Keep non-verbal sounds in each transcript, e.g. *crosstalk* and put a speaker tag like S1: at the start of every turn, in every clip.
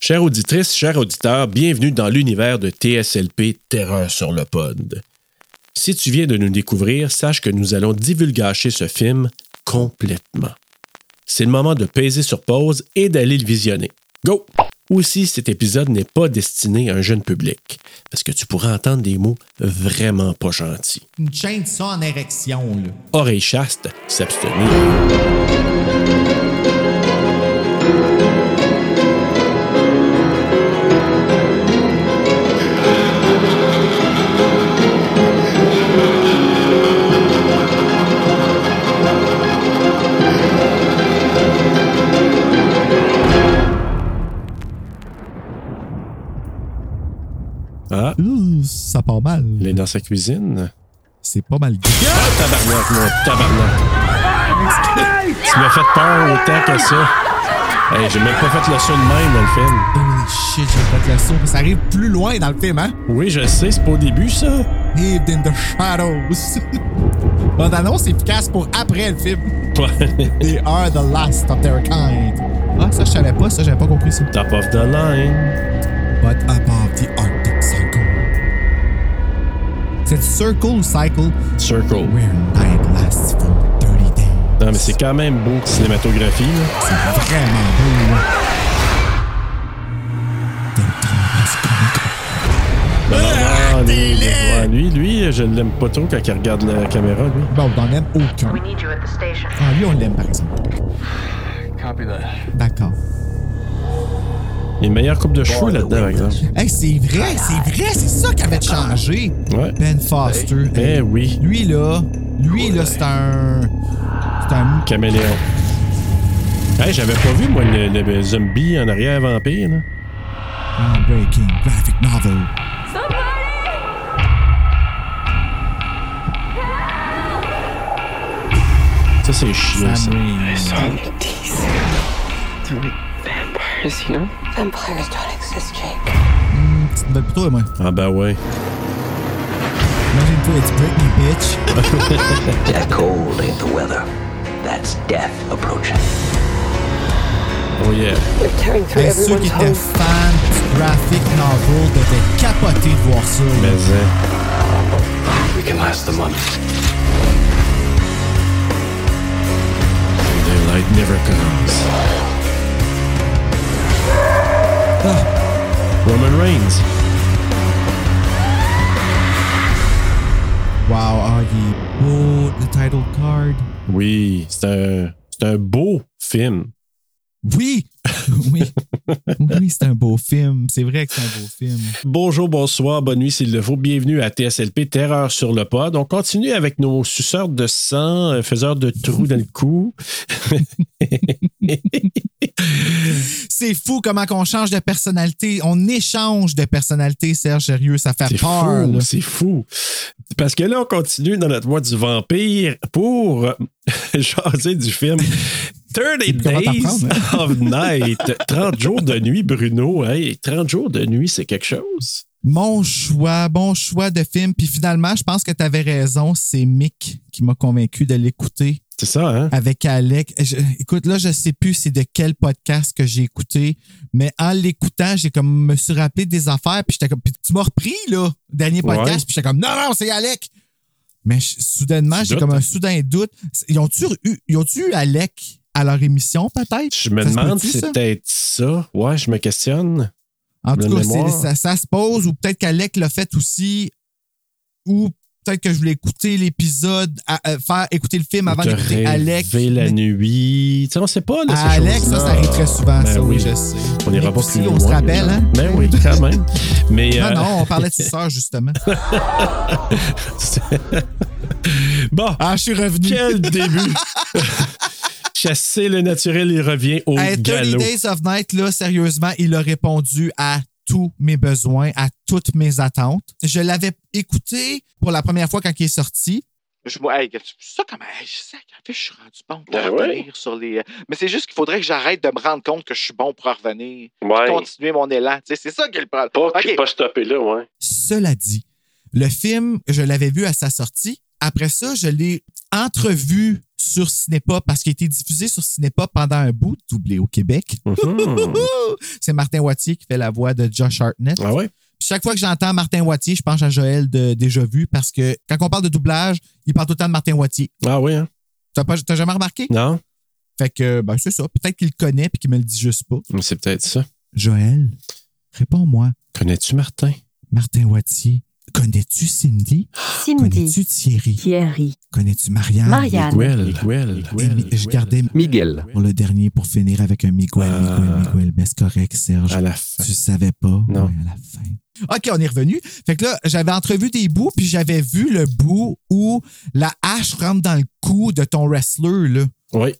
S1: Chères auditrices, chers auditeurs, bienvenue dans l'univers de TSLP Terreur sur le Pod. Si tu viens de nous découvrir, sache que nous allons divulgacher ce film complètement. C'est le moment de peser sur pause et d'aller le visionner. Go! Aussi, cet épisode n'est pas destiné à un jeune public, parce que tu pourras entendre des mots vraiment pas gentils.
S2: Une chaîne de ça en érection, là.
S1: Oreille chaste, s'abstenir. Ah,
S2: Ouh, ça part mal.
S1: il est dans sa cuisine.
S2: C'est pas mal.
S1: Ah, tabarnak, mon tabarnak. tu m'as fait peur autant que ça. Hey, j'ai même pas fait le son de même dans le film.
S2: Holy shit, j'ai pas de la sauce. Ça arrive plus loin dans le film, hein?
S1: Oui, je le sais, c'est pas au début, ça.
S2: Lived in the shadows. *laughs* Bande annonce efficace pour après le film.
S1: Ouais.
S2: They are the last of their kind. Ah, ça, je savais pas, ça, j'avais pas compris ça.
S1: *laughs* Top of the line.
S2: But above the Arctic Circle. C'est Circle ou Cycle?
S1: Circle.
S2: Where night lasts for 30 days.
S1: Non, mais c'est quand même beau, cinématographie, là.
S2: C'est vraiment beau, là. The time has
S1: Non, Ben,
S2: come.
S1: non, non, lui, ouais, lui, lui, je l'aime pas trop quand il regarde la caméra, lui.
S2: Bon, on n'en aime aucun.
S3: We need you at the station.
S2: Ah, lui, on l'aime, par exemple.
S4: Copy that.
S2: D'accord.
S1: Il y a une meilleure coupe de cheveux là-dedans, par exemple.
S2: Hey, c'est vrai, c'est vrai, c'est ça qui avait changé.
S1: Ouais.
S2: Ben Foster.
S1: Eh oui,
S2: Lui, là, lui, là, c'est un. C'est un.
S1: caméléon. Hey, j'avais pas vu, moi, le, le zombie en arrière vampire, là.
S2: Breaking graphic novel.
S1: Ça, c'est chiant,
S2: Ah,
S1: ça.
S2: Sammy.
S4: Vampires, you know?
S5: Vampires don't exist, Jake.
S2: C'est une belle photo, moi.
S1: Ah, ben ouais.
S2: Imagine-toi, it's Britney, bitch.
S6: That cold ain't the weather. That's death approaching.
S1: Oh yeah.
S5: You're tearing through
S2: Hey, ceux qui
S5: everyone's
S2: étaient
S5: home.
S2: fans du graphic novel devaient capoter de voir ça.
S1: Mais,
S2: là.
S1: hein.
S6: We can last the month.
S1: Daylight never comes. Ah, Roman Reigns.
S2: Wow, ah, il est beau, le title card.
S1: Oui, c'est un, c'est un beau film.
S2: Oui! *laughs* oui. Oui, c'est un beau film. C'est vrai que c'est un beau film.
S1: Bonjour, bonsoir, bonne nuit s'il le faut. Bienvenue à TSLP Terreur sur le pod. On continue avec nos suceurs de sang, euh, faiseurs de trous dans le cou.
S2: C'est fou comment qu'on change de personnalité. On échange de personnalité, Serge, sérieux. Ça fait
S1: C'est
S2: peur.
S1: fou,
S2: là.
S1: c'est fou. Parce que là, on continue dans notre voie du vampire pour euh, *laughs* jaser du
S2: *laughs*
S1: film 30
S2: comment
S1: Days
S2: t'apprendre, hein.
S1: of Night. 30 jours de nuit, Bruno. Hey, 30 jours de nuit, c'est quelque chose.
S2: Mon choix, bon choix de film. Puis finalement, je pense que tu avais raison. C'est Mick qui m'a convaincu de l'écouter
S1: C'est ça, hein?
S2: avec Alec. Je- écoute, là, je sais plus c'est de quel podcast que j'ai écouté, mais en l'écoutant, j'ai comme me suis rappelé des affaires. Puis j'étais comme, puis tu m'as repris, là, dernier podcast.
S1: Ouais.
S2: Puis j'étais comme, non, non, c'est Alec. Mais je- soudainement,
S1: Tu
S2: j'ai
S1: doutes?
S2: comme un soudain doute. Ils ont-tu eu, ils ont-tu eu Alec à leur émission, peut-être?
S1: Je me
S2: Ça se
S1: demande
S2: peut-tu,
S1: si
S2: ça?
S1: c'est peut-être ça. Ouais, je me questionne.
S2: En tout
S1: de
S2: cas,
S1: mémoire.
S2: c'est- ça, ça se pose, ou peut-être qu'Alec l'a fait aussi, ou peut-être que je voulais écouter l'épisode, à- à faire écouter le film avant
S1: Ou te
S2: d'écouter Alec.
S1: rêver la
S2: Mais-
S1: nuit. Tu sais, on sait pas, là,
S2: à
S1: ces
S2: Alec, ça,
S1: choses-là.
S2: ça arrive très souvent,
S1: Ben
S2: ça, oui,
S1: oui.
S2: je sais.
S1: On n'ira
S2: Mais
S1: pas
S2: si,
S1: plus loin.
S2: On se rappelle, hein?
S1: Ben oui, quand même. Mais,
S2: Non,
S1: euh,
S2: non, on parlait de ses
S1: *laughs*
S2: sœurs, justement.
S1: bon,
S2: Ah, je suis revenu.
S1: quel début! Chasser le naturel, il revient au
S2: Hey, 30
S1: galop.
S2: Days of Night, là, sérieusement, il a répondu à tous mes besoins, à toutes mes attentes. Je l'avais écouté pour la première fois quand il est sorti.
S4: Je, moi, hey, tu- ça, comment. hey, je sais, en fait, je suis rendu bon pour
S7: Ben
S4: revenir sur les. euh, Mais c'est juste qu'il faudrait que j'arrête de me rendre compte que je suis bon pour revenir.
S7: Ouais.
S4: Continuer mon élan. Tu sais, c'est ça qui est le problème.
S7: Pas,
S4: Ok.
S7: pas stoppé là, ouais.
S2: Cela dit, le film, je l'avais vu à sa sortie. Après ça, je l'ai entrevue sur Cinépop parce qu'il a été diffusé sur Cinépop pendant un bout, doublé au Québec.
S1: Mhm.
S2: *laughs* C'est Martin Wattier qui fait la voix de Josh Hartnett.
S1: Ah ouais?
S2: Puis chaque fois que j'entends Martin Wattier, je pense à Joël de Déjà Vu parce que quand on parle de doublage, il parle tout le temps de Martin Wattier.
S1: Ah ouais, hein?
S2: T'as pas- t'as jamais remarqué?
S1: Non?
S2: Fait que, ben, c'est ça. Peut-être qu'il le connaît puis qu'il me le dit juste pas.
S1: Mais C'est peut-être ça.
S2: Joël, réponds-moi.
S1: Connais-tu Martin?
S2: Martin Wattier, connais-tu Cindy?
S3: Cindy,
S2: Connais-tu Thierry?
S3: Thierry,
S2: Connais-tu Marianne?
S3: Marianne,
S1: Miguel.
S2: Et Mi- je gardais
S6: Miguel.
S2: pour le dernier pour finir avec un Miguel,
S1: Ah.
S2: Miguel, Miguel. Mais c'est correct, Serge.
S1: À la fin.
S2: Tu savais pas?
S1: Non.
S2: Ouais, à la fin. OK, on est revenu. Fait que là, j'avais entrevu des bouts, puis j'avais vu le bout où la hache rentre dans le cou de ton wrestler, là.
S1: Oui.
S2: Tu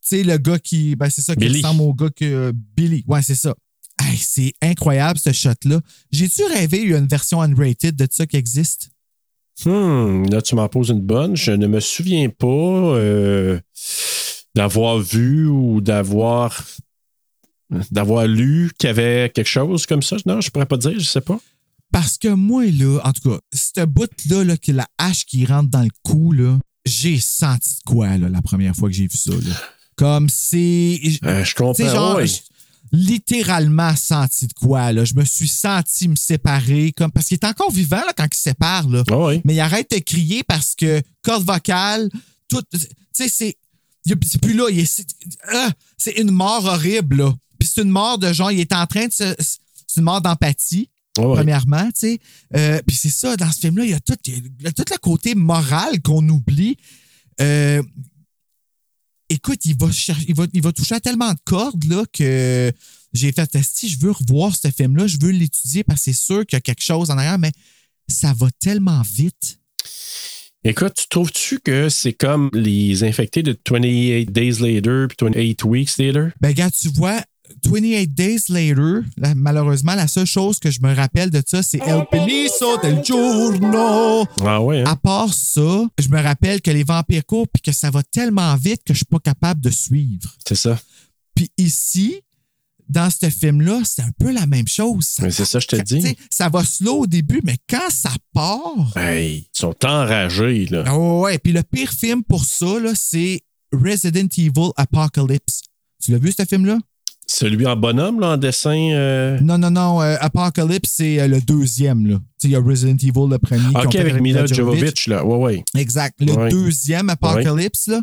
S2: sais, le gars qui. Ben, c'est ça, qui
S1: Billy.
S2: ressemble au gars que. euh, Billy. Ouais, c'est ça. Hey, c'est incroyable, ce shot-là. J'ai-tu rêvé, il y a une version unrated de ça qui existe?
S1: Hmm, là, tu m'en poses une bonne. Je ne me souviens pas euh, d'avoir vu ou d'avoir d'avoir lu qu'il y avait quelque chose comme ça. Non, je pourrais pas dire, je sais pas.
S2: Parce que moi, là, en tout cas, ce bout-là, là, que la hache qui rentre dans le cou, là, j'ai senti de quoi, là, la première fois que j'ai vu ça, là. Comme c'est.
S1: Euh, je
S2: Tu sais, genre,
S1: comprends. oui.
S2: je- littéralement senti de quoi, là. Je me suis senti me séparer, comme, parce qu'il est encore vivant, là, quand il se sépare, là.
S1: Ah oui.
S2: Mais il arrête de crier parce que corde vocale, tout, tu sais, c'est, il est- c'est plus là, il est- c'est ah, c'est une mort horrible, là. Puis c'est une mort de genre, il est en train de se, c'est une mort d'empathie,
S1: Ah oui.
S2: premièrement, tu sais. Euh, puis c'est ça, dans ce film-là, il y a tout, il y a tout le côté moral qu'on oublie. Euh, écoute, il va, cher- il, va, il va toucher à tellement de cordes là, que j'ai fait, si je veux revoir ce film-là, je veux l'étudier parce que c'est sûr qu'il y a quelque chose en arrière, mais ça va tellement vite.
S1: Écoute, tu trouves-tu que c'est comme les infectés de 28 Days Later puis 28 Weeks Later?
S2: Ben, gars, tu vois, 28 Days Later, là, malheureusement, la seule chose que je me rappelle de ça, c'est El Peniso del Giorno.
S1: Ah ouais, hein?
S2: À part ça, je me rappelle que les vampires courent puis que ça va tellement vite que je suis pas capable de suivre.
S1: c'est ça.
S2: Puis ici, dans ce film-là, c'est un peu la même chose. Ça
S1: Mais c'est ça, je te
S2: Quand- tu
S1: dis.
S2: sais, Ça va slow au début, mais quand ça part.
S1: Hey, ils sont enragés, là.
S2: Ah ouais, puis le pire film pour ça, là, c'est Resident Evil Apocalypse. Tu l'as vu, ce film-là?
S1: Celui en bonhomme, là, en dessin. euh,
S2: Non, non, non. euh, Apocalypse, c'est euh, le deuxième. là. Tu sais, Il y a Resident Evil, le premier. qui ont
S1: Ok,
S2: fait
S1: avec Mila Jovovich, là. Ouais, ouais.
S2: Exact. Le
S1: Ouais.
S2: deuxième, Apocalypse, là,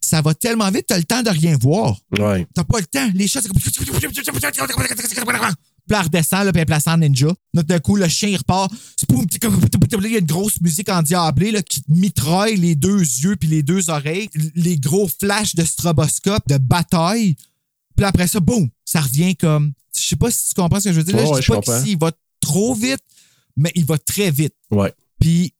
S2: ça va tellement vite, t'as le temps de rien voir.
S1: Ouais.
S2: T'as pas le temps. Les chats, c'est comme. Puis elle redescend, là, puis elle place en ninja. Là, D'un coup, le chien, il repart. Spoum, tic, Il y a une grosse musique endiablée là, qui te mitraille les deux yeux puis les deux oreilles. Les gros flashs de stroboscope, de bataille. Puis après ça, boum, ça revient comme. Je sais pas si tu comprends ce que je veux dire. Là,
S1: Ouais,
S2: je
S1: ouais,
S2: dis
S1: je
S2: pas
S1: comprends.
S2: qu'ici, il va trop vite, mais il va très vite.
S1: Ouais.
S2: Puis,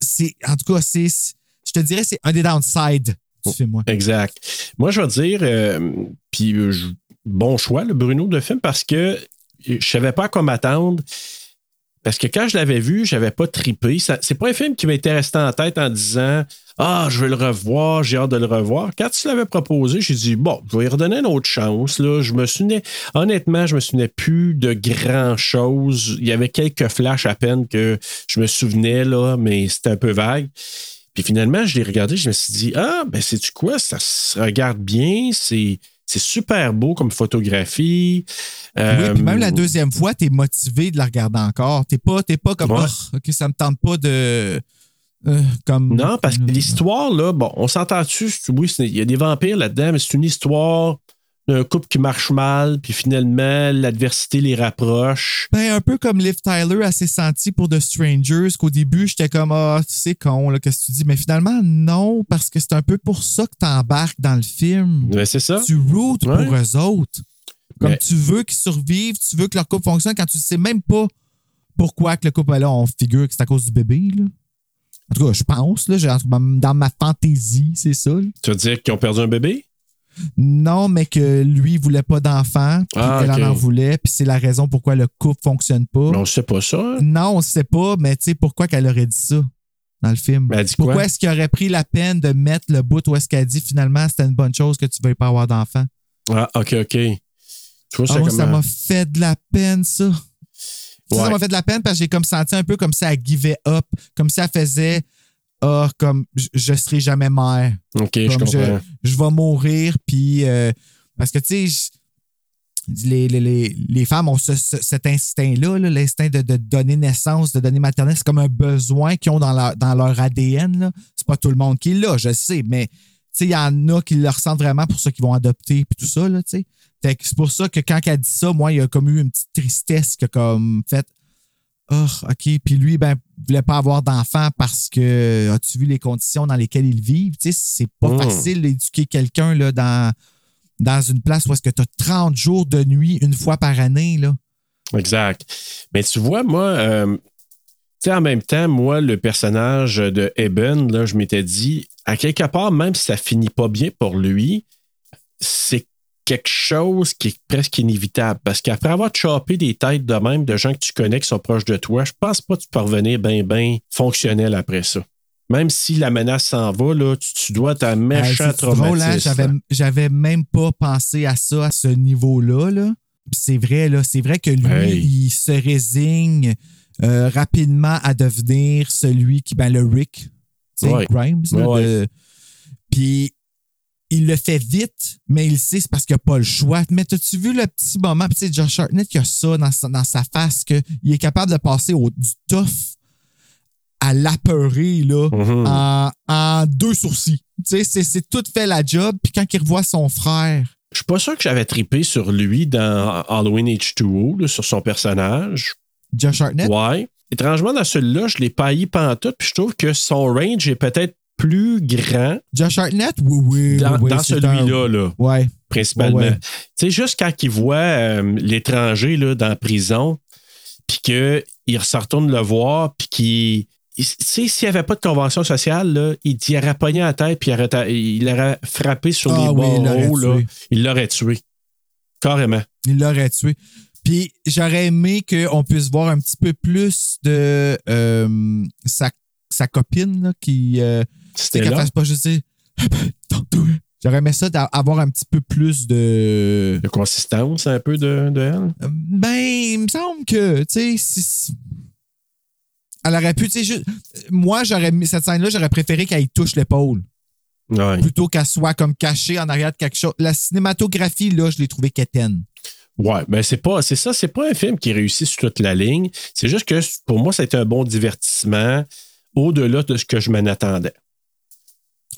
S2: c'est. En tout cas, c'est. Je te dirais, c'est un des downsides du
S1: Oh.
S2: film, moi.
S1: Exact. Moi, je vais dire, euh, puis euh, je- bon choix, le Bruno de film, parce que je savais pas à quoi m'attendre. Parce que quand je l'avais vu, j'avais pas trippé. Ça- C'est pas un film qui m'était resté en tête en disant Ah, je veux le revoir, j'ai hâte de le revoir. Quand tu l'avais proposé, j'ai dit Bon, je vais lui redonner une autre chance. Là. Je me souvenais, honnêtement, je me souvenais plus de grand chose. Il y avait quelques flashs à peine que je me souvenais, là, mais c'était un peu vague. Puis finalement, je l'ai regardé, je me suis dit, ah, ben, c'est-tu quoi? Ça se regarde bien, c'est, c'est super beau comme photographie.
S2: Oui,
S1: Euh,
S2: puis même la deuxième fois, t'es motivé de la regarder encore. T'es pas, t'es pas comme,
S1: Ouais.
S2: oh, ok, ça me tente pas de. euh, comme...
S1: Non, parce que l'histoire, là, bon, on s'entend dessus. Oui, c'est- il y a des vampires là-dedans, mais c'est une histoire d'un couple qui marche mal, puis finalement, l'adversité les rapproche.
S2: Ben, un peu comme Liv Tyler, elle s'est sentie pour The Strangers, qu'au début, j'étais comme, ah, c'est con, là, qu'est-ce que tu dis? Mais finalement, non, parce que c'est un peu pour ça que t'embarques dans le film.
S1: Mais c'est ça.
S2: Tu routes
S1: Ouais.
S2: pour eux autres. Comme
S1: Mais-
S2: tu veux qu'ils survivent, tu veux que leur couple fonctionne quand tu sais même pas pourquoi que le couple, là, on figure que c'est à cause du bébé, là. En tout cas, je pense, là, j'ai- dans ma fantaisie, c'est ça, là.
S1: Tu veux dire qu'ils ont perdu un bébé?
S2: Non, mais que lui, il voulait pas d'enfant. puis
S1: Ah,
S2: elle
S1: ok.
S2: en en voulait. Puis c'est la raison pourquoi le couple fonctionne pas.
S1: Mais on sait pas ça. hein.
S2: Non, on sait pas, mais tu sais pourquoi qu'elle aurait dit ça dans le film.
S1: Ben, elle dit quoi?
S2: pourquoi est-ce qu'il aurait pris la peine de mettre le bout où est-ce qu'elle dit finalement c'était une bonne chose que tu veuilles pas avoir d'enfant?
S1: Ah, ok, ok. Tu vois,
S2: Ah,
S1: c'est
S2: moi,
S1: comme
S2: ça
S1: un-
S2: m'a fait de la peine, ça. Ça, Ça
S1: Ouais.
S2: m'a fait de la peine parce que j'ai comme senti un peu comme si elle give up, comme si elle faisait ah, comme je- je serai jamais mère.
S1: OK, je
S2: Comme je-
S1: comprends.
S2: Je vais mourir, puis. euh, parce que, tu sais, je- les, les, les, les femmes ont ce- ce- cet instinct-là, là, l'instinct de, de donner naissance, de donner maternelle. C'est comme un besoin qu'ils ont dans leur, dans leur ADN. là. C'est pas tout le monde qui l'a, je sais, mais tu sais, il y en a qui le ressentent vraiment pour ceux qui vont adopter, puis tout ça, là, tu sais. Fait que C'est pour ça que quand elle dit ça, moi, il y a comme eu une petite tristesse que comme fait. Oh, OK. Puis lui, ben, il voulait pas avoir d'enfant parce que as-tu vu les conditions dans lesquelles ils vivent? Tu sais, c'est pas
S1: Mm.
S2: facile d'éduquer quelqu'un là, dans, dans une place où est-ce que tu as 30 jours de nuit une fois par année. Là.
S1: Exact. Mais tu vois, moi, euh, tu sais, en même temps, moi, le personnage de Eben, là, je m'étais dit, à quelque part, même si ça finit pas bien pour lui, c'est quelque chose qui est presque inévitable. Parce qu'après avoir chopé des têtes de même de gens que tu connais qui sont proches de toi, je pense pas que tu peux revenir bien, bien fonctionnel après ça. Même si la menace s'en va, là, tu, tu dois ta
S2: Hey,
S1: méchant
S2: c'est drôle, hein?
S1: traumatisme.
S2: J'avais- J'avais même pas pensé à ça à ce niveau-là. Là. Puis c'est vrai, là. C'est vrai que lui,
S1: Hey.
S2: il se résigne euh, rapidement à devenir celui qui. Ben, le Rick. Tu sais,
S1: Ouais.
S2: Grimes. là,
S1: Ouais.
S2: de- Puis il le fait vite, mais il sait c'est parce qu'il n'a pas le choix. Mais as-tu vu le petit moment? Puis tu sais, Josh Hartnett, il a ça dans sa, dans sa face, qu'il est capable de passer au, du tough à l'apeuré, là
S1: Mhm.
S2: en, en deux sourcils. Tu sais, c'est- c'est tout fait la job. Puis quand il revoit son frère,
S1: Je suis pas sûr que j'avais tripé sur lui dans Halloween H2O, là, sur son personnage.
S2: Josh Hartnett,
S1: Ouais. Étrangement, dans celui-là, je l'ai pas haï pantoute, puis je trouve que son range est peut-être plus grand
S2: Josh Hartnett, oui, oui.
S1: dans,
S2: oui, oui,
S1: dans
S2: c'est
S1: celui-là,
S2: un-
S1: là,
S2: Ouais.
S1: principalement.
S2: Ouais, ouais.
S1: Tu sais, juste quand il voit euh, l'étranger là, dans la prison, puis qu'il se retourne le voir, puis qu'il. il- Tu sais, s'il n'y avait pas de convention sociale, là, il y aurait pogné à la tête, puis il aurait, ta- il aurait frappé sur
S2: Ah
S1: les
S2: oui, il l'aurait
S1: barreaux, là.
S2: tué.
S1: il l'aurait tué. Carrément.
S2: Il l'aurait tué. Puis j'aurais aimé qu'on puisse voir un petit peu plus de euh, sa, sa copine là, qui. euh, Tu
S1: C'était
S2: sais, qu'elle
S1: là.
S2: fasse pas juste dire. Ah ben, donc, toi. J'aurais aimé ça d'avoir un petit peu plus de.
S1: de consistance un peu de, de elle.
S2: Euh, Ben, il me semble que, tu sais, si- si- elle aurait pu, tu sais, juste- moi, j'aurais mis cette scène-là, j'aurais préféré qu'elle y touche l'épaule
S1: Ouais.
S2: plutôt qu'elle soit comme cachée en arrière de quelque chose. La cinématographie, là, je l'ai trouvée quétaine.
S1: Ouais, ben c'est pas, c'est ça, c'est pas un film qui réussit sur toute la ligne. C'est juste que pour moi, c'était un bon divertissement au-delà de ce que je m'en attendais.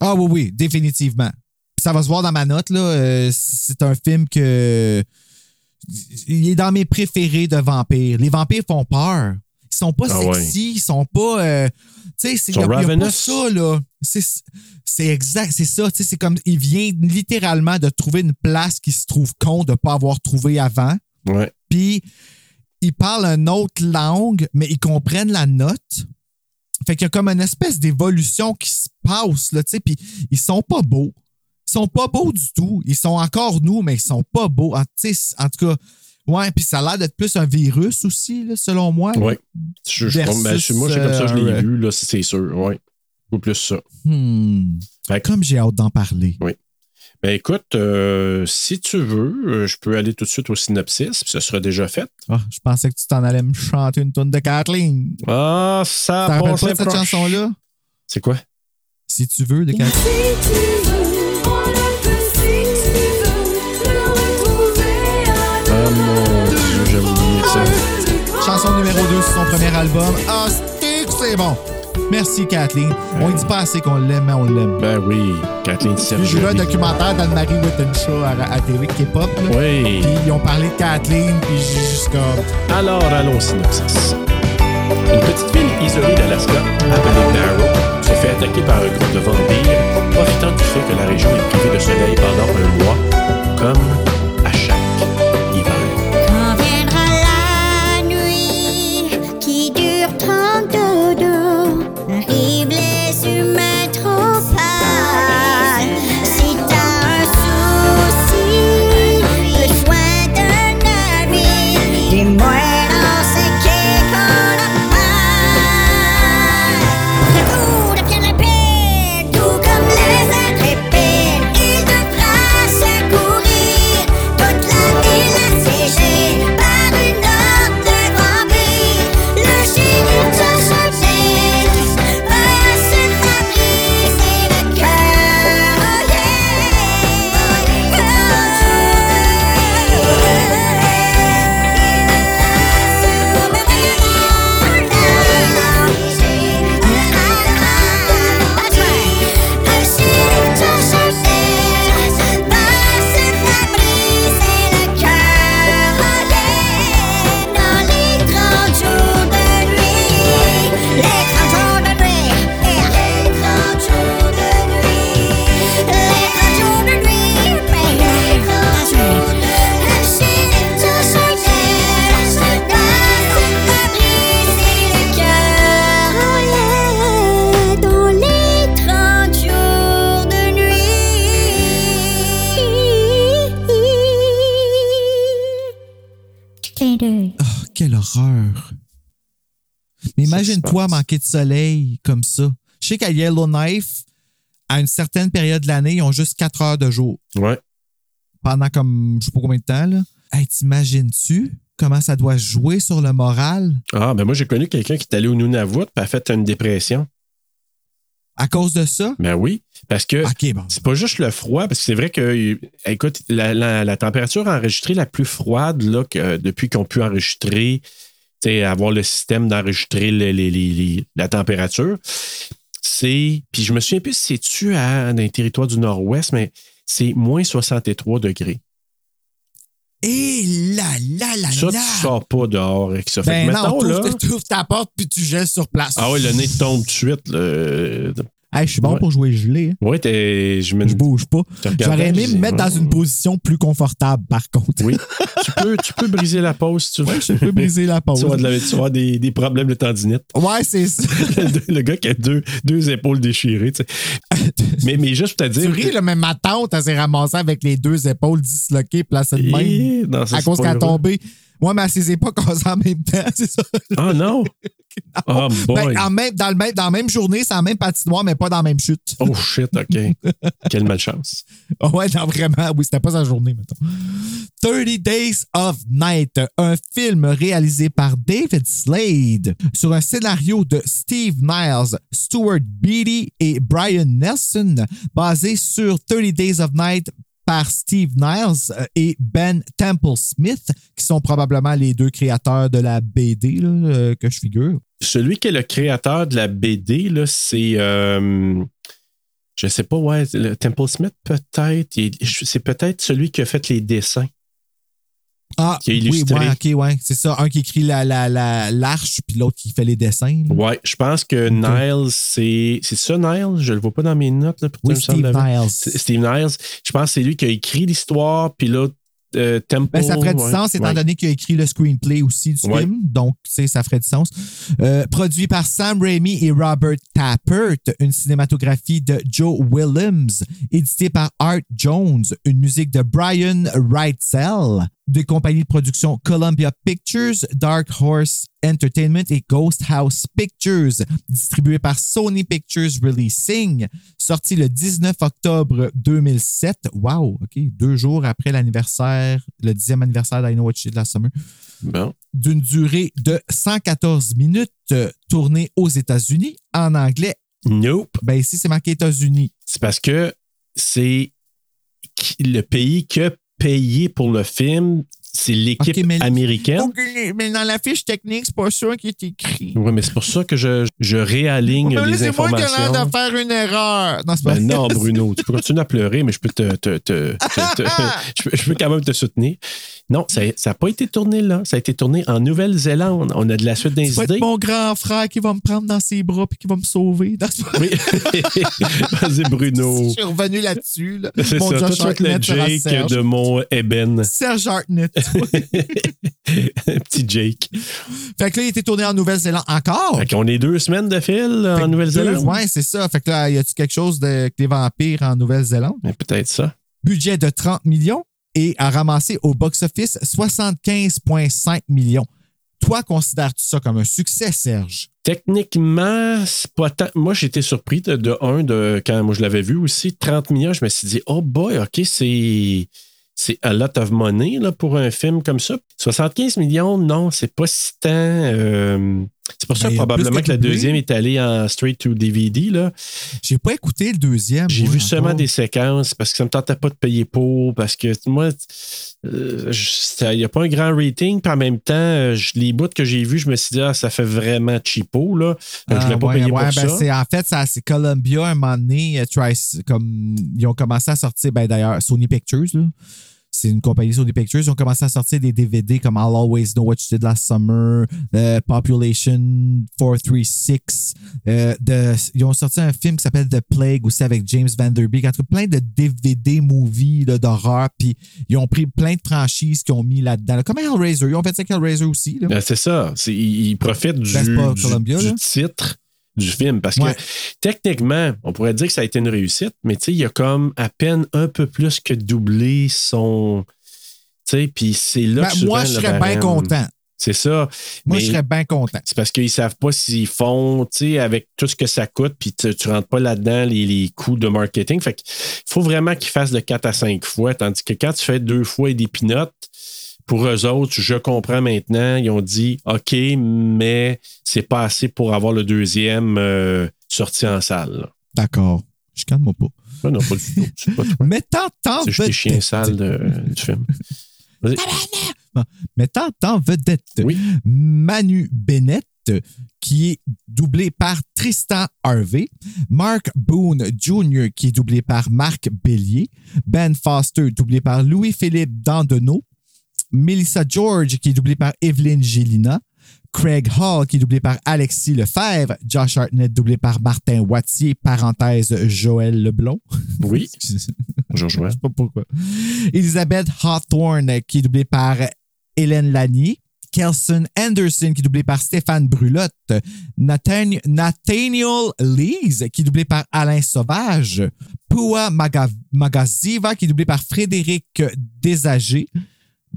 S2: Ah oui, oui, définitivement. Puis Ça va se voir dans ma note, là. euh, c'est un film que. Il est dans mes préférés de vampires. Les vampires font peur. Ils sont pas
S1: Ah ouais.
S2: sexy, ils sont pas. euh, tu sais, c'est
S1: Ils sont
S2: y a- y a
S1: ravenous.
S2: pas ça, là. C'est- C'est exact, c'est ça. Tu sais, c'est comme. Il vient littéralement de trouver une place qui se trouve con de pas avoir trouvé avant.
S1: Ouais.
S2: Puis ils parlent une autre langue, mais ils comprennent la note. Fait qu'il y a comme une espèce d'évolution qui se passe, là, tu sais. Puis ils sont pas beaux. Ils sont pas beaux du tout. Ils sont encore nous, mais ils sont pas beaux. En, tu sais, en tout cas, ouais. Puis ça a l'air d'être plus un virus aussi, là, selon moi.
S1: Ouais. Je, je-
S2: Versus,
S1: ben, je- moi, c'est comme ça, je l'ai
S2: euh,
S1: vu, là, c'est c'est sûr. Ouais. Ou plus ça.
S2: Hmm.
S1: Fait que-
S2: Comme j'ai hâte d'en parler.
S1: Ben écoute, euh, si tu veux, euh, je peux aller tout de suite au synopsis, puis ce sera déjà fait.
S2: Ah, je pensais que tu t'en allais me chanter une tonne de Kathleen.
S1: Ah, ça
S2: T'en rappelles
S1: passe
S2: pas de cette
S1: proche.
S2: chanson-là?
S1: C'est quoi?
S2: Si tu veux, de Kathleen.
S1: Ah mon dieu, j'avais oublié ça.
S2: Chanson numéro 2 sur son premier album. Ah, c'est que c'est bon! Merci, Kathleen. On ne dit pas assez qu'on l'aime, mais on l'aime.
S1: Ben oui, Kathleen
S2: J'ai
S1: Sergio.
S2: vu un documentaire dans le Mary Whitten Show à, à TV K-pop. là.
S1: Oui.
S2: Puis ils ont parlé de Kathleen, puis j'ai juste comme...
S1: Alors, allons au synopsis. Une petite ville isolée d'Alaska, appelée Darrow, se fait attaquer par un groupe de vampires, profitant du fait que la région est privée de soleil pendant un mois, comme à chaque hiver.
S3: Quand viendra la nuit qui dure 32 jours, arrivent les humains trop pâles. Si t'as un souci, besoin d'un ami, dis-moi dans ce qu'est qu'on a pas. Le coup de pierre rapide, tout comme les intrépides, ils te tracent à courir. clin d'œil.
S2: Oh, quelle horreur. Mais imagine-toi manquer de soleil comme ça. Je sais qu'à Yellowknife, à une certaine période de l'année, ils ont juste 4 heures de jour.
S1: Ouais.
S2: Pendant comme, je sais pas combien de temps, là. Hey, t'imagines-tu comment ça doit jouer sur le moral
S1: Ah, ben moi, j'ai connu quelqu'un qui est allé au Nunavut et a fait une dépression.
S2: à cause de ça?
S1: Ben oui, parce que
S2: OK, bon.
S1: c'est pas juste le froid, parce que c'est vrai que, écoute, la, la- la température enregistrée la plus froide là, que- euh, depuis qu'on peut enregistrer, tu sais, avoir le système d'enregistrer les- les- les- les- la température, c'est. Puis je me souviens plus si c'est-tu à- dans les territoires du Nord-Ouest, mais c'est moins 63 degrés.
S2: Et là, là, là,
S1: Ça,
S2: là!
S1: tu sors pas dehors avec ça. Fait
S2: ben
S1: que
S2: non,
S1: mettons,
S2: tu
S1: là.
S2: ouvres, ta porte puis tu jettes sur place.
S1: Ah oui, le nez te tombe tout de suite. là.
S2: Hey, je suis bon
S1: Ouais.
S2: pour jouer gelé. hein.
S1: Ouais, t'es- je me
S2: Je bouge pas.
S1: te regardais,
S2: J'aurais aimé
S1: je
S2: me
S1: dis,
S2: mettre dans une position plus confortable, par contre.
S1: Oui. tu peux, tu peux briser la pause si tu veux.
S2: *laughs* Ouais, je peux briser la pause.
S1: Tu vas, de la- tu vas avoir des, des problèmes de tendinite. *laughs*
S2: Ouais, c'est ça.
S1: le le gars qui a deux, deux épaules déchirées. tu sais. Mais, mais juste pour te
S2: Tu
S1: dire.
S2: ris, là, mais ma tante, elle s'est ramassée avec les deux épaules disloquées, placées de même,
S1: Eh, non, ça,
S2: à
S1: c'est
S2: cause
S1: pas
S2: qu'elle a
S1: heureux.
S2: tombé. Moi, mais à ses époques, *laughs* on s'en en même temps, c'est ça.
S1: Ah
S2: *laughs*
S1: non! Oh boy!
S2: Ben, en même, dans, le même, dans la même journée, c'est en même patinoire, mais pas dans la même chute.
S1: Oh shit, OK. Quelle malchance.
S2: Ah Ouais, non, vraiment. Oui, c'était pas sa journée, mettons. 30 Days of Night, un film réalisé par David Slade sur un scénario de Steve Niles, Stuart Beatty et Brian Nelson, basé sur 30 Days of Night par Steve Niles euh, et Ben Temple Smith, qui sont probablement les deux créateurs de la BD là, euh, que je figure.
S1: Celui qui est le créateur de la BD, là, c'est. euh, je sais pas, ouais, le Temple Smith, peut-être. Il- C'est peut-être celui qui a fait les dessins.
S2: Ah,
S1: Qui a
S2: oui,
S1: illustré.
S2: ouais, ok, ouais, c'est ça. Un qui écrit la, la, la- l'arche, puis l'autre qui fait les dessins. là.
S1: Ouais, je pense que Niles, c'est. C'est ça, Niles? Je le vois pas dans mes notes. Là, pourtant,
S2: Oui,
S1: il me semble
S2: Steve
S1: l'avoir.
S2: Niles.
S1: C'est- Steve Niles, je pense que c'est lui qui a écrit l'histoire, puis là, euh, Temple.
S2: Ben, ça ferait du
S1: ouais,
S2: sens, étant
S1: ouais.
S2: donné qu'il a écrit le screenplay aussi du
S1: Ouais.
S2: film. Donc, tu sais, ça ferait du sens. Euh, produit par Sam Raimi et Robert Tappert, une cinématographie de Joe Willems, édité par Art Jones, une musique de Brian Wrightsell, des compagnies de production Columbia Pictures, Dark Horse Entertainment et Ghost House Pictures, distribué par Sony Pictures Releasing, sorti le 19 octobre 2007. Wow, OK, deux jours après l'anniversaire, le dixième anniversaire d'I Know What You Did Last Summer
S1: Bon.
S2: d'une durée de 114 minutes, euh, tournée aux États-Unis en anglais.
S1: Nope.
S2: Ben ici, c'est marqué États-Unis.
S1: C'est parce que c'est qui- le pays qui a payé pour le film, c'est l'équipe
S2: Ok, mais-
S1: américaine.
S2: Mais dans la fiche technique, c'est pas sûr qui est écrit.
S1: Oui, mais c'est pour ça que je, je réaligne les informations.
S2: faire une erreur. Non, c'est pas
S1: Ben non, Bruno, tu peux continuer à pleurer, mais je peux te, te- te- te- te- je, peux, je peux quand même te soutenir. Non, ça n'a pas été tourné là. Ça a été tourné en Nouvelle-Zélande. On a de la suite
S2: *laughs* C'est
S1: des
S2: pas
S1: idées.
S2: être mon grand frère qui va me prendre dans ses bras et qui va me sauver. Non, c'est pas-
S1: Oui. *laughs* Vas-y, Bruno.
S2: *laughs* Je suis revenu là-dessus. là.
S1: C'est
S2: Mon
S1: ça, toi,
S2: Josh
S1: tu vas être le
S2: Hartnett sera
S1: Jake
S2: Serge.
S1: de mon *laughs* Eben.
S2: Serge Hartnett.
S1: Petit Jake.
S2: fait que là, il était tourné en Nouvelle-Zélande encore.
S1: Fait qu'on est deux semaines de fil en Nouvelle-Zélande.
S2: Ouais, c'est ça. Fait que là, y a-tu quelque chose de, avec les vampires en Nouvelle-Zélande?
S1: Mais Peut-être ça.
S2: budget de 30 millions et a ramassé au box-office 75,5 millions. Toi, considères-tu ça comme un succès, Serge?
S1: Techniquement, c'est pas tant. Moi, j'étais surpris de, de un, de, quand moi je l'avais vu aussi, 30 millions, je me suis dit, oh boy, OK, c'est. C'est a lot of money là, pour un film comme ça. 75 millions, non, c'est pas si tant. euh, c'est pour ça
S2: Ben, il a
S1: probablement
S2: plus que
S1: que la
S2: doublé.
S1: deuxième est allée en straight to DVD. Là.
S2: J'ai pas écouté le deuxième.
S1: J'ai
S2: moi,
S1: vu
S2: encore.
S1: seulement des séquences parce que ça me tentait pas de payer pour, parce que moi, euh, je- ça- il n'y a pas un grand rating, puis en même temps, euh, je- les bouts que j'ai vus, je me suis dit, ah, ça fait vraiment cheapo, là. Fait que je ne voulais
S2: Ah,
S1: pas
S2: ouais,
S1: payer
S2: ouais,
S1: pour
S2: ben,
S1: ça.
S2: c'est- En fait, ça, c'est Columbia, un moment donné, euh, Trice- comme, ils ont commencé à sortir, ben, d'ailleurs, Sony Pictures, là. c'est une compagnie Sony Pictures, ils ont commencé à sortir des DVD comme I'll Always Know What You Did Last Summer, euh, Population 436. euh, de, ils ont sorti un film qui s'appelle The Plague aussi avec James Van Der Beek. En tout cas, plein de DVD movies là, d'horreur. Puis ils ont pris plein de franchises qu'ils ont mis là-dedans. là. Comme Hellraiser, ils ont fait ça avec Hellraiser aussi. là.
S1: Ben, c'est ça. C'est- Ils ils profitent du,
S2: Ben, c'est pas
S1: du-
S2: Columbia,
S1: du
S2: là.
S1: titre du film. Parce
S2: Ouais.
S1: que techniquement, on pourrait dire que ça a été une réussite, mais tu sais, il a comme à peine un peu plus que doublé son. Tu sais, puis c'est là
S2: Ben,
S1: que souvent
S2: moi, je
S1: le
S2: serais bien
S1: barème-
S2: content.
S1: C'est ça.
S2: Moi,
S1: Mais-
S2: je serais bien content.
S1: C'est parce qu'ils savent pas s'ils font, tu sais, avec tout ce que ça coûte, puis tu, tu rentres pas là-dedans les, les coûts de marketing. Fait qu'il faut vraiment qu'ils fassent de 4 à 5 fois, tandis que quand tu fais deux fois et des pinottes, pour eux autres, je comprends maintenant, ils ont dit OK, mais c'est pas assez pour avoir le deuxième euh, sorti en salle. là.
S2: D'accord. Je calme-moi pas.
S1: Ah non, pas du tout. C'est pas toi.
S2: Mais t'entends
S1: C'est juste les chiens sales
S2: vedette.
S1: de- du film.
S2: Mais t'entends vedette.
S1: Oui.
S2: Manu Bennett, qui est doublé par Tristan Harvey. Mark Boone Jr., qui est doublé par Marc Bélier. Ben Foster, doublé par Louis-Philippe Dandenot. Melissa George, qui est doublée par Evelyn Gélina. Craig Hall, qui est doublé par Alexis Lefebvre. Josh Hartnett, doublé par Martin Wattier. Parenthèse, Joël Leblon.
S1: Oui, bonjour
S2: Je
S1: Joël.
S2: sais pas pourquoi. Elizabeth Hawthorne, euh, qui est doublée par Hélène Lanier. Kelson Anderson, qui est doublé par Stéphane Brulotte. Nathan- Nathaniel Lees, qui est doublé par Alain Sauvage. Pua Maga- Magaziva, qui est doublé par Frédéric Désagé.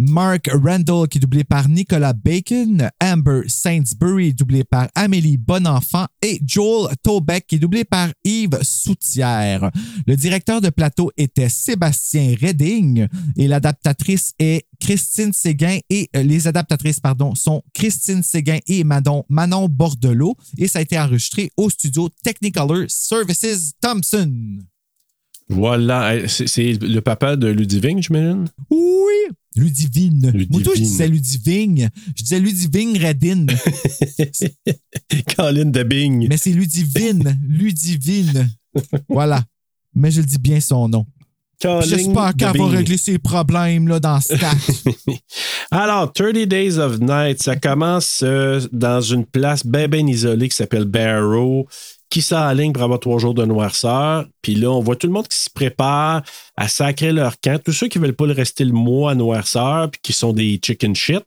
S2: Mark Randall, qui est doublé par Nicolas Bacon. Amber Sainsbury, doublé par Amélie Bonenfant. Et Joel Taubeck, qui est doublé par Yves Soutière. Le directeur de plateau était Sébastien Redding et l'adaptatrice est Christine Séguin et euh, les adaptatrices pardon, sont Christine Séguin et Manon, Manon Bordelot et ça a été enregistré au studio Technicolor Services Thompson.
S1: Voilà, eh, c'est c'est le papa de Ludivine, j'imagine.
S2: Oui! Ludivine.
S1: Ludivine.
S2: Moi, toi, je disais Ludivigne. Je disais Ludivine Redding,
S1: Colin de Bing.
S2: mais c'est Ludivine. Ludivine. Voilà. Mais je le dis bien son nom. Puis
S1: Colin
S2: J'espère qu'elle va
S1: Debing.
S2: régler ses problèmes là, dans
S1: *laughs*
S2: ce cas.
S1: Alors, 30 Days of Night, ça commence euh, dans une place bien, bien isolée qui s'appelle Barrow, qui s'enligne pour avoir trois jours de noirceur. Puis là, on voit tout le monde qui se prépare à sacrer leur camp. Tous ceux qui veulent pas le rester le mois à noirceur, puis qui sont des chicken shit,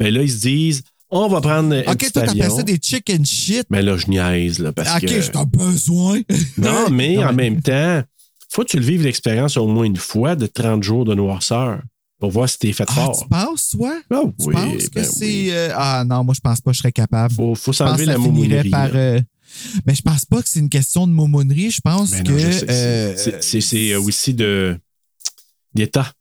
S1: mais là, ils se disent, on va prendre un
S2: OK,
S1: petit
S2: toi, t'appelles
S1: avion.
S2: ça des chicken shit.
S1: Mais là, je niaise, là, parce
S2: OK,
S1: que...
S2: je t'en besoin. *laughs*
S1: Non, mais
S2: Non,
S1: en même temps, faut que tu le vives l'expérience au moins une fois de 30 jours de noirceur pour voir si t'es fait
S2: Ah,
S1: fort.
S2: tu penses, ouais?
S1: Ah
S2: Tu
S1: oui,
S2: penses que
S1: ben
S2: c'est.
S1: oui.
S2: euh, ah non, moi, je pense pas que je serais capable.
S1: Faut, faut
S2: je pense
S1: s'enlever
S2: que
S1: la
S2: ça finirait
S1: moumonerie.
S2: par.
S1: là.
S2: euh, mais je pense pas que c'est une question de moumonerie. Je pense
S1: Ben
S2: que.
S1: non, je sais,
S2: euh,
S1: c'est- c'est- c'est- C'est euh, aussi de d'état.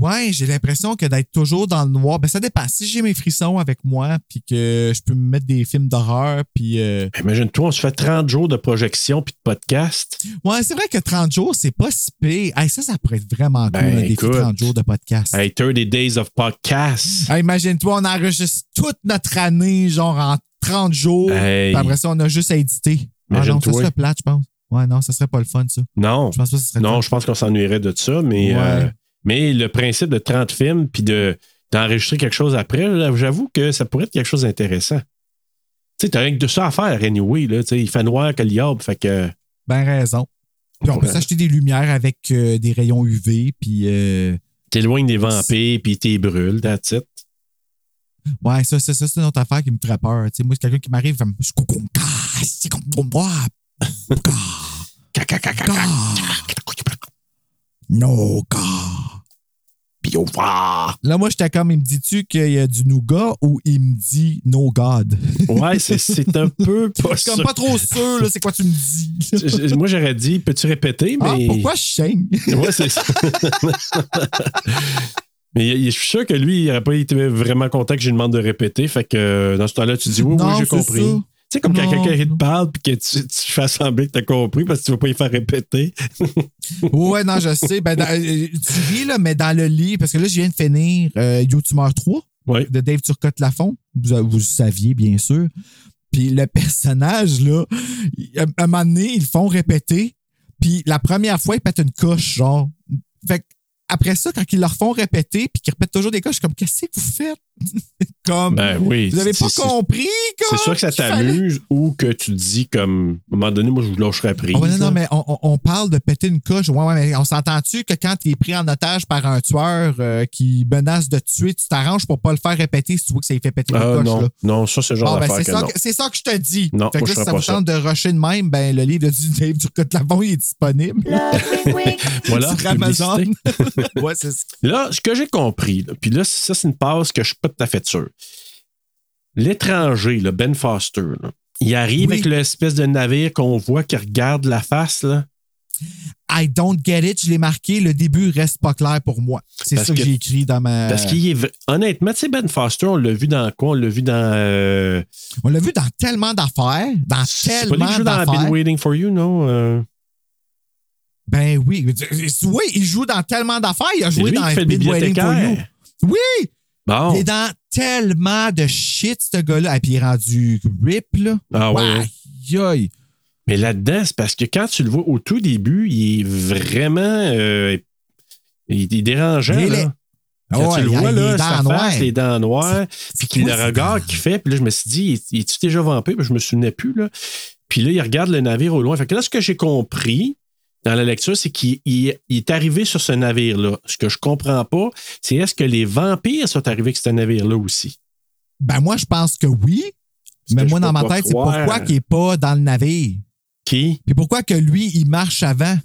S2: Ouais, j'ai l'impression que d'être toujours dans le noir, ben ça dépend. Si j'ai mes frissons avec moi, puis que je peux me mettre des films d'horreur, puis. euh,
S1: Imagine-toi, on se fait 30 jours de projection puis de podcast.
S2: Ouais, c'est vrai que 30 jours, c'est pas si pire. Hey, ça, ça pourrait être vraiment
S1: Ben,
S2: cool, un défi
S1: écoute.
S2: 30 jours de podcast.
S1: Hey, 30 days of podcast.
S2: Hey, Imagine-toi, on enregistre toute notre année, genre en 30 jours.
S1: Hey.
S2: Puis après ça, on a juste à éditer. Ah non, ça
S1: Imagine-toi.
S2: serait plate, je pense. Ouais, non, ça serait pas le fun, ça.
S1: Non,
S2: Je pense pas que ça serait
S1: non,
S2: le
S1: je pense qu'on s'ennuierait de ça, mais,
S2: Ouais.
S1: euh, mais le principe de 30 films puis de d'enregistrer quelque chose après, là, j'avoue que ça pourrait être quelque chose d'intéressant. Tu sais, t'as rien que de ça à faire, anyway. Là, Tu sais, il fait noir que l'iable, fait que...
S2: fun. Ben raison. Puis on peut
S1: Ouais.
S2: s'acheter des lumières avec euh, des rayons UV, puis... euh,
S1: T'éloignes des vampires, puis t'es brûle, that's it.
S2: Ouais, ça, ça, ça c'est une autre affaire qui me ferait peur. Tu sais, moi, c'est quelqu'un qui m'arrive, fait me- je coucou, ca, c'est comme pour moi. Ca, ca. No, ca. Là, moi, j'étais comme, il me dit-tu qu'il y a du nougat ou il me dit no god?
S1: Ouais, c'est- c'est un
S2: *laughs*
S1: peu pas
S2: Je suis comme
S1: ça.
S2: pas trop sûr, là, c'est quoi tu me dis?
S1: *laughs* Je- Moi, j'aurais dit, peux-tu répéter, mais.
S2: Ah, pourquoi je chaîne?
S1: *laughs* Ouais, c'est ça. mais il- il- je suis sûr que lui, il n'aurait pas été vraiment content que je lui demande de répéter. Fait que euh, dans ce temps-là, tu dis oui, oui,
S2: Non,
S1: j'ai
S2: c'est
S1: compris.
S2: ça.
S1: Tu sais, comme quand
S2: Non,
S1: quelqu'un il te
S2: non.
S1: parle puis que tu, tu fais sembler que tu as compris parce que tu ne veux pas y faire répéter.
S2: Ouais, non, je sais. Ben, dans- euh, tu ris, là, mais dans le lit, parce que là, je viens de finir euh, You Tumeur 3
S1: Ouais.
S2: de Dave Turcotte Lafont. Vous, vous le saviez, bien sûr. Puis le personnage, là, il- à un moment donné, ils le font répéter. Puis la première fois, ils pètent une coche, genre. Fait que après ça, quand ils leur font répéter, puis qu'ils répètent toujours des coches, je suis comme, qu'est-ce que vous faites? *laughs* Comme,
S1: Ben oui.
S2: vous avez
S1: c'est-
S2: pas
S1: c'est-
S2: compris, quoi?
S1: C'est sûr que ça
S2: qu'il fallait-
S1: t'amuse ou que tu te dis comme, à un moment donné, moi, je vous lâcherai prise.
S2: Ah ouais, non, non,
S1: là.
S2: mais on, on- on parle de péter une coche. Ouais, ouais, mais on s'entend-tu que quand tu es pris en otage par un tueur euh, qui menace de te tuer, tu t'arranges pour pas le faire répéter si tu vois que ça lui fait péter une
S1: Ah,
S2: coche,
S1: non,
S2: là.
S1: non, ça, c'est le genre
S2: Bon, ben,
S1: d'affaire
S2: c'est
S1: que
S2: ça,
S1: non.
S2: que- c'est ça que je te dis.
S1: Non, moi,
S2: fait que là,
S1: je
S2: si ça
S1: ferais
S2: vous
S1: pas
S2: tente de rusher de même, ben, le livre du Dave Turcotte-Lavon il est disponible *laughs*
S1: Voilà,
S2: sur Amazon.
S1: publicité.
S2: *laughs* ouais, c'est ça.
S1: Là, ce que j'ai compris, là, puis là, ça, c'est une passe que je suis pas tout à fait sûr. L'étranger, le Ben Foster, là, il arrive
S2: Oui.
S1: avec l'espèce de navire qu'on voit qui regarde la face, là.
S2: I don't get it, je l'ai marqué, le début reste pas clair pour moi. C'est
S1: Parce
S2: ça que,
S1: que-
S2: j'ai écrit dans ma.
S1: Parce qu'il est. v- Honnêtement, tu sais, Ben Foster, on l'a vu dans quoi? On l'a vu dans. euh,
S2: On l'a vu dans tellement d'affaires, dans
S1: c'est pas lui qui
S2: Ah, tellement
S1: joue dans I've Been
S2: d'affaires.
S1: Waiting for You, non? Euh,
S2: Ben oui. Oui, il joue dans tellement d'affaires. Il a
S1: c'est
S2: joué
S1: lui
S2: dans
S1: qui fait le
S2: Big Waiting for You.
S1: bibliothécaire. Oh.
S2: Oui!
S1: Bon.
S2: Il est dans tellement de shit, ce gars-là. Et puis il est rendu rip, là.
S1: Ah ouais, ouais.
S2: Aïe, aïe.
S1: Mais là-dedans, c'est parce que quand tu le vois au tout début, il est vraiment. euh, il il est dérangeant.
S2: Il est
S1: là.
S2: laid.
S1: Quand
S2: Ah Ouais,
S1: tu le vois,
S2: il est
S1: là,
S2: dans
S1: sa
S2: le noir.
S1: face, les dents noires, puis qu'il-
S2: Oui,
S1: le
S2: c'est-
S1: regard qu'il fait, puis là, je me suis dit, il est déjà vampé? Puis je me souvenais plus, là. Puis là, il regarde le navire au loin. Fait que là, ce que j'ai compris dans la lecture, c'est qu'il il- il est arrivé sur ce navire-là. Ce que je comprends pas, c'est est-ce que les vampires sont arrivés avec ce navire-là aussi?
S2: Ben moi, je pense que oui.
S1: Parce
S2: Mais
S1: que
S2: moi,
S1: je
S2: dans
S1: peux
S2: ma
S1: pas
S2: tête, c'est
S1: croire
S2: pourquoi qu'il est pas dans le navire.
S1: Qui?
S2: Puis pourquoi que lui, il marche avant.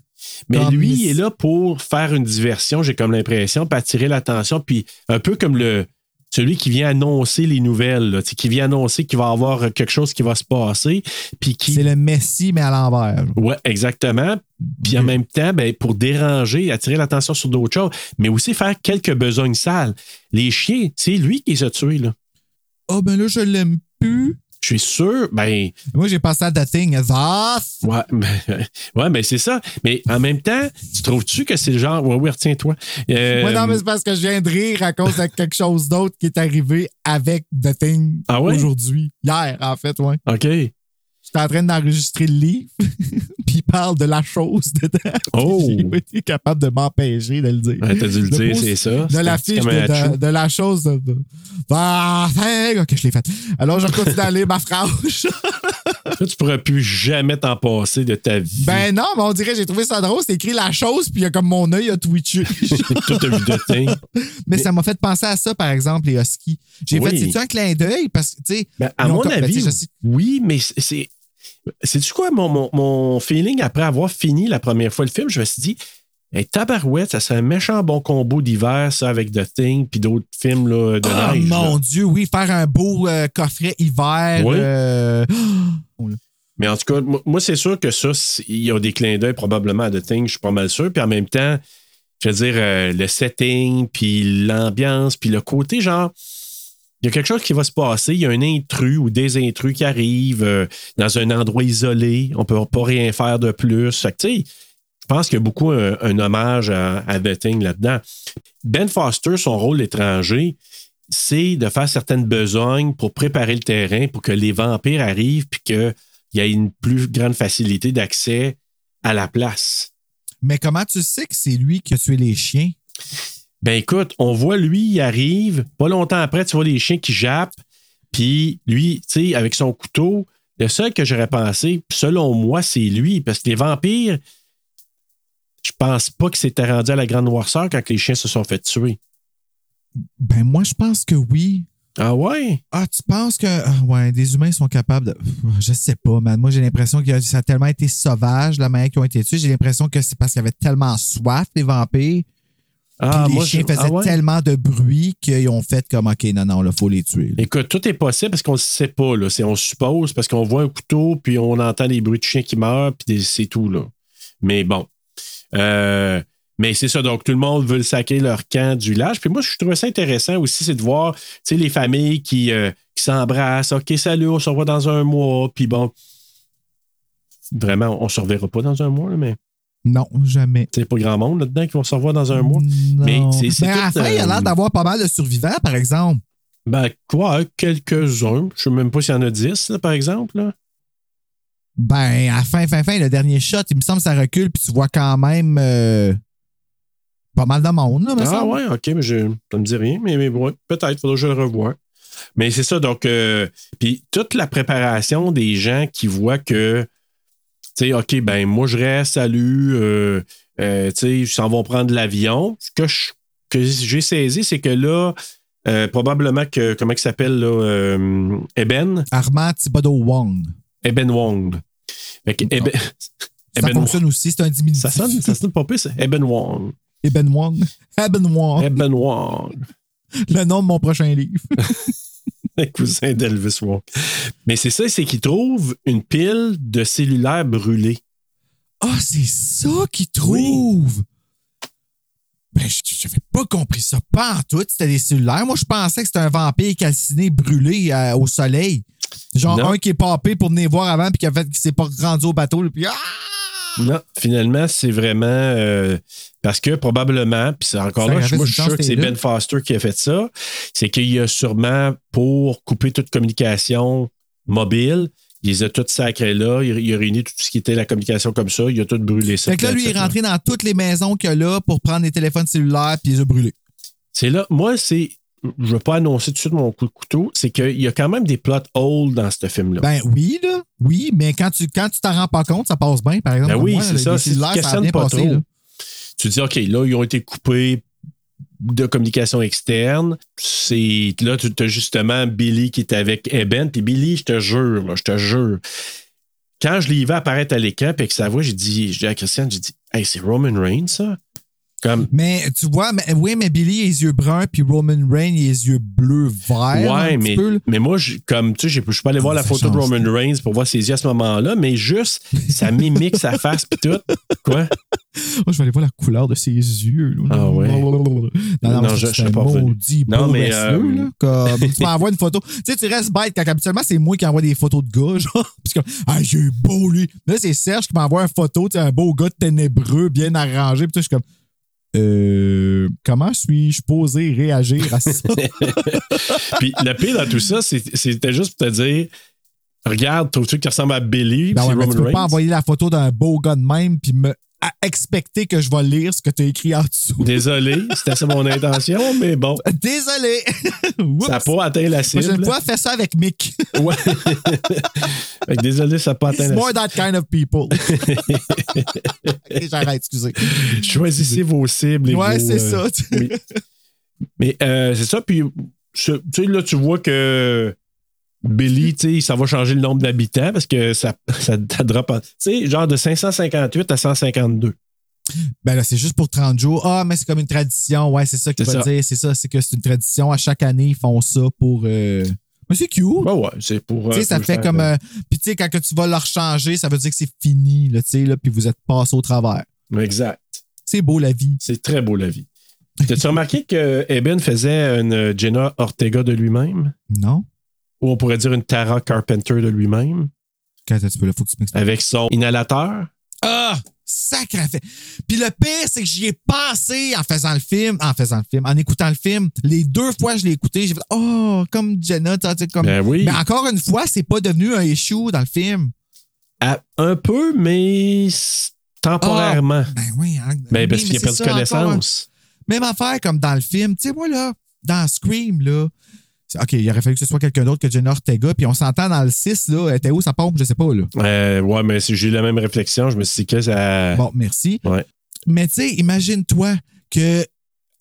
S1: Mais
S2: Comme
S1: lui,
S2: Miss-
S1: il est là pour faire une diversion, j'ai comme l'impression, puis attirer l'attention, puis un peu comme le celui qui vient annoncer les nouvelles, là, tu sais, qui vient annoncer qu'il va y avoir quelque chose qui va se passer, puis qui
S2: C'est le Messi, mais à l'envers. là.
S1: Oui, exactement. Puis en
S2: Mhm.
S1: même temps, ben, pour déranger, attirer l'attention sur d'autres choses, mais aussi faire quelques besognes sales. Les chiens, c'est lui qui les a tués. Là.
S2: Ah, ben là, je l'aime plus.
S1: Je suis sûr, ben,
S2: Moi, j'ai passé à The Thing. Ah,
S1: ouais, *laughs* ben, ouais, ben, c'est ça. Mais en même temps, tu trouves-tu que c'est le genre, ouais, oui, retiens-toi. Euh,
S2: Ouais, non, mais c'est parce que je viens de rire à cause de quelque chose d'autre qui est arrivé avec The Thing
S1: Ah ouais?
S2: aujourd'hui. Hier, en fait, ouais.
S1: OK.
S2: J'étais en train d'enregistrer le livre, *laughs* puis il parle de la chose dedans.
S1: Oh.
S2: *laughs* J'ai pas été capable de m'empêcher de le dire.
S1: Ouais, T'as dû le
S2: Le
S1: dire,
S2: pouce
S1: c'est ça.
S2: De
S1: C'est
S2: la
S1: un petit
S2: fiche
S1: comme un
S2: de, de-
S1: chou.
S2: de la chose de. de- Ah, Thing! Ok, je l'ai faite. Alors, je continue à lire
S1: *laughs*
S2: ma phrase.
S1: Ça, tu pourras plus jamais t'en passer de ta vie. *laughs*
S2: ben non, mais on dirait, j'ai trouvé ça drôle. C'est écrit la chose, puis il y a comme mon œil a twitché. *laughs*
S1: Toute ta vie de thing.
S2: mais ça m'a fait penser à ça, par exemple, les huskies. J'ai
S1: Oui.
S2: fait, c'est-tu un clin d'œil? Parce que, tu sais,
S1: Ben, à
S2: Ils ont
S1: mon
S2: comme- ben, tu
S1: avis,
S2: sais, je sais-
S1: oui, mais c'est- c'est. C'est-tu quoi mon, mon, mon feeling après avoir fini la première fois le film? Je me suis dit, hey, tabarouette, ça serait un méchant bon combo d'hiver, ça, avec The Thing, puis d'autres films là, de
S2: Oh
S1: neige. là.
S2: mon Dieu, oui, faire un beau euh, coffret hiver.
S1: Oui.
S2: euh, *gasps*
S1: Mais en tout cas, moi, moi, c'est sûr que ça, c'est- il y a des clins d'œil probablement à The Thing, je suis pas mal sûr. Puis en même temps, je veux dire, euh, le setting, puis l'ambiance, puis le côté, genre, il y a quelque chose qui va se passer. Il y a un intrus ou des intrus qui arrivent euh, dans un endroit isolé. On peut pas rien faire de plus. Fait que, tu sais, je pense qu'il y a beaucoup un, un hommage à, à The Thing là-dedans. Ben Foster, son rôle étranger, c'est de faire certaines besognes pour préparer le terrain pour que les vampires arrivent puis qu'il y ait une plus grande facilité d'accès à la place.
S2: Mais comment tu sais que c'est lui qui a tué les chiens?
S1: Ben écoute, on voit lui, il arrive, pas longtemps après, tu vois les chiens qui jappent, puis lui, tu sais, avec son couteau, le seul que j'aurais pensé, selon moi, c'est lui, parce que les vampires, je pense pas que c'était rendu à la grande noirceur quand les chiens se sont fait tuer.
S2: Ben moi, je pense que oui.
S1: Ah ouais?
S2: Ah, tu penses que ah, ouais, des humains sont capables de. Je sais pas, man. Moi, j'ai l'impression que ça a tellement été sauvage, la manière qu'ils ont été tués. J'ai l'impression que c'est parce qu'ils avaient tellement soif, les vampires.
S1: Ah,
S2: puis les
S1: moi,
S2: chiens
S1: je-
S2: faisaient
S1: ah ouais?
S2: tellement de bruit qu'ils ont fait comme OK, non, non, là, faut les tuer. là.
S1: Écoute, tout est possible parce qu'on ne sait pas. Là. C'est- On suppose parce qu'on voit un couteau, puis on entend les bruits de chiens qui meurent, puis des- c'est tout. Là. Mais bon. Euh, mais c'est ça. Donc, tout le monde veut le saquer leur camp du village. Puis moi, je trouvais ça intéressant aussi, c'est de voir tu sais, les familles qui, euh, qui s'embrassent. OK, salut, on se revoit dans un mois. Puis bon. Vraiment, on ne se reverra pas dans un mois, là, mais
S2: Non, jamais.
S1: c'est pas grand monde là-dedans qui vont se revoir dans un mois.
S2: Non.
S1: Mais
S2: Mais,
S1: c'est- c'est
S2: à la
S1: tout,
S2: fin, il y a
S1: euh,
S2: l'air d'avoir pas mal de survivants, par exemple.
S1: Ben, quoi, quelques-uns. Je ne sais même pas s'il y en a 10, là, par exemple. là.
S2: Ben, à fin, fin, fin, le dernier shot, il me semble que ça recule, puis tu vois quand même euh, pas mal de monde, là, me
S1: Ah
S2: semble.
S1: ouais, ok, mais je, ça me dit rien, mais, mais ouais, peut-être, faudra que je le revoie. Mais c'est ça, donc, euh, puis toute la préparation des gens qui voient que, tu sais, ok, ben moi je reste, salut, euh, euh, tu sais, ils s'en vont prendre l'avion. Ce que je- que j'ai saisi, c'est que là, euh, probablement que, comment il s'appelle, là, euh, Eben,
S2: Armand Thibodeau Wong.
S1: Eben Wong. Fait que Eben,
S2: ça
S1: Eben Wong.
S2: fonctionne aussi, c'est un diminutif.
S1: Eh ben, Ça sonne, ça sonne pas plus, Eben Wong.
S2: Eben Wong. *laughs* Eben Wong.
S1: Eben Wong.
S2: Le nom de mon prochain livre.
S1: *laughs* Le cousin d'Elvis Wong. Mais c'est ça, c'est qu'il trouve une pile de cellulaires brûlés.
S2: Ah, c'est ça qu'ils trouvent! Ben, je n'avais pas compris ça. Pas en tout, c'était des cellulaires. Moi, je pensais que c'était un vampire calciné brûlé euh, au soleil. Genre
S1: Non.
S2: un qui est papé pour venir voir avant, puis qui a fait qu'il s'est pas rendu au bateau, puis ah!
S1: Non, finalement, c'est vraiment euh, parce que probablement, puis c'est encore
S2: Ça
S1: là, je-
S2: gravait
S1: moi
S2: sur
S1: je suis
S2: le
S1: sûr que c'est
S2: temps,
S1: Ben Foster qui a fait ça, c'est qu'il y a sûrement pour couper toute communication mobile, il les a toutes sacrées là, il, il a réuni tout ce qui était la communication comme ça, il a tout brûlé ça.
S2: Fait que là, lui, il est
S1: etc.
S2: rentré dans toutes les maisons qu'il y a là pour prendre les téléphones cellulaires, puis il les a brûlés.
S1: C'est là, moi, c'est. Je ne veux pas annoncer tout de suite mon coup de couteau, c'est qu'il y a quand même des plot holes dans ce film-là.
S2: Ben oui, là. Oui, mais quand tu quand tu t'en rends pas compte, ça passe bien, par
S1: Ben
S2: exemple. Pour
S1: oui,
S2: moi,
S1: c'est
S2: les
S1: ça. C'est
S2: cellulaires,
S1: tu
S2: ça a
S1: questionnes
S2: bien
S1: pas
S2: passé,
S1: trop.
S2: là.
S1: Tu dis, OK, là, ils ont été coupés de communication externe. C'est là, tu as justement Billy qui est avec Eben. Et Billy, je te jure, là, je te jure. Quand je l'y vais apparaître à l'écran et que ça voix, j'ai dit, j'ai dit à Christiane, j'ai dit, hey, c'est Roman Reigns, ça? Comme,
S2: Mais tu vois, mais, oui, mais Billy a les yeux bruns, puis Roman Reigns a les yeux bleus verts.
S1: ouais,
S2: un petit
S1: mais,
S2: peu, là.
S1: mais moi, je- comme, tu sais, j'ai- je suis pas allé voir la
S2: Ça
S1: photo de
S2: change
S1: Roman Reigns pour voir ses yeux à ce moment-là, mais juste, ça mimique sa face pis tout. Quoi?
S2: Oh, je vais aller voir la couleur de ses yeux. là.
S1: Ah ouais.
S2: Non, non,
S1: Non,
S2: mais
S1: je-
S2: c'est
S1: je
S2: un
S1: serais pas revenu.
S2: maudit
S1: Non,
S2: beau
S1: mais,
S2: wrestler,
S1: euh,
S2: là, comme- tu m'envoies une photo. Tu sais, tu restes bête quand habituellement, c'est moi qui envoie des photos de gars, *laughs* genre. Puis comme, ah, j'ai eu beau, lui. Mais là, c'est Serge qui m'envoie une photo, tu sais, un beau gars ténébreux, bien arrangé. Puis tu sais, je suis comme, euh, comment suis-je posé réagir à ça?
S1: Puis le pire dans tout ça, c'est- c'était juste pour te dire regarde, trouves-tu que tu ressembles à Billy
S2: Ben
S1: puis
S2: ouais, mais tu
S1: Roman
S2: peux
S1: Reigns?
S2: pas envoyer la photo d'un beau gars de même puis me à- expecter que je vais lire ce que tu as écrit
S1: *laughs*
S2: en dessous.
S1: Désolé, c'était ça mon intention, mais bon,
S2: Désolé. *laughs* Oups.
S1: ça n'a pas atteint la
S2: Prochaine
S1: cible.
S2: fois, fais ça avec Mick.
S1: Ouais. *laughs* Fait que désolé, ça n'a pas atteint
S2: It's
S1: la
S2: more that kind of people.
S1: *laughs*
S2: Ok, J'arrête, excusez.
S1: cible. Choisissez vos cibles. et
S2: Ouais,
S1: vos,
S2: c'est
S1: euh,
S2: ça.
S1: oui. Mais euh, c'est ça, puis ce- tu sais, là, tu vois que Billy, tu sais, ça va changer le nombre d'habitants parce que ça, ça, ça drop en- Tu sais, genre de 558 à 152.
S2: *laughs* Ben là, c'est juste pour 30 jours. Ah, mais c'est comme une tradition. Ouais, c'est ça qu'il
S1: C'est
S2: va
S1: ça.
S2: dire. C'est ça, c'est que c'est une tradition. À chaque année, ils font ça pour. euh, Mais c'est cute.
S1: Ouais, ouais, c'est pour. euh,
S2: Tu sais, ça
S1: pour
S2: fait
S1: faire,
S2: comme.
S1: euh,
S2: euh, Puis, tu sais, quand que tu vas leur changer, ça veut dire que c'est fini, là, tu sais, là, puis vous êtes passé au travers.
S1: Exact.
S2: C'est beau, la vie.
S1: C'est très beau, la vie. T'as-tu remarqué que Eben faisait une Jenna Ortega de lui-même?
S2: Non?
S1: Ou on pourrait dire une Tara Carpenter de lui-même?
S2: Quand tu peux, là, faut que tu m'expliques.
S1: Avec son inhalateur?
S2: Ah! Sacré fait. Puis le pire, c'est que j'y ai pensé en faisant le film, en faisant le film, en écoutant le film. Les deux fois que je l'ai écouté, j'ai fait Oh, comme Jenna, tu sais, tu sais, comme.
S1: Ben oui.
S2: Mais encore une fois, c'est pas devenu un issue dans le film.
S1: À- un peu, mais s- temporairement.
S2: Ben oui, hein.
S1: Ben, parce
S2: Oui,
S1: qu'il a
S2: mais
S1: perdu
S2: c'est ça, encore un-
S1: connaissance.
S2: Même affaire comme dans le film. Tu sais, moi, là, dans Scream, là. c'est- OK, il aurait fallu que ce soit quelqu'un d'autre que Jenna Ortega, puis on s'entend dans le 6, là. Elle était où sa pompe? Je sais pas, là.
S1: Euh, ouais, mais si j'ai eu la même réflexion. Je me suis dit que ça.
S2: Bon, merci.
S1: Ouais.
S2: Mais tu sais, imagine-toi que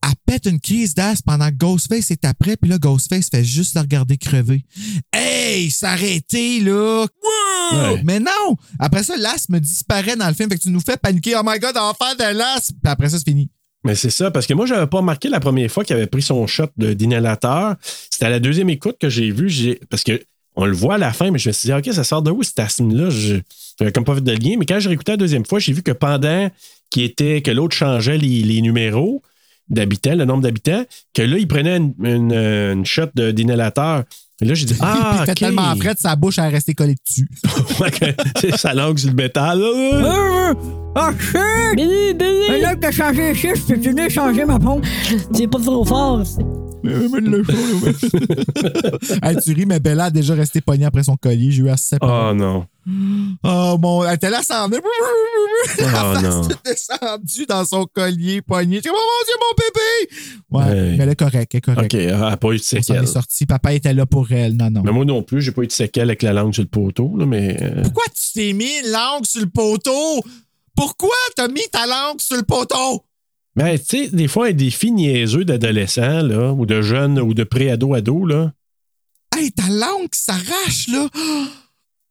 S2: elle pète une crise d'as pendant que Ghostface est après, puis là, Ghostface fait juste la regarder crever. Hey, s'arrêter, là! Wow!
S1: Ouais.
S2: Mais non! Après ça, l'asthme disparaît dans le film, fait que tu nous fais paniquer. Oh my god, on va faire de l'asthme! Puis après ça, c'est fini.
S1: Mais c'est ça, parce que moi, j'avais pas remarqué la première fois qu'il avait pris son shot de- d'inhalateur. C'était à la deuxième écoute que j'ai vu. j'ai- Parce que on le voit à la fin, mais je me suis dit, OK, ça sort de où cet asthme-là? Je j'avais comme pas fait de lien. Mais quand j'ai réécouté la deuxième fois, j'ai vu que pendant qu'il était, que l'autre changeait les, les numéros d'habitants, le nombre d'habitants, que là, il prenait une, une, euh, une shot de- d'inhalateur. Et là, j'ai dit,
S2: puis
S1: ah,
S2: *laughs* il fait
S1: OK. *laughs*
S2: tellement frais de sa bouche, elle est restée collée dessus.
S1: Ouais, que- tu sais, sa langue sur le
S2: *laughs*
S1: métal.
S7: Ah, shit! Billy, Billy! Mais là que t'as changé les chiffres, peux-tu venir changer ma pompe? C'est pas trop fort.
S2: *laughs* hey, tu ris, mais Bella a déjà resté pognée après son collier. J'ai eu assez.
S1: Oh Ah, non.
S2: Oh mon, elle était là, ça en venait. La
S1: Oh
S2: face *laughs*
S1: non.
S2: toute descendue dans son collier, poignet. J'ai dit, Oh mon Dieu, mon bébé! Ouais,
S1: Hey.
S2: mais elle est correcte, elle est correcte.
S1: OK, elle n'a pas eu de
S2: On s'en
S1: séquelles.
S2: est sorti. Papa était là pour elle. Non, non.
S1: Mais moi non plus, j'ai pas eu de séquelles avec la langue sur le poteau, là, mais. euh,
S2: Pourquoi tu t'es mis l'angle sur le poteau? Pourquoi t'as mis ta langue sur le poteau?
S1: Mais tu sais, des fois, un défi niaiseux d'adolescents, là, ou de jeunes, ou de pré-ado-ado, là.
S2: Hey, ta langue qui s'arrache, là!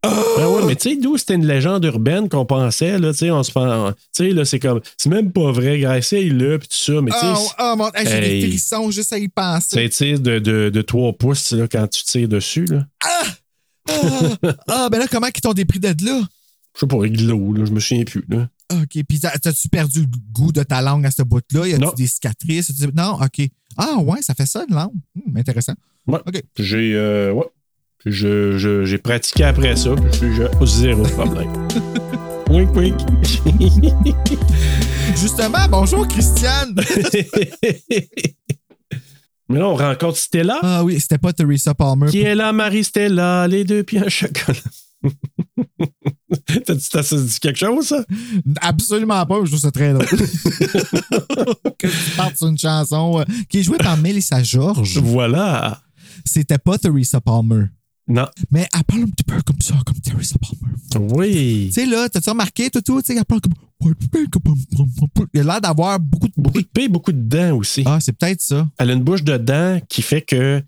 S1: Ben ouais, mais tu sais, d'où c'était une légende urbaine qu'on pensait, là, tu sais, on se pense. Tu sais, là, c'est comme. C'est même pas vrai, gars, essaye-le, pis tout ça, mais tu sais.
S2: Oh, oh, mon... hey, j'ai
S1: Hey.
S2: des frissons juste à y
S1: C'est
S2: penser.
S1: un tir de, de, de 3 pouces là, quand tu tires dessus. Là.
S2: Ah, Ah, ben là, comment ils t'ont dépris de là?
S1: Je sais pas, glow, là, je me souviens plus. Là.
S2: OK. Puis, t'as- t'as-tu perdu le goût de ta langue à ce bout-là? Y
S1: Non.
S2: a-tu des cicatrices? Y a-tu- Non, OK. Ah, ouais, ça fait ça, une langue. Hum, intéressant.
S1: J'ai euh, ouais. Puis je- je- j'ai pratiqué après ça, puis je suis je- zéro problème. *laughs* wink, wink.
S2: Justement, bonjour, Christiane.
S1: Mais là, on rencontre Stella,
S2: *laughs* ah oui, c'était pas Teresa Palmer.
S1: qui est là, Marie-Stella, les deux pieds en chocolat. T'as-tu t'as dit quelque chose, ça?
S2: Absolument pas, mais je trouve ça très drôle. *laughs* que tu partes sur une chanson euh, qui est jouée par Melissa George.
S1: Voilà.
S2: C'était pas Teresa Palmer.
S1: Non.
S2: Mais elle parle un petit peu comme ça, comme Teresa Palmer.
S1: Oui.
S2: Tu sais, là, t'as-tu remarqué, tout, tout, tu sais, elle parle comme. Il a l'air d'avoir beaucoup de
S1: Beaucoup
S2: bruit.
S1: de paix, beaucoup de dents aussi.
S2: Ah, c'est peut-être ça.
S1: elle a une bouche de dents qui fait que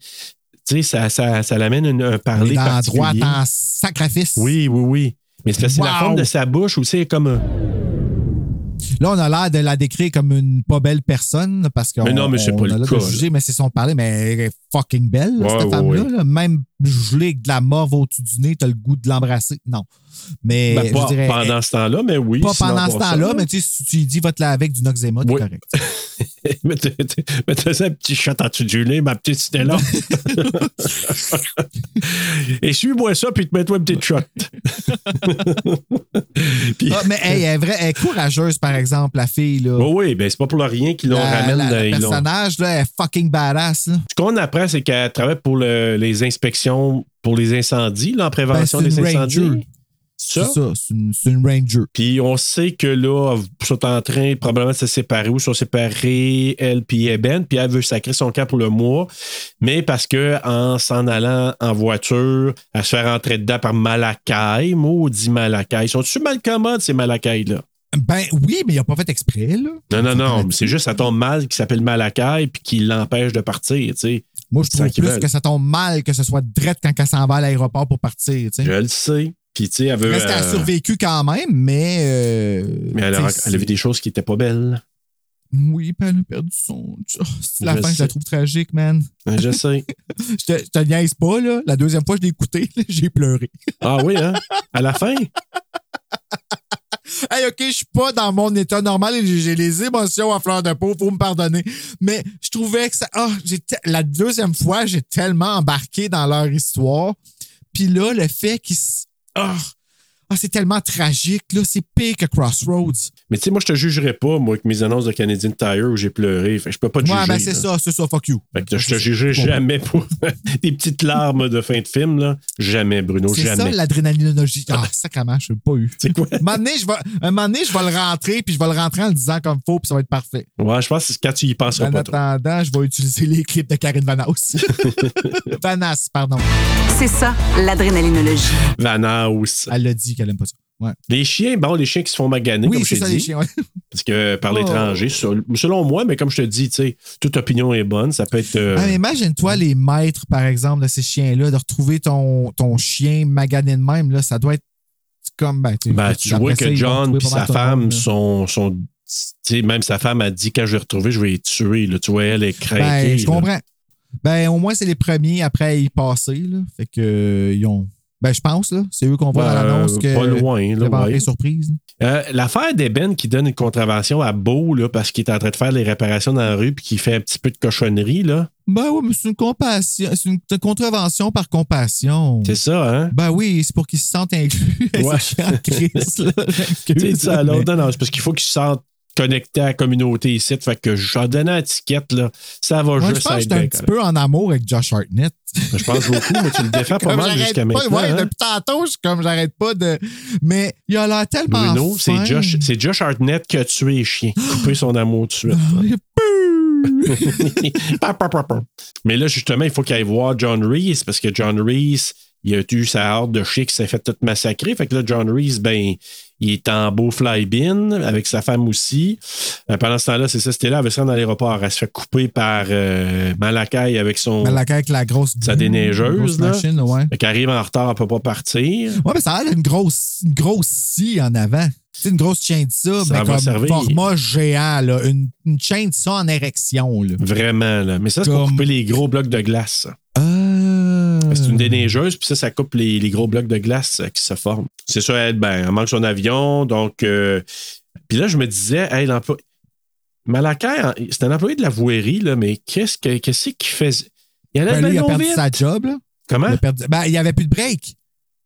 S1: tu sais, ça, ça, ça l'amène une- un
S2: Elle
S1: parler
S2: est dans droit,
S1: particulier.
S2: en sacrifice.
S1: Oui, oui, oui. Mais c'est parce que c'est la
S2: hein? Wow!
S1: forme de sa bouche aussi elle est comme un-
S2: Là, on a l'air de la décrire comme une pas belle personne parce que.
S1: Mais non, mais c'est pas le cas, là.
S2: mais c'est son parler, mais elle est fucking belle, là,
S1: Ouais,
S2: cette
S1: ouais,
S2: femme-là.
S1: ouais.
S2: là. Même gelée avec de la morve au-dessus du nez, t'as le goût de l'embrasser. Non. Mais
S1: Ben,
S2: Eh, je
S1: pas
S2: dirais.
S1: pendant ce temps-là, mais oui.
S2: pas
S1: sinon,
S2: pendant ce
S1: pour ça,
S2: temps-là, mais tu sais, si tu lui dis va te laver avec du Noxema, t'es
S1: Oui.
S2: correct.
S1: *laughs* mais t'as- t'as- mais t'as un petit chat en dessous du nez, ma petite
S2: *laughs*
S1: Stella. Et suis-moi ça, puis te mets-toi une
S2: *laughs*
S1: petite shot. puis,
S2: Ah, mais
S1: *laughs*
S2: hey, elle, est vraie- elle est courageuse, par exemple, la fille. Là.
S1: oui, oui, ben c'est pas pour le rien qu'ils l'ont
S2: La-
S1: ramène.
S2: la-
S1: dans-
S2: le
S1: ils l'ont-
S2: personnage, là, elle est fucking badass. Là. Ben,
S1: Ce qu'on apprend, c'est qu'elle travaille pour le- les inspections, pour les incendies, là, en
S2: Ben,
S1: prévention des incendies.
S2: C'est
S1: Ça.
S2: ça, c'est une, c'est une ranger.
S1: Puis on sait que là, ils sont en train probablement de se séparer ou sont séparés, elle puis Eben. Puis elle veut sacrer son camp pour le mois. Mais parce que en s'en allant en voiture, elle se fait rentrer dedans par Malakai, maudit Malakai. Ils sont-tu mal commodes, ces Malakai-là?
S2: Ben oui, mais il a pas fait exprès, là.
S1: Non, non, non. mais C'est juste, ça tombe mal qui s'appelle Malakai puis qui l'empêche de partir, tu sais.
S2: Moi, je
S1: C'est
S2: trouve
S1: ça qu'ils
S2: plus
S1: veulent.
S2: que ça tombe mal que ce soit drette quand elle s'en va à l'aéroport pour partir. tu sais.
S1: Je le sais. Puis, tu sais, elle veut.
S2: Reste qu'elle a
S1: euh,
S2: survécu quand même, mais. euh,
S1: mais elle a,
S2: tu sais,
S1: elle a vu des choses qui étaient pas belles.
S2: Oui, puis elle a perdu son. Oh, c'est la
S1: Je
S2: fin, je
S1: sais.
S2: la trouve tragique, man.
S1: Je sais.
S2: Je te, je te niaise pas, là. La deuxième fois que je l'ai écouté, là, *laughs* j'ai pleuré.
S1: Ah oui, hein? À la fin?
S2: Hey, OK, je suis pas dans mon état normal et j'ai- j'ai les émotions à fleur de peau, faut me pardonner. Mais je trouvais que ça. Ah, j'ai te- la deuxième fois, j'ai tellement embarqué dans leur histoire. Puis là, le fait qu'ils. s- Ah, Ah, c'est tellement tragique, là. C'est pire que Crossroads.
S1: Mais tu sais, moi, je te jugerai pas, moi, avec mes annonces de Canadian Tire où j'ai pleuré. Fait que je peux pas te
S2: ouais,
S1: juger.
S2: ben c'est
S1: là.
S2: ça, Ben, c'est ça, fuck you.
S1: Fait que je te jugerai jamais pour *laughs* des petites larmes de fin de film, là. Jamais, Bruno,
S2: C'est ça,
S1: jamais.
S2: l'adrénalinologie. Ah, sacrément, je l'ai pas eu.
S1: C'est quoi?
S2: Un moment donné, je vais, un moment donné, je vais le rentrer, puis je vais le rentrer en le disant comme faut, puis ça va être parfait.
S1: Ouais, je pense que c'est quand tu y penseras
S2: En
S1: pas trop.
S2: attendant, je vais utiliser les clips de
S1: *laughs*
S2: Karine Vanasse. Vanasse, pardon.
S8: C'est ça, l'adrénalinologie.
S1: Vanaus.
S2: Elle l'a dit qu'elle aime pas ça. Ouais.
S1: Les chiens, bon, les chiens qui se font maganer,
S2: Oui,
S1: comme je
S2: c'est
S1: t'ai
S2: ça,
S1: dit.
S2: les chiens. ouais.
S1: Parce que par
S2: Oh.
S1: l'étranger, sol- selon moi, mais comme je te dis, tu sais, toute opinion est bonne. Ça peut être. euh,
S2: Ah, mais imagine-toi les maîtres, par exemple, de ces chiens-là, de retrouver ton, ton chien magané de même, là, ça doit être comme. Ben, tu,
S1: Ben, tu vois que
S2: après ça, ils vont
S1: John
S2: trouver
S1: puis
S2: pas mal
S1: sa
S2: tout le monde,
S1: femme
S2: là.
S1: sont. sont tu sais, même sa femme a dit quand je vais retrouver, je vais les tuer. Là. Tu vois, elle est craquée.
S2: Ben, je
S1: là.
S2: comprends. Ben, au moins, c'est les premiers après à y passer, là. Fait que, euh, ils ont. Ben, je pense, là. C'est eux qu'on voit dans
S1: Ben,
S2: l'annonce que.
S1: Pas loin,
S2: qu'il y
S1: là.
S2: avait
S1: ouais.
S2: entrée surprise. là.
S1: Euh, L'affaire d'Eben qui donne une contravention à Beau là, parce qu'il est en train de faire les réparations dans la rue puis qui fait un petit peu de cochonnerie, là.
S2: Ben, oui, mais c'est une compassion. C'est une contravention par compassion.
S1: C'est ça, *laughs* hein?
S2: Ben oui, c'est pour qu'ils se sentent inclus. *laughs*
S1: Ouais.
S2: C'est chiant, Chris, là.
S1: Tu sais, ça, l'autre, non, non, c'est parce qu'il faut qu'il se sente connecté à la communauté ici. Fait que j'en donnais la tiquette, là. Ça va
S2: Moi, je
S1: juste
S2: pense que
S1: être
S2: j'étais un
S1: bien
S2: petit
S1: correct.
S2: peu en amour avec Josh Hartnett.
S1: Je pense beaucoup, mais tu le défends Ah, pas
S2: *laughs* Comme
S1: mal
S2: j'arrête
S1: jusqu'à
S2: pas,
S1: maintenant.
S2: ouais,
S1: hein.
S2: depuis tantôt, je suis comme j'arrête pas de. Mais il a l'air tellement.
S1: Bruno,
S2: Ah, fin.
S1: c'est Josh, c'est Josh Hartnett qui a tué les chiens. Coupé son amour tout de suite.
S2: Ah, il est peu.
S1: Pa, pa, pa, pa. Mais là, justement, il faut qu'il aille voir John Reese parce que John Reese, il a eu sa horde de chiens qui s'est fait toute massacrer. Fait que là, John Reese, ben, il est en beau fly-bin avec sa femme aussi. Euh, pendant ce temps-là, c'est ça, c'était là, elle se rend dans l'aéroport. Elle se fait couper par euh, Malakai avec son.
S2: Mais la gueule avec la grosse.
S1: Sa déneigeuse,
S2: grosse
S1: là.
S2: machine, ouais.
S1: Fait qu'elle arrive en retard, elle peut pas partir.
S2: Ouais, mais ça a l'air d'une grosse, une grosse scie en avant. C'est une grosse chaîne de ça,
S1: Ça
S2: mais
S1: va
S2: comme
S1: servir.
S2: format géant, là. Une, une chaîne de ça en érection, là.
S1: Vraiment, là. Mais ça, c'est pour
S2: Comme-
S1: couper les gros blocs de glace. ça.
S2: Ah.
S1: Parce que C'est une déneigeuse, puis ça, ça coupe les, les gros blocs de glace euh, qui se forment. C'est ça, elle, ben, elle manque son avion. Donc, euh, puis là, je me disais, hey, l'emploi. Malakai, en- c'est un employé de la vouerie, là, mais qu'est-ce que- qu'est-ce qu'il faisait? Il allait
S2: Ben, lui, il a
S1: bien
S2: perdu
S1: vite.
S2: sa job, là.
S1: Comment?
S2: Il a perdu- Ben, il n'y avait plus de break.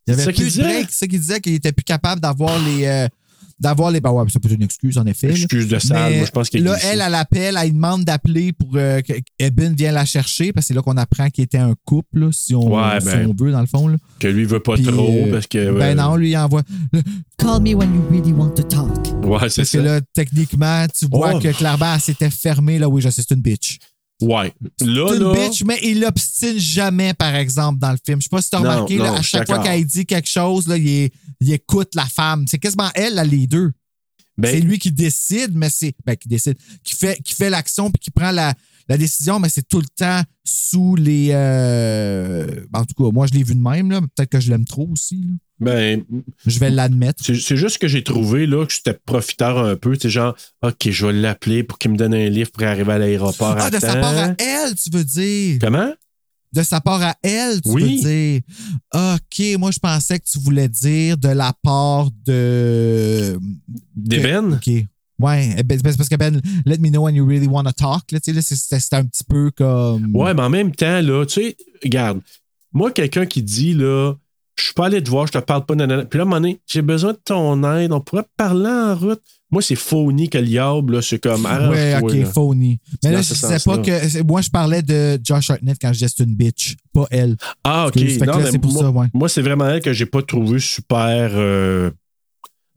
S2: Il n'y
S1: Hein? C'est ça
S2: avait
S1: qu'il
S2: plus de
S1: disait.
S2: break. C'est ça qu'il disait qu'il était plus capable d'avoir les. euh, d'avoir les. Ben ouais, c'est pas une excuse, en effet. là.
S1: Excuse de sale,
S2: Mais
S1: moi, je pense qu'il
S2: Là,
S1: glisse.
S2: elle, elle appelle, elle demande d'appeler pour euh, que Eben vienne la chercher, parce que c'est là qu'on apprend qu'il était un couple, là, si, on,
S1: Ouais,
S2: si
S1: ben, Eh
S2: on veut, dans le fond. là.
S1: Que lui, il veut pas
S2: Puis,
S1: trop,
S2: euh,
S1: parce que.
S2: Ben non, lui, il envoie.
S7: Call me when you really want to talk.
S1: Ouais, c'est
S2: Parce que
S1: ça.
S2: là, techniquement, tu vois
S1: Oh.
S2: que Clairement, elle s'était fermée. Là, oui, je sais, c'est une bitch.
S1: Ouais. Là,
S2: C'est une
S1: là.
S2: bitch, mais il l'obstine jamais, par exemple, dans le film. Je sais pas si tu as
S1: Non,
S2: remarqué, là,
S1: non,
S2: à
S1: je suis
S2: chaque fois
S1: d'accord.
S2: qu'elle dit quelque chose, là, il, est- il écoute la femme. C'est quasiment elle, la leader.
S1: ben,
S2: c'est lui qui décide, mais c'est. Ben, qui décide. Qui fait, qui fait l'action puis qui prend la, la décision, mais c'est tout le temps sous les. euh, En tout cas, moi, je l'ai vu de même, là. mais Peut-être que je l'aime trop aussi, là.
S1: ben,
S2: Je vais l'admettre.
S1: C'est c'est juste que j'ai trouvé là, que j'étais profiteur un peu. C'est genre, OK, je vais l'appeler pour qu'il me donne un livre pour arriver à l'aéroport.
S2: Ah,
S1: à
S2: de sa
S1: temps.
S2: part à elle, tu veux dire.
S1: Comment?
S2: De sa part à elle, tu
S1: Oui.
S2: veux dire. OK, moi, je pensais que tu voulais dire de la part de.
S1: D'Eben?
S2: OK. Ouais, eh ben, c'est parce que Ben, let me know when you really want to talk. Là, tu sais, là, c'est- c'est c'est un petit peu comme.
S1: Ouais, mais en même temps, là, tu sais, regarde, moi, quelqu'un qui dit, là, je suis pas allé te voir, je te parle pas, nanana. Puis là, à un moment donné, j'ai besoin de ton aide, on pourrait parler en route. Moi, c'est phony que liable, là, c'est comme,
S2: Ouais,
S1: arrange-toi,
S2: ok,
S1: là.
S2: phony. Mais
S1: dans
S2: là,
S1: ce
S2: je disais
S1: sens-là.
S2: pas que. c'est- Moi, je parlais de Josh Hartnett quand je disais c'est une bitch, pas elle.
S1: Ah, OK.
S2: Excuse, fait que
S1: Non,
S2: là,
S1: mais
S2: c'est pour
S1: moi,
S2: ça, ouais.
S1: moi, c'est vraiment elle que j'ai pas trouvé super euh,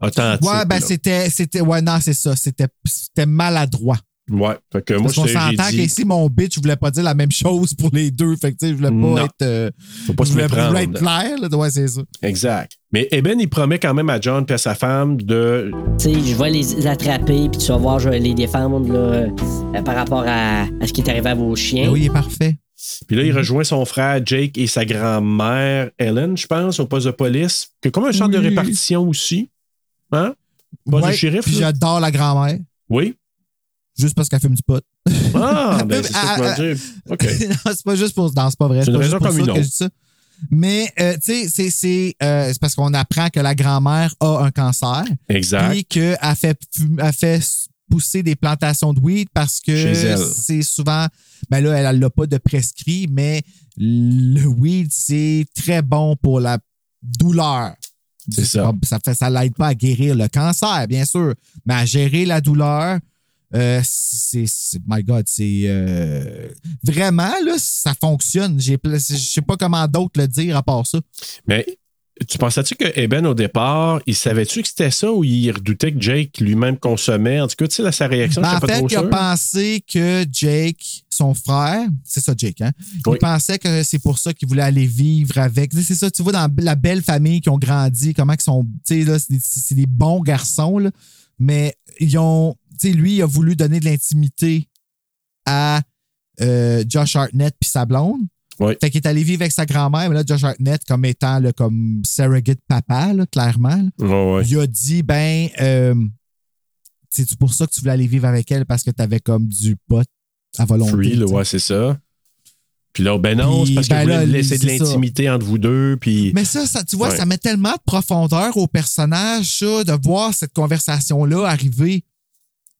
S1: authentique.
S2: Ouais, ben
S1: là.
S2: c'était. c'était- Ouais, non, c'est ça. C'était c'était maladroit.
S1: Ouais, fait que moi,
S2: Parce qu'on
S1: c'est- j'ai
S2: s'entend
S1: dit-
S2: qu'ici, mon bitch, je voulais pas dire la même chose pour les deux. Fait que, tu sais, je voulais pas
S1: Non.
S2: être. euh,
S1: faut pas
S2: je
S1: se
S2: voulais- je voulais
S1: méprendre.
S2: être clair, là. Ouais, c'est ça.
S1: Hein? Exact. Mais Eben, il promet quand même à John et à sa femme de.
S9: Tu sais, je vais les attraper, puis tu vas voir, je vais les défendre là, euh, euh, par rapport à, à ce qui est arrivé à vos chiens.
S2: Ben Oui, il est parfait.
S1: Puis là,
S2: Mhm.
S1: il rejoint son frère Jake et sa grand-mère Ellen, je pense, au poste de police. Que comme un centre de
S2: Oui.
S1: répartition aussi. Hein? Pas du shérif,
S2: Puis
S1: là.
S2: j'adore la grand-mère,
S1: Oui.
S2: juste parce qu'elle fume du pot.
S1: Ah, ben c'est ça que je veux dire.
S2: ah,
S1: OK.
S2: *laughs* Non, c'est pas juste pour. Non, c'est pas vrai.
S1: C'est une
S2: C'est pas
S1: raison
S2: juste pour
S1: comme
S2: ça
S1: une
S2: que
S1: autre.
S2: je dis ça. Mais, euh, tu sais, c'est- c'est euh, c'est parce qu'on apprend que la grand-mère a un cancer.
S1: Exact.
S2: Puis qu'elle fait, fum- elle fait s- pousser des plantations de weed parce
S1: Chez
S2: que
S1: elle.
S2: c'est souvent. Ben là, elle n'a pas de prescrit, mais le weed, c'est très bon pour la douleur. Ah,
S1: C'est ça.
S2: Ça fait, ça l'aide pas à guérir le cancer, bien sûr, mais à gérer la douleur. euh, c'est, c'est- my God, c'est euh, vraiment là, ça fonctionne. J'ai, pla- je sais pas comment d'autres le dire à part ça.
S1: Mais tu pensais-tu que Eben, au départ, il savait-tu que c'était ça ou il redoutait que Jake lui-même consommait? En tout cas, tu sais, là, sa réaction,
S2: Ben,
S1: je
S2: en
S1: suis pas
S2: fait,
S1: trop
S2: il a
S1: sûr.
S2: pensé que Jake, son frère, c'est ça Jake, hein?
S1: Oui.
S2: Il pensait que c'est pour ça qu'il voulait aller vivre avec. Tu sais, C'est ça, tu vois, dans la belle famille qui ont grandi, comment ils sont. Tu sais, là, c'est des, c'est des bons garçons, là. Mais ils ont. Tu sais, lui, il a voulu donner de l'intimité à euh, Josh Hartnett puis sa blonde.
S1: Oui.
S2: Fait qu'il est allé vivre avec sa grand-mère, mais là, Josh Hartnett, comme étant là, comme surrogate papa, là, clairement. là,
S1: Ouais, ouais.
S2: il a dit, ben, euh, c'est-tu pour ça que tu voulais aller vivre avec elle parce que t'avais comme du pot à volonté?
S1: Free, là,
S2: tu sais.
S1: ouais, c'est ça. Puis là, ben non,
S2: Puis,
S1: c'est parce
S2: ben
S1: que vous
S2: là,
S1: voulez laisser de
S2: c'est ça.
S1: l'intimité entre vous deux. Puis
S2: Mais ça, ça, tu vois,
S1: Ouais.
S2: ça met tellement de profondeur au personnage, ça, de voir cette conversation-là arriver.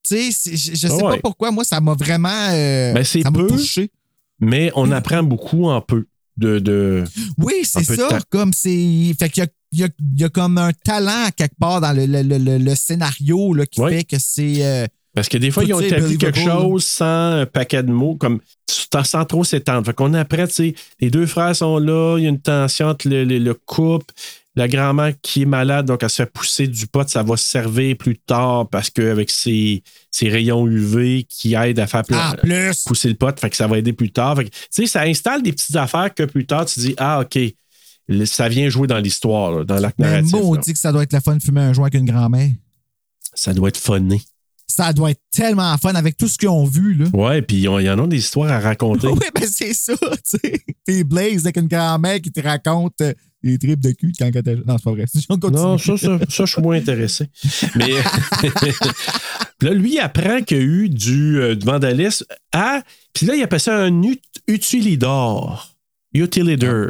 S2: Tu sais, c'est- je, je sais
S1: Ah ouais.
S2: pas pourquoi, moi, ça m'a vraiment. euh,
S1: Ben, c'est
S2: ça m'a
S1: peu.
S2: touché.
S1: mais on apprend beaucoup en peu. de, de-
S2: Oui, c'est
S1: peu de
S2: ça.
S1: tact.
S2: Comme c'est. Fait qu'il y a, il y a- il y a comme un talent quelque part dans le, le- le- le- le scénario là, qui
S1: Oui.
S2: fait que c'est. euh,
S1: Parce que des fois,
S2: Faut
S1: ils ont
S2: dire
S1: établi quelque
S2: believable, là.
S1: chose sans un paquet de mots, comme sans sans trop s'étendre. Fait qu'on apprend, tu sais, les deux frères sont là, il y a une tension entre le, le- le couple, la grand-mère qui est malade, donc elle se fait pousser du pot, ça va se servir plus tard parce qu'avec ses, ses rayons UV qui aident à faire plein-
S2: en plus.
S1: pousser le pote, fait que ça va aider plus tard. Fait que, tu sais, ça installe des petites affaires que plus tard, tu dis, ah, OK, le- ça vient jouer dans l'histoire, là, dans l'acte
S2: Mais
S1: narratif. là.
S2: Ben, maudit que ça doit être le fun de fumer un joint avec une grand-mère.
S1: Ça doit être funné.
S2: Ça doit être tellement fun avec tout ce qu'ils ont
S1: *laughs*
S2: vu, là.
S1: Ouais, puis il y en a des histoires à raconter.
S2: Oui, ben c'est ça, tu sais. T'es blaze avec une grand-mère qui te raconte euh, des tripes de cul quand t'es... Non, c'est pas vrai. *laughs* On continue.
S1: Non, ça, ça, ça, je suis moins intéressé. Mais *laughs* Puis là, lui, il apprend qu'il y a eu du, euh, du vandalisme à. Puis là, il appelle ça un ut- utilidor. Utilider.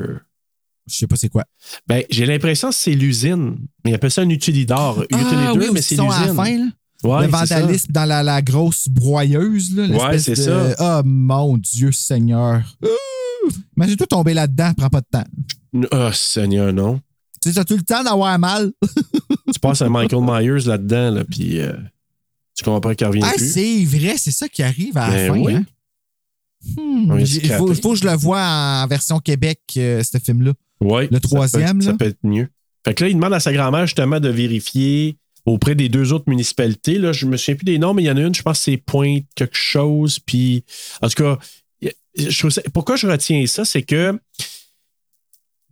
S2: Je sais pas c'est quoi.
S1: Ben, j'ai l'impression que c'est l'usine. Mais il appelle ça un utilidor.
S2: Ah,
S1: Utilidor,
S2: oui,
S1: mais
S2: ils
S1: c'est
S2: sont à la
S1: l'usine.
S2: fin, là.
S1: Ouais,
S2: le
S1: c'est ça.
S2: vandalisme dans la, la grosse broyeuse. Là,
S1: Ouais, c'est
S2: l'espèce de... Oh mon Dieu Seigneur. Ouh! Imagine-toi tomber là-dedans, prends pas de temps.
S1: Oh, Seigneur, non.
S2: Tu sais, t'as tout le temps d'avoir mal.
S1: Tu passes à Michael Myers là-dedans, là, puis euh, tu comprends qu'il revient
S2: Ah,
S1: plus.
S2: c'est vrai, c'est ça qui arrive à la
S1: Ben
S2: fin.
S1: oui.
S2: hein. Hmm,
S1: On est
S2: Il faut,
S1: scrappé.
S2: faut que je le vois en version Québec, euh, ce film-là.
S1: Ouais,
S2: Le
S1: ça peut-
S2: troisième,
S1: Ben, Ça
S2: là.
S1: peut être mieux. Fait que là, il demande à sa grand-mère justement de vérifier auprès des deux autres municipalités. Là, je me souviens plus des noms, mais il y en a une, je pense que c'est Pointe quelque chose. Puis, en tout cas, je trouve ça- pourquoi je retiens ça, c'est que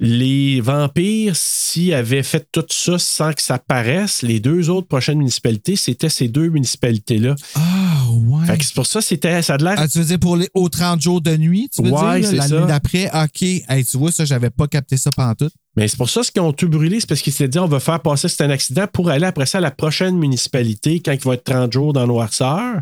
S1: les vampires, s'ils avaient fait tout ça sans que ça paraisse, les deux autres prochaines municipalités, c'était ces deux municipalités-là.
S2: Ah, ouais.
S1: Fait que c'est pour ça, c'était, ça a de l'air
S2: Ah, tu veux dire pour les aux 30 jours de nuit, tu veux
S1: Ouais,
S2: dire,
S1: c'est
S2: là, la
S1: ça.
S2: nuit d'après, OK. Hey, tu vois, ça, j'avais pas capté ça pendant tout.
S1: Mais c'est pour ça ce qu'ils ont tout brûlé, c'est parce qu'ils s'étaient dit on va faire passer c'est un accident pour aller après ça à la prochaine municipalité quand il va être 30 jours dans noirceur.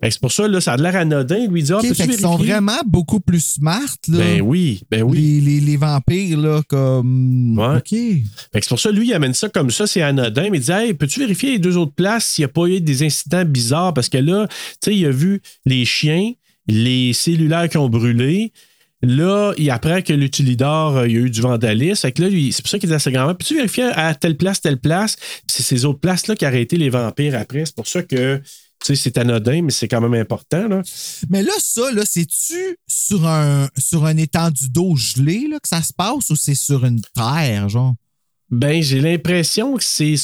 S1: Fait que c'est pour ça, là, ça a l'air anodin. Il lui dit Ah,
S2: OK,
S1: peux-tu
S2: fait qu'ils
S1: vérifier?
S2: sont vraiment beaucoup plus smart, là.
S1: Ben oui, ben oui.
S2: les, les, les vampires, là, comme.
S1: Ouais.
S2: OK.
S1: Fait que c'est pour ça, lui, il amène ça comme ça, c'est anodin, mais il dit Hey, peux-tu vérifier les deux autres places s'il n'y a pas eu des incidents bizarres? Parce que là, tu sais, il a vu les chiens, les cellulaires qui ont brûlé. Là, il apprend que l'utilidor, euh, il y a eu du vandalisme. Fait que là, lui, c'est pour ça qu'il dit à sa grand-mère Peux-tu vérifier à telle place, telle place? Puis c'est ces autres places-là qui arrêté les vampires après. C'est pour ça que, tu sais, c'est anodin, mais c'est quand même important, là.
S2: Mais là, ça, là, c'est-tu sur un, sur un étendu d'eau gelée, là, que ça se passe ou c'est sur une terre, genre?
S1: Ben, j'ai l'impression que c'est.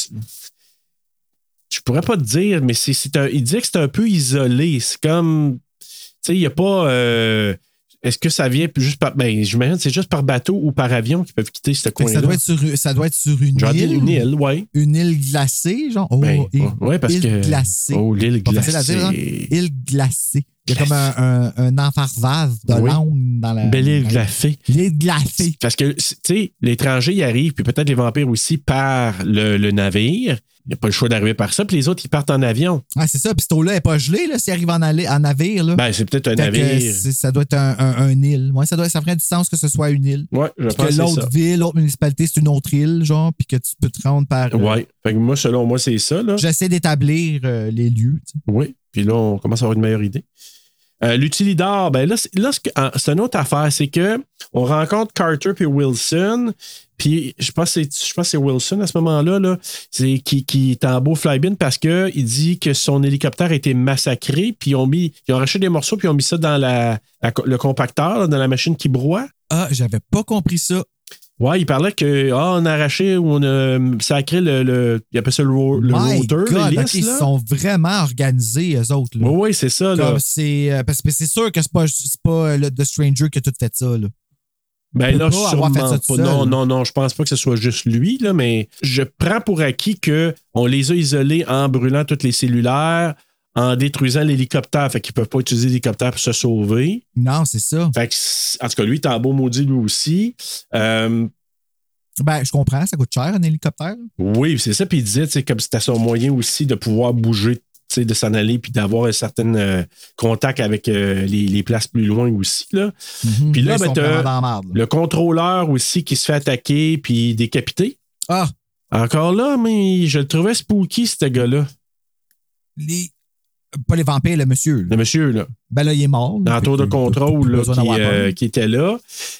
S1: Je pourrais pas te dire, mais c'est, c'est un... il dit que c'est un peu isolé. C'est comme. Tu sais, il n'y a pas. euh, Est-ce que ça vient juste par. Ben, j'imagine que c'est juste par bateau ou par avion qu'ils peuvent quitter ce
S2: Fait que
S1: coin-là.
S2: ça, doit être sur, ça doit être sur une
S1: J'en dis
S2: île.
S1: une île, ouais.
S2: Une île glacée, genre? Oh,
S1: Ben,
S2: île,
S1: ouais, parce
S2: île
S1: que.
S2: glacée.
S1: Oh, l'île
S2: Pas facile à
S1: glacée.
S2: dire, hein. Île glacée. Il y a comme un, un, un enfarvase de
S1: Oui.
S2: langue dans la.
S1: Belle île
S2: dans-
S1: glacée.
S2: L'île glacée.
S1: Parce que, tu sais, l'étranger, il arrive, puis peut-être les vampires aussi, par le, le navire. Il n'y a pas le choix d'arriver par ça, puis les autres, ils partent en avion.
S2: Ah, c'est ça. Puis cette eau-là n'est pas gelée, là, si elle arrive en, allée- en navire, là.
S1: Ben, c'est peut-être un
S2: Ah. Fait que
S1: navire.
S2: c'est- ça doit être un, un- un île. Ouais, ça, doit, ça ferait du sens que ce soit une île.
S1: Ouais, je
S2: Puis
S1: pense que
S2: que
S1: c'est ça.
S2: l'autre ville, l'autre municipalité, c'est une autre île, genre, puis que tu peux te rendre par. euh,
S1: Ouais. Fait que moi, selon moi, c'est ça, là.
S2: J'essaie d'établir euh, les lieux. tu sais.
S1: Oui. Puis là, on commence à avoir une meilleure idée. Euh, L'utilidor, ben là, c'est là, ce que- ah, c'est une autre affaire. C'est que on rencontre Carter puis Wilson. Puis je pense que c'est- je pense que c'est Wilson à ce moment-là, là, c'est qui, qui est en beau fly-bin parce qu'il dit que son hélicoptère a été massacré. Puis ils ont, mis, ils ont arraché des morceaux puis ils ont mis ça dans la, la co- le compacteur, là, dans la machine qui broie.
S2: Ah, j'avais pas compris ça.
S1: Ouais, il parlait que ah, on a arraché ou on a sacré le, le. Il appelle ça le, ro- Oh, le
S2: My
S1: rotor,
S2: God,
S1: l'hélice,
S2: ok, ils
S1: là.
S2: sont vraiment organisés, eux autres. Là.
S1: Oui, oui, c'est ça. Là.
S2: Comme c'est, euh, parce que c'est sûr que c'est pas, c'est pas euh, le The Stranger qui a tout fait ça. Là.
S1: Ben
S2: peut
S1: là,
S2: pas avoir
S1: sûrement
S2: fait ça
S1: pas.
S2: tout seul.
S1: Non, non, non, je pense pas que ce soit juste lui, là, mais je prends pour acquis que on les a isolés en brûlant toutes les cellulaires, en détruisant l'hélicoptère. Fait qu'ils peuvent pas utiliser l'hélicoptère pour se sauver.
S2: Non, c'est ça.
S1: Fait que, c'est- en tout cas, lui, t'es en beau maudit, lui aussi. Euh,
S2: Ben, je comprends, ça coûte cher un hélicoptère.
S1: oui, c'est ça. Puis il disait, tu sais, comme c'était son moyen aussi de pouvoir bouger, tu sais, de s'en aller, puis d'avoir un certain euh, contact avec euh, les, les places plus loin aussi, là. Puis là,
S2: ils
S1: ben,
S2: sont
S1: t'as-
S2: vraiment dans la marde, là.
S1: Le contrôleur aussi qui se fait attaquer, puis décapiter.
S2: Ah,
S1: Encore là, mais je le trouvais spooky, ce gars-là.
S2: les. pas les vampires, le monsieur. là.
S1: Le monsieur, là,
S2: Ben là, il est mort.
S1: dans
S2: là,
S1: la
S2: fait
S1: tour de
S2: que, *laughs* pas
S1: contrôle, là,
S2: besoin
S1: qui,
S2: d'avoir
S1: euh,
S2: peur.
S1: qui était là,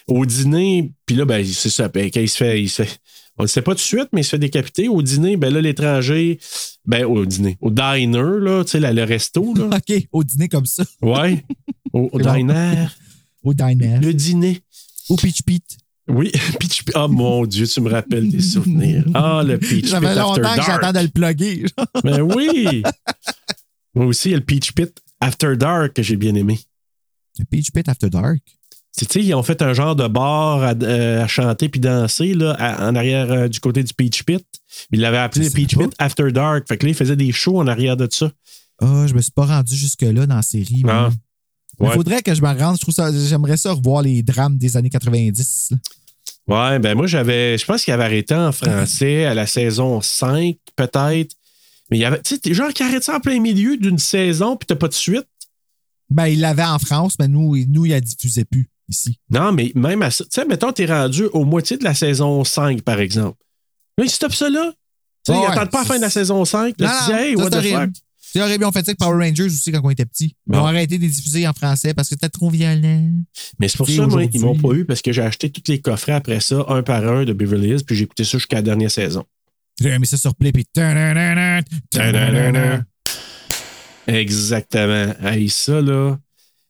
S1: au dîner, puis là, ben, c'est ça, ben, quand il se fait, il se fait- on le sait pas tout de suite, mais il se fait décapiter. Au dîner, ben là, l'étranger, ben, au dîner, au diner, là, tu sais, là, le resto, là.
S2: *laughs* OK, au dîner comme ça,
S1: Ouais. Au, au
S2: C'est bon.
S1: diner,
S2: au diner,
S1: le dîner.
S2: au pitch pit.
S1: Oui, *laughs* Peach Pit. Oh mon Dieu, tu me rappelles des souvenirs. Ah, le Peach Pit.
S2: Ça fait
S1: After
S2: longtemps que
S1: Dark.
S2: j'attends de le plugger. genre.
S1: *laughs* Ben oui! Moi aussi, il y a le Peach Pit After Dark que j'ai bien aimé.
S2: Le pitch pit after dark.
S1: C'est, tu sais, ils ont fait un genre de bar à, euh, à chanter puis danser là, à- en arrière euh, du côté du Peach Pit. Ils l'avaient appelé
S2: Je
S1: le
S2: sais
S1: Peach
S2: pas.
S1: Pit After Dark. Fait que là, ils faisaient des shows en arrière de ça.
S2: Ah, je me suis pas rendu jusque-là dans la série.
S1: Ah,
S2: Il
S1: ouais.
S2: faudrait que je m'en rende. Je trouve ça, j'aimerais ça revoir les drames des années 90. là.
S1: Ouais, ben moi, j'avais. Je pense qu'il avait arrêté en français à la saison 5, peut-être. Mais il y avait. Tu sais, t'es- genre, qui arrête ça en plein milieu d'une saison puis t'as pas de suite.
S2: Ben, il l'avait en France, mais nous, il- nous il la diffusait plus ici.
S1: Non, mais même à ça. Tu sais, mettons, t'es rendu au moitié de la saison 5, par exemple. Là, ils stoppent ça là. Tu sais,
S2: Ouais,
S1: ils attendent pas la fin de la
S2: c'est-
S1: saison 5. Là, tu dis, hey,
S2: ça,
S1: what
S2: c'est
S1: the fuck.
S2: horrible. C'est horrible. On fait ça avec Power Rangers aussi quand on était petits. Ils
S1: Bon.
S2: ont arrêté de les diffuser en français parce que c'était trop violent.
S1: Mais c'est pour
S2: Et
S1: ça, moi,
S2: aujourd'hui-
S1: ils m'ont pas eu parce que j'ai acheté tous les coffrets après ça, un par un de Beverly Hills, puis j'ai écouté ça jusqu'à la dernière saison.
S2: J'ai mis ça sur play, puis... Ta-da-da-da, ta-da-da-da.
S1: Exactement. Hey, ça, là,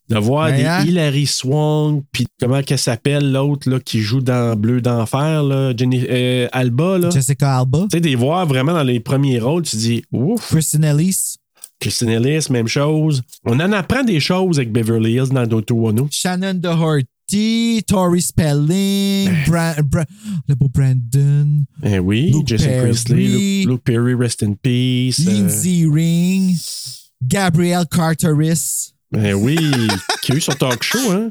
S1: de voir
S2: Ben,
S1: des
S2: hein?
S1: Hilary Swank, puis comment qu'elle s'appelle, l'autre, là, qui joue dans Bleu d'Enfer, là, Jenny, euh, Alba, là. Tu
S2: Jessica Alba,
S1: sais, des voir vraiment dans les premiers rôles, tu dis, ouf,
S2: Kristen Ellis,
S1: Christine Ellis, même chose. On en apprend des choses avec Beverly Hills dans Doctor Wano.
S2: Shannon Doherty, Tori Spelling, Bra- Bra- le beau Brandon,
S1: Eh oui,
S2: Luke
S1: Jason
S2: Perry.
S1: Priestley, Luke, Luke Perry, rest in peace. euh,
S2: Lindsay Ring, Gabrielle Carteris.
S1: Ben oui, *laughs* qui a eu son talk show, hein?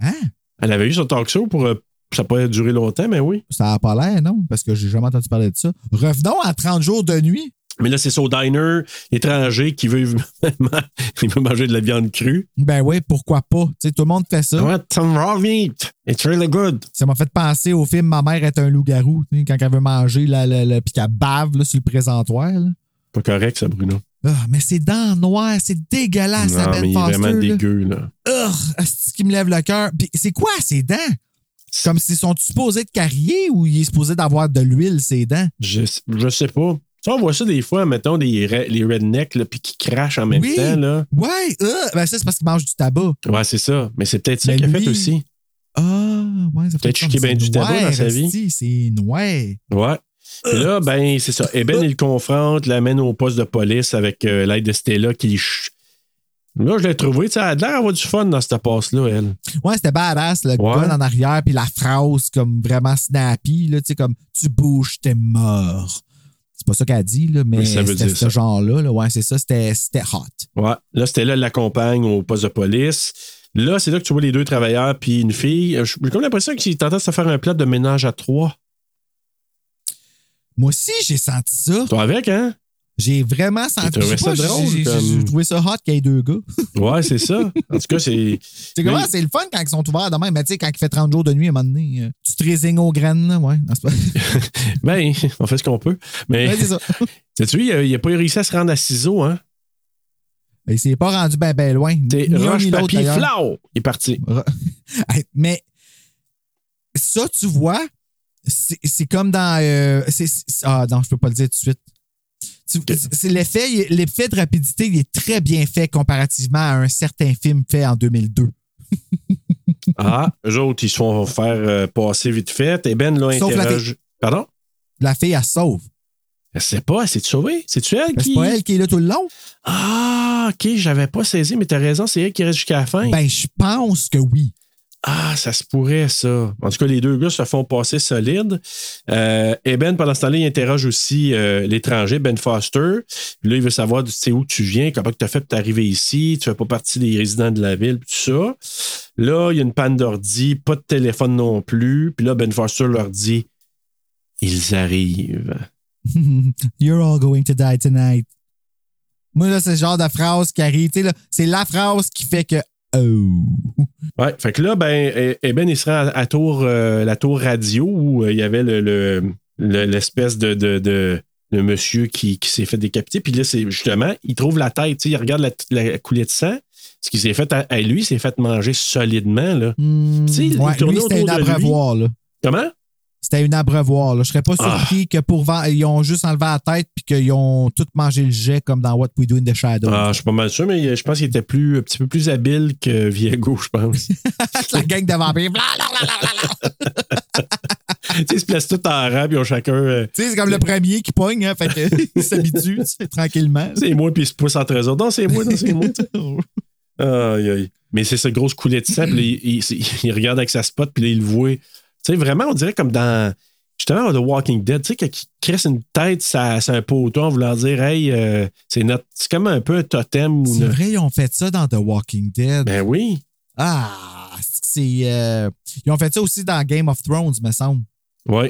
S2: Hein?
S1: Elle avait eu son talk show pour. euh, ça n'a pas duré longtemps, mais oui.
S2: Ça n'a pas l'air, non? Parce que j'ai jamais entendu parler de ça. Revenons à 30 jours de nuit.
S1: Mais là, c'est ça au diner, l'étranger qui veut, *laughs* il veut manger de la viande crue. Hein?
S2: Ben oui, pourquoi pas? Tu sais, tout le monde fait ça.
S1: Ouais, some raw meat. It's really good.
S2: Ça m'a fait penser au film Ma mère est un loup-garou, tu sais, quand elle veut manger, là, là, là, puis qu'elle bave là, sur le présentoir. là.
S1: Pas correct, ça, Bruno.
S2: Ah, mais c'est dans le noir, c'est dégueulasse, ça
S1: non, mais
S2: Ben
S1: il est
S2: Foster.
S1: vraiment
S2: là.
S1: dégueu, là.
S2: Urgh, c'est ce qui me lève le cœur. Puis c'est quoi ses dents? C'est Comme s'ils sont supposés de carrier ou il est supposé d'avoir de l'huile, ses dents?
S1: Je, je sais pas. Ça, on voit ça des fois, mettons, des, re- les rednecks, là, puis qui crachent en même
S2: Oui.
S1: temps, là.
S2: Ouais, euh, ben ça, c'est parce qu'ils mangent du tabac.
S1: Ouais, c'est ça. Mais c'est peut-être ça
S2: Mais
S1: qu'il a
S2: lui-
S1: fait aussi.
S2: Ah, ouais, ça fait
S1: Peut-être
S2: comme
S1: qu'il est bien
S2: c'est
S1: du tabac dans
S2: noir,
S1: sa vie.
S2: esti, C'est noir.
S1: Ouais. Et là, ben, c'est ça. Eben, il le confronte, l'amène au poste de police avec euh, l'aide de Stella qui. ch- Là, je l'ai trouvé. Tu sais, elle a l'air d'avoir du fun dans cette passe-là, elle.
S2: Ouais, c'était badass, le
S1: Ouais.
S2: gun en arrière, puis la phrase comme vraiment snappy, là, tu sais, comme tu bouges, t'es mort. C'est pas ça qu'elle dit, là, mais
S1: Mais ça veut
S2: c'était
S1: dire
S2: ce
S1: ça.
S2: genre-là. là. Ouais, c'est ça, c'était c'était hot.
S1: Ouais. Là, Stella l'accompagne au poste de police. Là, c'est là que tu vois les deux travailleurs puis une fille. Euh, J'ai comme l'impression qu'ils tentent de se faire un plat de ménage à trois.
S2: Moi aussi, j'ai senti ça.
S1: Toi avec, hein?
S2: J'ai vraiment senti
S1: trouvé
S2: je sais pas,
S1: ça drôle,
S2: J'ai j'ai-
S1: comme-
S2: j'ai trouvé ça hot qu'il y ait deux gars.
S1: Ouais, c'est ça. En tout cas, c'est. *laughs*
S2: C'est comment?
S1: Mais-
S2: C'est le fun quand ils sont ouverts demain, mais tu sais, quand il fait 30 jours de nuit, à un moment donné, euh, tu te résignes aux graines, là, ouais. Non, c'est pas-
S1: Ben, on fait ce qu'on peut. Mais,
S2: *laughs* Ouais, c'est ça.
S1: sais-tu, il a- il a pas réussi à se rendre à ciseaux, hein?
S2: Et c'est pas rendu ben, ben loin.
S1: C'est
S2: Ni un, ni
S1: roche,
S2: l'autre,
S1: papier,
S2: d'ailleurs.
S1: flao! Il est parti.
S2: *laughs* Hey, Mais ça, tu vois, c'est c'est comme dans. euh, c'est- c'est- ah non, je peux pas le dire tout de suite. Tu- c'est L'effet il- l'effet de rapidité, il est très bien fait comparativement à un certain film fait en 2002.
S1: Ah, eux autres, ils se font faire euh, passer vite fait. Et Ben, là,
S2: Sauf la
S1: interroge. Pardon?
S2: La fille, elle se sauve.
S1: Je sais pas, c'est sauvé. C'est-tu elle
S2: Mais C'est
S1: qui.
S2: pas elle qui est là tout le long?
S1: Ah, ok, j'avais pas saisi, mais t'as raison, c'est elle qui reste jusqu'à la fin.
S2: Ben, je pense que oui. *laughs*
S1: Ah, ça se pourrait, ça. En tout cas, les deux gars se font passer solide. Euh, et Ben, pendant ce temps-là, il interroge aussi euh, l'étranger, Ben Foster. Puis là, il veut savoir tu sais, où tu viens, comment tu as fait pour t'arriver ici, tu fais pas partie des résidents de la ville, puis tout ça. Là, il y a une panne d'ordi, pas de téléphone non plus. Puis là, Ben Foster leur dit Ils arrivent.
S2: You're all going to die tonight. Moi, là, c'est le genre de phrase qui arrive. Tu sais, là, c'est la phrase qui fait que. Oh.
S1: Ouais, fait que là, ben, eh- eh ben il se rend à, à tour, euh, la tour radio où euh, il y avait le, le- le- l'espèce de, de, de le monsieur qui, qui s'est fait décapiter. Puis là, c'est justement, il trouve la tête, tu sais, il regarde la, la coulée de sang. Ce qui s'est fait à, à lui, il s'est fait manger solidement. Là.
S2: Hmm,
S1: Tu sais, il
S2: ouais,
S1: tournait
S2: lui, c'était une
S1: autour de lui.
S2: abreuvoir, là.
S1: Comment?
S2: C'était une abreuvoir, là. Je serais pas
S1: Ah.
S2: surpris que pour vend- ils ont juste enlevé la tête puis qu'ils ont tout mangé le jet comme dans What We Do in the Shadows.
S1: Ah, je suis pas mal sûr, mais je pense qu'il était plus, un petit peu plus habile que Viego, je pense. *laughs*
S2: la gang de vampires. bla, bla, bla, bla, bla.
S1: tu sais, ils se placent tout en rang, puis ils ont chacun. euh,
S2: Tu sais, c'est comme le premier qui pogne, hein, fait que *laughs* il s'habitue, tu sais, tranquillement.
S1: c'est moi, puis ils se poussent en trésor. Non, c'est moi, non, c'est moi. tu sais.
S2: *laughs*
S1: Aïe, aïe. Mais c'est cette grosse coulée de sang, puis là, il, il- il regarde avec sa spot, puis là, il le voit. Tu sais, vraiment, on dirait comme dans. Justement, The Walking Dead, tu sais, quand il cresse une tête, ça, un poteau en voulant dire, hey, euh, c'est notre. C'est comme un peu un totem ou
S2: C'est
S1: une-
S2: vrai, ils ont fait ça dans The Walking Dead.
S1: Ben oui.
S2: Ah, c'est. euh, Ils ont fait ça aussi dans Game of Thrones, me semble.
S1: Oui.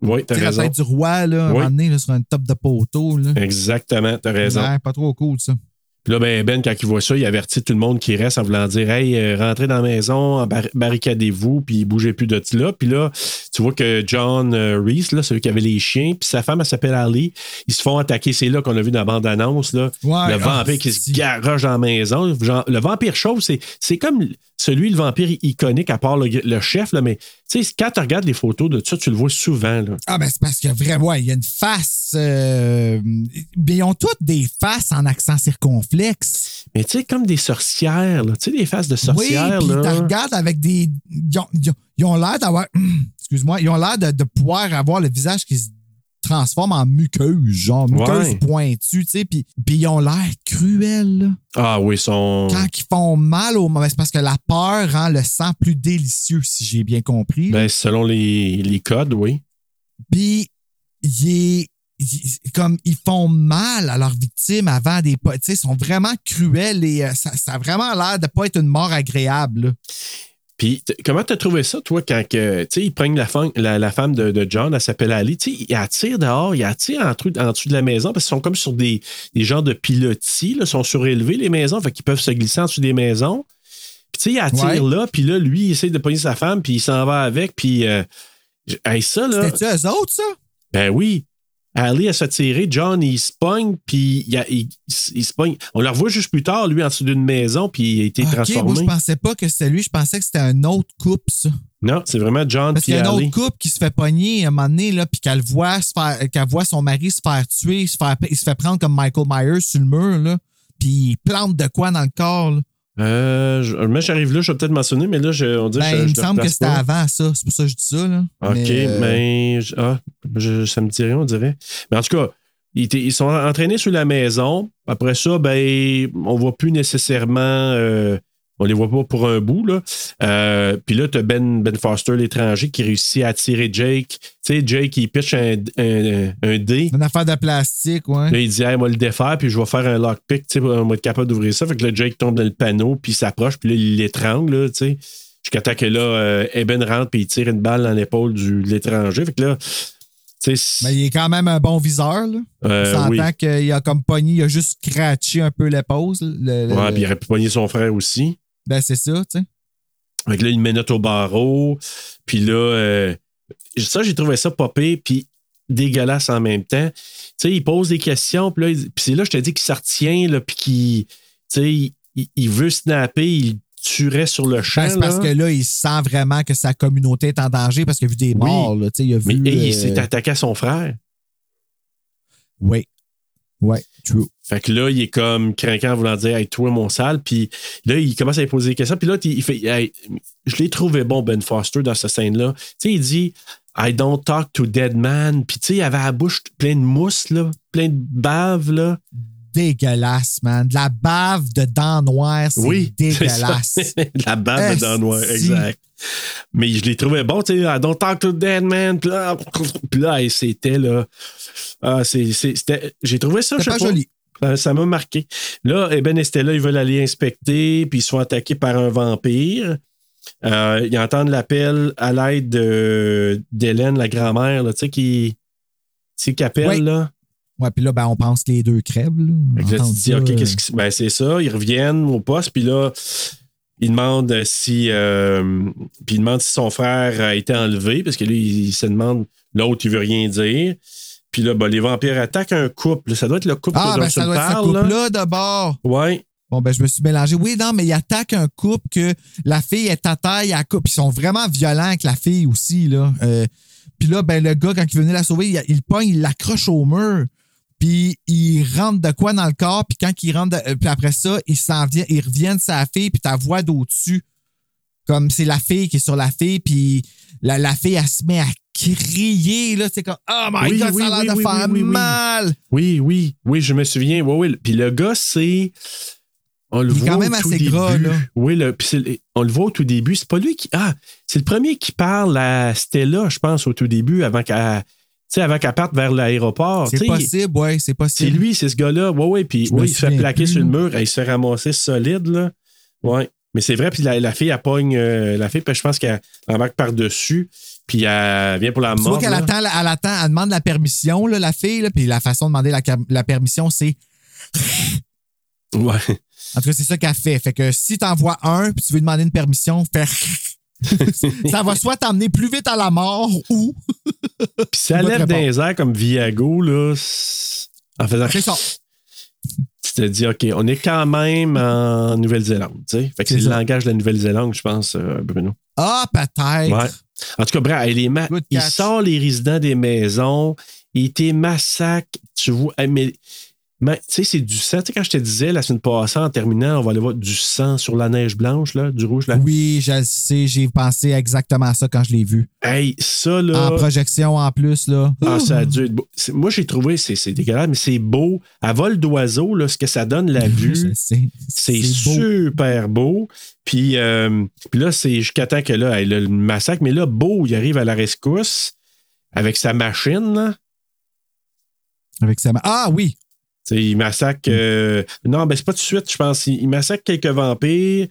S1: Oui, t'as
S2: Tu sais, la
S1: raison.
S2: tête du roi, là, à un
S1: Oui.
S2: moment donné, là, sur une top de poteau. Là.
S1: Exactement, t'as raison.
S2: Ouais, pas trop cool, ça.
S1: Puis là, ben, ben, quand il voit ça, il avertit tout le monde qui reste en voulant dire Hey, euh, rentrez dans la maison, embar- barricadez-vous, puis bougez plus de là. Puis là, tu vois que John euh, Reese, là, celui qui avait les chiens, puis sa femme, elle s'appelle Ali, ils se font attaquer. C'est là qu'on a vu dans la bande-annonce, là,
S2: Ouais,
S1: le vampire
S2: ah,
S1: qui se
S2: si.
S1: garoche dans la maison. Genre, le vampire chauve, c'est, c'est comme celui, le vampire iconique, à part le, le chef, là, mais tu sais, quand tu regardes les photos de ça, tu le vois souvent. Là.
S2: Ah, ben c'est parce que vraiment, il y a une face. euh, ben, ils ont toutes des faces en accent circonflexe.
S1: Mais tu sais, comme des sorcières, là, tu sais, des faces de sorcières.
S2: oui, puis
S1: là.
S2: tu regardes avec des. Ils ont, ils ont- ils ont l'air d'avoir. *clears throat* Excuse-moi, ils ont l'air de, de pouvoir avoir le visage qui se transforme en muqueuse, genre muqueuse
S1: Ouais.
S2: pointue, tu sais, puis puis ils ont l'air cruels. là.
S1: Ah oui, sont.
S2: Quand ils font mal au moment, c'est parce que la peur rend le sang plus délicieux, si j'ai bien compris.
S1: Ben, selon les, les codes, oui.
S2: Puis, il est- il- comme ils font mal à leurs victimes avant des potes. Ils sont vraiment cruels et euh, ça, ça a vraiment l'air de pas être une mort agréable. là.
S1: Puis, t- comment t'as trouvé ça, toi, quand que, tu sais, ils prennent la, femme- la, la femme de, de John, elle s'appelle Ali, tu sais, ils attirent dehors, ils attirent en, tru- en dessous de la maison parce qu'ils sont comme sur des, des genres de pilotis, là, sont surélevés les maisons, fait qu'ils peuvent se glisser en dessous des maisons. Puis, tu sais, ils attirent là, puis là, lui, il essaie de pogner sa femme, puis il s'en va avec, puis, euh, j- hey, ça, là,
S2: C'était-tu eux autres, ça?
S1: ben oui. Ali, elle se fait tirer, John, il se pogne, puis il, a- il- il se pogne. On le revoit juste plus tard, lui, en dessous d'une maison, puis il a été
S2: Ok,
S1: transformé.
S2: moi, je pensais pas que c'était lui. Je pensais que c'était un autre couple, ça.
S1: Non, c'est vraiment John
S2: Parce
S1: puis
S2: qu'il y a un
S1: Ali.
S2: autre couple qui se fait pogner à un moment donné, là, puis qu'elle voit, se faire- qu'elle voit son mari se faire tuer, se faire, il se fait prendre comme Michael Myers sur le mur, là, puis il plante de quoi dans le corps. là.
S1: Euh, je- mais j'arrive là, je vais peut-être mentionner, mais là, je, on dirait
S2: Ben,
S1: que je,
S2: il me
S1: je le
S2: semble que
S1: replace
S2: c'était
S1: pas.
S2: avant ça. C'est pour ça que je dis ça. Là.
S1: OK, mais,
S2: euh,
S1: je- ah, je- ça me dirait, on dirait. Mais en tout cas, ils, étaient- ils sont entraînés sous la maison. Après ça, ben, on voit plus nécessairement. euh, on les voit pas pour un bout, là. Euh, Puis là, tu as ben, ben Foster, l'étranger, qui réussit à attirer Jake. Tu sais, Jake, il pitch un, un, un dé.
S2: Une affaire de plastique, ouais.
S1: Là, il dit, hey, moi, le défaire, puis je vais faire un lockpick, tu sais, on va être capable d'ouvrir ça. Fait que là, Jake tombe dans le panneau, puis il s'approche, puis là, il l'étrangle, là, tu sais. Jusqu'à temps que là, euh, Eben rentre, puis il tire une balle dans l'épaule du- de l'étranger. Fait que là, tu sais,
S2: Mais il est quand même un bon viseur, là.
S1: euh,
S2: on s'entend
S1: oui.
S2: qu'il a comme pogné, il a juste scratché un peu l'épaule. Le, le-
S1: Ouais, puis il aurait pu pogner son frère aussi.
S2: ben, c'est ça, tu sais.
S1: Fait que là, il met note au barreau, puis là, euh, ça, j'ai trouvé ça popé, puis dégueulasse en même temps. Tu sais, il pose des questions, puis là, il- puis c'est là, je te dis qu'il s'en retient, là, puis qu'il, tu sais, il- il, il veut snapper, il le tuerait sur le champ.
S2: Ben, c'est parce
S1: là.
S2: que là, il sent vraiment que sa communauté est en danger parce qu'il a vu des
S1: Oui.
S2: morts, là, tu sais. Il a
S1: Mais
S2: vu.
S1: hey, il
S2: euh,
S1: s'est attaqué à son frère.
S2: Oui. Oui, true.
S1: Fait que là, il est comme craquant en voulant dire Hey, toi, mon sale. Puis là, il commence à lui poser des questions. Puis là, il fait Hey, Je l'ai trouvé bon, Ben Foster, dans cette scène-là. Tu sais, il dit I don't talk to dead man. Puis tu sais, il avait la bouche pleine de mousse, là, plein de bave, là.
S2: Dégueulasse, man. De la bave de dents noires, c'est
S1: Oui. c'est *laughs* ça.
S2: dégueulasse.
S1: la bave de dents noires,
S2: Esti.
S1: exact. Mais je l'ai trouvé bon, tu sais, I don't talk to dead man. Puis là, puis là, hey, c'était, là. Ah, c'est- c'est- c'était- J'ai trouvé ça, je sais
S2: C'était pas
S1: pas.
S2: joli.
S1: Euh, ça m'a marqué. Là, Eben et Stella, ils veulent aller inspecter, puis ils sont attaqués par un vampire. Euh, ils entendent l'appel à l'aide de- d'Hélène, la grand-mère, là, tu sais, qui, tu sais, qui appelle.
S2: Oui.
S1: Là.
S2: Ouais, puis là, ben, on pense les deux crèves, là.
S1: Fait que là, tu
S2: Entendre
S1: te dis,
S2: ça,
S1: OK,
S2: euh,
S1: qu'est-ce qui se- ben, c'est ça. Ils reviennent au poste, puis là, ils demandent si, euh, puis ils demandent si son frère a été enlevé, parce que lui, il, il se demande, l'autre, il veut rien dire. Puis là, ben, les vampires attaquent un couple. Ça doit être le couple
S2: Ah,
S1: dont
S2: ben
S1: tu
S2: ça
S1: me
S2: doit être ce
S1: parles, là.
S2: couple-là d'abord.
S1: Ouais.
S2: Bon, ben je me suis mélangé. Oui, non, mais il attaque un couple que la fille est à taille à coupe. Ils sont vraiment violents avec la fille aussi, là. Euh, puis là, ben le gars, quand il venait la sauver, il, il pogne, il l'accroche au mur. Puis il rentre de quoi dans le corps. Puis quand il rentre, de- euh, puis après ça, il s'en vient, il revient de sa fille, puis ta voix d'au-dessus. Comme c'est la fille qui est sur la fille, puis la, la fille, elle se met à crier, là. C'est comme, oh my
S1: Oui,
S2: god,
S1: oui,
S2: ça a l'air
S1: oui,
S2: de
S1: oui,
S2: faire
S1: oui, oui, oui.
S2: mal.
S1: Oui, oui. Oui, je me souviens. Oui, oui. Puis le gars, c'est. On le
S2: Il est
S1: voit
S2: quand même
S1: au tout
S2: assez
S1: début.
S2: gras, là.
S1: Oui, le, puis c'est le- on le voit au tout début. C'est pas lui qui. Ah, c'est le premier qui parle à Stella, je pense, au tout début, avant qu'elle tu sais, avant qu'elle parte vers l'aéroport. Tu
S2: C'est
S1: sais,
S2: possible, ouais, c'est
S1: C'est
S2: possible.
S1: lui, c'est ce gars-là. Ouais, ouais. Puis
S2: Je me
S1: oui, il se fait
S2: souviens
S1: plaquer
S2: plus.
S1: sur le mur. et Il se fait ramasser solide, là. Ouais. Mais c'est vrai. Puis la, la fille, elle pogne. euh, la fille, puis je pense qu'elle embarque par-dessus. Puis elle vient pour la
S2: Tu
S1: mort.
S2: vois qu'elle
S1: là.
S2: attend, la- elle attend, elle demande la permission, là, la fille, là, puis la façon de demander la, car- la permission, c'est.
S1: Ouais.
S2: En tout cas, c'est ça qu'elle fait. Fait que si t'en vois un, puis tu veux demander une permission, fais. *laughs* ça va soit t'emmener plus vite à la mort ou.
S1: Puis ça
S2: Bonne
S1: lève dans
S2: réponse.
S1: les airs comme Viago, là, s- en faisant.
S2: C'est ça.
S1: Tu te dis, OK, on est quand même en Nouvelle-Zélande, tu sais. Fait que c'est
S2: C'est
S1: le
S2: ça.
S1: langage de la Nouvelle-Zélande, je pense, euh, Bruno.
S2: Ah, peut-être.
S1: Ouais. En tout cas, bref, les ma-
S2: Good
S1: il
S2: catch.
S1: sort les résidents des maisons, il était massacre, tu vois. eh, Mais, mais, tu sais, c'est du sang. Tu sais, quand je te disais la semaine passée, en terminant, on va aller voir du sang sur la neige blanche, là, du rouge, là.
S2: Oui, je le sais, j'ai pensé exactement à ça quand je l'ai vu.
S1: Hey, ça, là.
S2: En projection en plus, là.
S1: Ah, ça a dû être beau. C'est- Moi, j'ai trouvé, c'est c'est dégueulasse, mais c'est beau. À vol d'oiseau, là, ce que ça donne
S2: *laughs*
S1: la
S2: Je
S1: vue,
S2: le sais.
S1: c'est
S2: beau.
S1: super beau. Puis, euh, puis là, c'est jusqu'à temps que là, hey, là, le massacre. Mais là, beau, il arrive à la rescousse avec sa machine. là.
S2: Avec sa ma- Ah oui!
S1: Tu sais, il
S2: Mm.
S1: massacre. euh, non, ben, c'est pas tout de suite, je pense. Il, il massacre quelques vampires.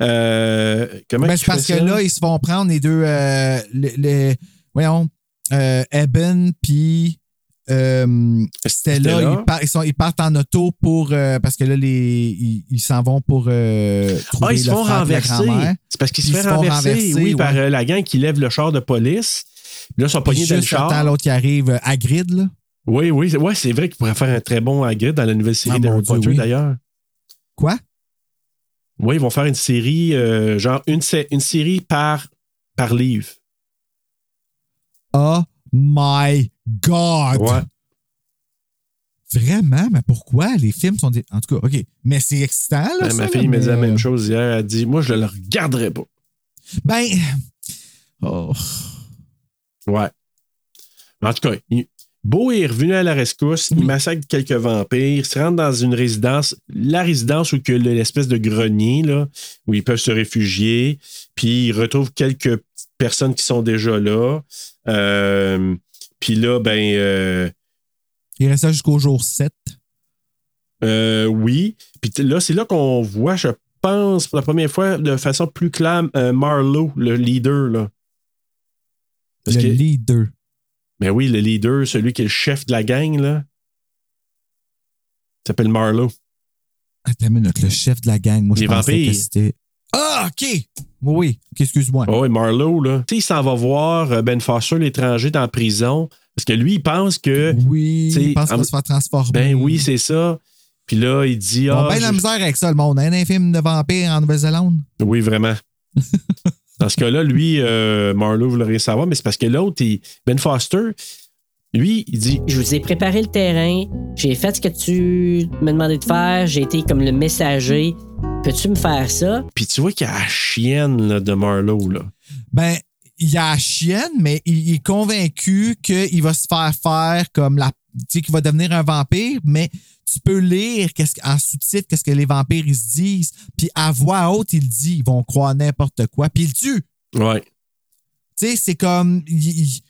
S1: Euh, comment
S2: Ben,
S1: qu'il
S2: c'est parce que
S1: fait ça? Ah,
S2: là, ils se font prendre les deux. euh, les, les- voyons, euh, Eben puis euh, Stella,
S1: Stella.
S2: Ils, par- ils sont- ils partent en auto pour. euh, parce que là, les, ils ils s'en vont pour. euh, trouver
S1: Ah, ils se
S2: le
S1: font
S2: frère de la
S1: renverser.
S2: grand-mère.
S1: C'est parce qu'ils se
S2: Ils
S1: font
S2: se font
S1: renverser,
S2: renverser,
S1: oui,
S2: ouais.
S1: par euh, la gang qui lève le char de police. Là, ils sont
S2: Puis
S1: pognés dans le
S2: juste
S1: char.
S2: attends l'autre qui arrive, à Hagrid, là.
S1: Oui, oui, c'est- ouais, c'est vrai qu'il pourrait faire un très bon Hagrid dans la nouvelle série
S2: Ah,
S1: d'Harry
S2: mon Dieu,
S1: Potter,
S2: oui.
S1: d'ailleurs.
S2: Quoi?
S1: Oui, ils vont faire une série, euh, genre une, sé- une série par, par livre.
S2: Oh my God!
S1: Ouais.
S2: Vraiment? Mais pourquoi? Les films sont. des- En tout cas, OK. Mais c'est excitant, là.
S1: Ben,
S2: Ah, ça,
S1: ma
S2: là,
S1: fille me
S2: mais-
S1: dit la même chose hier. Elle dit Moi, je le regarderai pas.
S2: Ben. Oh.
S1: Ouais. Mais En tout cas, il- Beau est revenu à la rescousse, il massacre quelques vampires, il se rentre dans une résidence, la résidence où que le- l'espèce de grenier, là, où ils peuvent se réfugier, puis il retrouve quelques petites personnes qui sont déjà là. Euh, puis là, ben, euh,
S2: Il reste là jusqu'au jour 7.
S1: Euh, oui. Puis t- là, c'est là qu'on voit, je pense, pour la première fois, de façon plus claire, euh, Marlowe, le leader. Là. Parce
S2: le
S1: que-
S2: leader.
S1: ben oui, le leader, celui qui est le chef de la gang, là. Il s'appelle Marlowe.
S2: Attends une minute, le chef de la gang. Moi, je
S1: Les
S2: pensais
S1: vampires.
S2: que c'était. Ah, OK! Oui, oui. OK, excuse-moi.
S1: Ah oui, Marlowe, là. Tu sais, il s'en va voir euh, Ben Foster, l'étranger, dans la prison. Parce que lui, il pense que,
S2: Mm. oui,
S1: t'sais,
S2: je pense qu'on
S1: en-
S2: va se faire transformer.
S1: ben oui, c'est ça. Puis là, il dit,
S2: Ils ont
S1: ah,
S2: bien de ben la
S1: je-
S2: misère avec ça, le monde. Un infime de vampire en Nouvelle-Zélande.
S1: Oui,
S2: *laughs*
S1: vraiment. Dans ce cas-là, lui, euh, Marlowe voulait rien savoir, mais c'est parce que l'autre, il- Ben Foster, lui, il dit,
S9: Je vous ai préparé le terrain. J'ai fait ce que tu me demandais de faire. J'ai été comme le messager. Peux-tu me faire ça?
S1: Puis tu vois qu'il y a la chienne là, de Marlowe. Là.
S2: Ben, il a la chienne, mais il, il est convaincu qu'il va se faire faire comme la. Tu sais, qu'il va devenir un vampire, mais tu peux lire qu'est-ce que- en sous-titre qu'est-ce que les vampires ils se disent. Puis à voix haute, il dit ils vont croire n'importe quoi. Puis il tue.
S1: Ouais.
S2: Tu sais, c'est comme. il- il-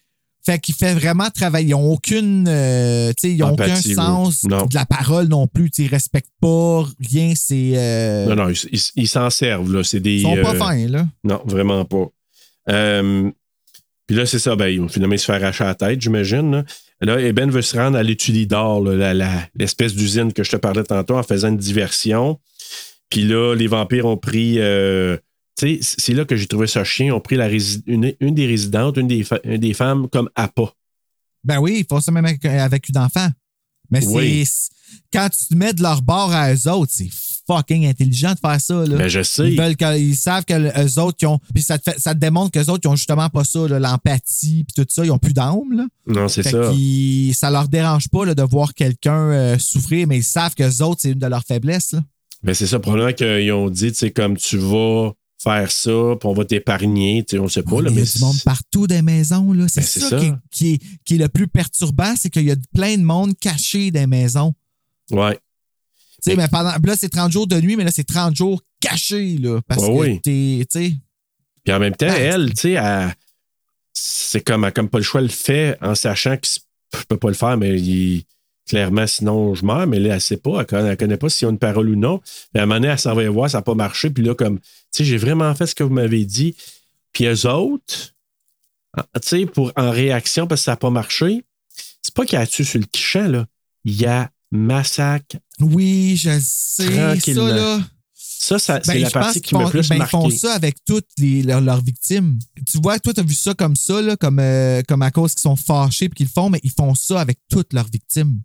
S2: fait qu'il fait vraiment travailler. Ils n'ont aucune. euh, tu sais, ils n'ont aucun
S1: Empathie, oui.
S2: sens
S1: Non.
S2: de la parole non plus. Tu sais, ils respectent pas rien. C'est. euh,
S1: Non, non, ils- ils ils s'en servent. Là. C'est des,
S2: ils sont pas
S1: euh,
S2: fins, là.
S1: Non, vraiment pas. Euh, puis là, c'est ça. Ben, ils vont finalement se faire arracher la tête, j'imagine. Là. là, Eben veut se rendre à l'Utilidor, là, la- la- l'espèce d'usine que je te parlais tantôt en faisant une diversion. Puis là, les vampires ont pris. euh, tu sais, c- c'est là que j'ai trouvé ça chien. Ils ont pris la rési- une, une des résidentes, une des, fa- une des femmes comme appât.
S2: Ben oui, ils font ça même avec, avec une enfant. Mais
S1: Oui.
S2: c'est. Quand tu te mets de leur bord à eux autres, c'est fucking intelligent de faire ça, là.
S1: Mais Ben, je sais.
S2: Ils, veulent que- ils savent que le- eux autres, qui ont. Puis ça te, fait- ça te démontre qu'eux autres, ils ont justement pas ça, là, l'empathie, puis tout ça. Ils ont plus d'âme, là.
S1: Non, c'est
S2: Fait
S1: ça.
S2: qu'ils- ça leur dérange pas là, de voir quelqu'un euh, souffrir, mais ils savent que les autres, c'est une de leurs faiblesses. là.
S1: Mais Ben, c'est ça, probablement qu'ils ont dit, tu sais, comme tu vas faire ça, puis on va t'épargner, tu sais, on sait pas, là,
S2: il y
S1: mais
S2: a du monde partout des maisons. là. C'est
S1: Ben, c'est
S2: ça,
S1: ça.
S2: Qui, qui est, qui est le plus perturbant, c'est qu'il y a plein de monde caché des maisons.
S1: ouais.
S2: Tu sais,
S1: Ben,
S2: mais pendant, là, c'est 30 jours de nuit, mais là, c'est 30 jours cachés. Là, parce
S1: Ouais,
S2: que
S1: Ben oui.
S2: t'es- tu sais,
S1: Puis en même temps,
S2: Ah,
S1: elle, tu sais, elle- c'est comme, elle a comme pas le choix, elle le fait en sachant que c'est- je peux pas le faire, mais il- clairement, sinon je meurs, mais là, elle sait pas, elle connaît, elle connaît pas s'il y a une parole ou non. Puis à un moment donné, elle s'en va y voir, ça n'a pas marché. Puis là, comme, tu sais, j'ai vraiment fait ce que vous m'avez dit. Puis eux autres, en- tu sais, pour, en réaction, parce que ça n'a pas marché, c'est pas qu'il y a dessus sur le champ, là. Il y a massacre.
S2: oui, je sais. Ça,
S1: Tranquillement.
S2: là.
S1: Ça, ça
S2: Ben,
S1: c'est la
S2: je pense
S1: partie
S2: qu'ils
S1: qui m'a
S2: font-
S1: le plus
S2: ben,
S1: marqué.
S2: Ils font ça avec toutes les- leurs, leurs victimes. Tu vois, toi, tu as vu ça comme ça, là, comme, euh, comme à cause qu'ils sont fâchés puis qu'ils le font, mais ils font ça avec toutes leurs victimes.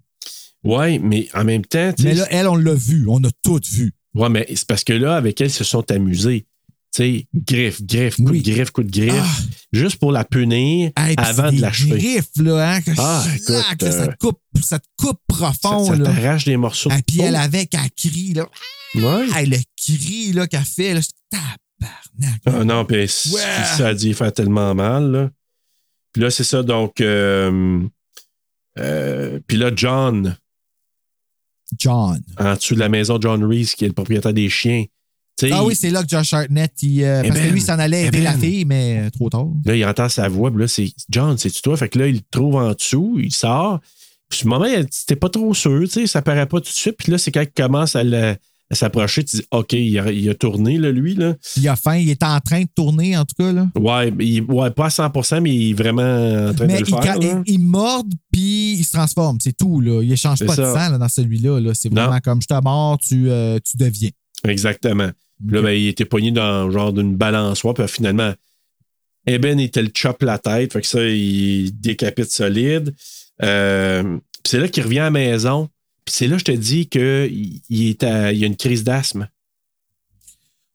S1: Ouais, mais en même temps, tu sais,
S2: Mais là, elle, on l'a vu. On a toutes vu.
S1: Ouais, mais c'est parce que là, avec elle, ils se sont amusés. Tu sais, griffe, griffe, coup
S2: Oui.
S1: de griffe, coup de griffe,
S2: Ah!
S1: juste pour la punir
S2: Hey, puis
S1: avant
S2: c'est
S1: de
S2: des
S1: l'achever.
S2: griffes, là, hein, que
S1: Ah,
S2: slack,
S1: écoute,
S2: là, ça,
S1: euh,
S2: te coupe, ça te coupe
S1: Ça,
S2: profond,
S1: ça
S2: là.
S1: t'arrache des morceaux.
S2: Et
S1: de
S2: puis
S1: peau.
S2: elle avec, elle crie, là.
S1: Ouais.
S2: Hey, le cri, là, qu'elle fait, là, je- tabarnak.
S1: Ah non, puis c-
S2: Ouais.
S1: ça a dû faire tellement mal. Là. Puis là, c'est ça, donc. euh, euh, puis là, John,
S2: John.
S1: en dessous de la maison, John Reese, qui est le propriétaire des chiens. tu sais,
S2: Ah oui,
S1: il-
S2: c'est là que Josh Hartnett, il, euh,
S1: Eh
S2: parce que
S1: ben,
S2: lui, il s'en allait
S1: eh
S2: aider la
S1: ben.
S2: fille, mais euh, trop tard.
S1: Là, il entend sa voix, puis là, c'est John, c'est-tu toi? Fait que là, il le trouve en dessous, il sort. Puis ce moment, il- t'es pas trop sûr, tu sais, ça paraît pas tout de suite. Puis là, c'est quand il commence à, le- à s'approcher, tu dis, OK, il a, il a tourné, là, lui, là.
S2: Il a faim, il est en train de tourner, en tout cas, là.
S1: Ouais, mais il- ouais, pas à 100 mais il est vraiment en train
S2: Mais
S1: de le
S2: il,
S1: faire.
S2: ca-
S1: là.
S2: il- il morde, puis il se transforme, c'est tout, là. Il échange
S1: C'est
S2: pas de
S1: ça.
S2: sang, là, dans celui-là, là. C'est
S1: Non.
S2: vraiment comme, je te mords, tu, euh, tu deviens.
S1: Exactement. Puis là, ben, il était poigné dans genre d'une balançoire, puis finalement, Eben, il te le chope la tête, fait que ça, il décapite solide. Euh, puis c'est là qu'il revient à la maison, puis c'est là, je te dis, qu'il il est à- il a une crise d'asthme.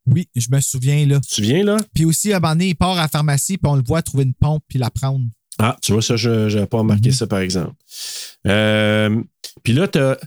S2: Oui, je me souviens, là.
S1: Tu te souviens, là?
S2: Puis aussi, à un moment donné, il part à la pharmacie, puis on le voit trouver une pompe, puis la prendre.
S1: Ah, tu vois, ça, je n'avais pas remarqué
S2: Mhm.
S1: ça, par exemple. Euh, Puis là, t'as-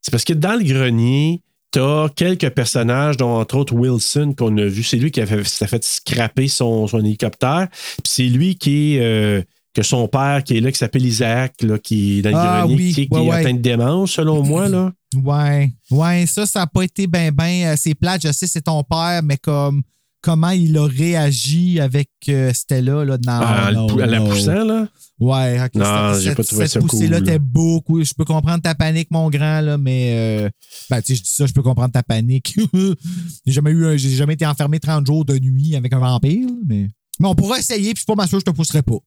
S1: c'est parce que dans le grenier, tu as quelques personnages, dont entre autres Wilson, qu'on a vu. C'est lui qui a fait, ça a fait scraper son, son hélicoptère. Puis c'est lui qui est. euh, que son père, qui est là, qui s'appelle Isaac, là, qui est dans le
S2: Ah,
S1: grenier,
S2: oui,
S1: qui, est- qui
S2: ouais,
S1: est
S2: ouais.
S1: atteint de démence,
S2: *laughs*
S1: selon moi. Là.
S2: Ouais, ouais, ça, ça n'a pas été ben, ben. euh, c'est plate, je sais, c'est ton père, mais comme comment il a réagi avec euh, Stella, là, dans
S1: Ah, le pou- à la poussant, là. *laughs*
S2: Ouais, ok.
S1: Non,
S2: cette-
S1: j'ai pas
S2: cette-
S1: trouvé ça
S2: cette poussée-là,
S1: cool.
S2: t'es beaucoup. Je peux comprendre ta panique, mon grand, là, mais. euh, ben, tu sais, je dis ça, je peux comprendre ta panique. *laughs* j'ai jamais eu un- J'ai jamais été enfermé 30 jours de nuit avec un vampire, là, mais. Mais on pourrait essayer, puis je suis pas mal sûr que je te pousserai pas.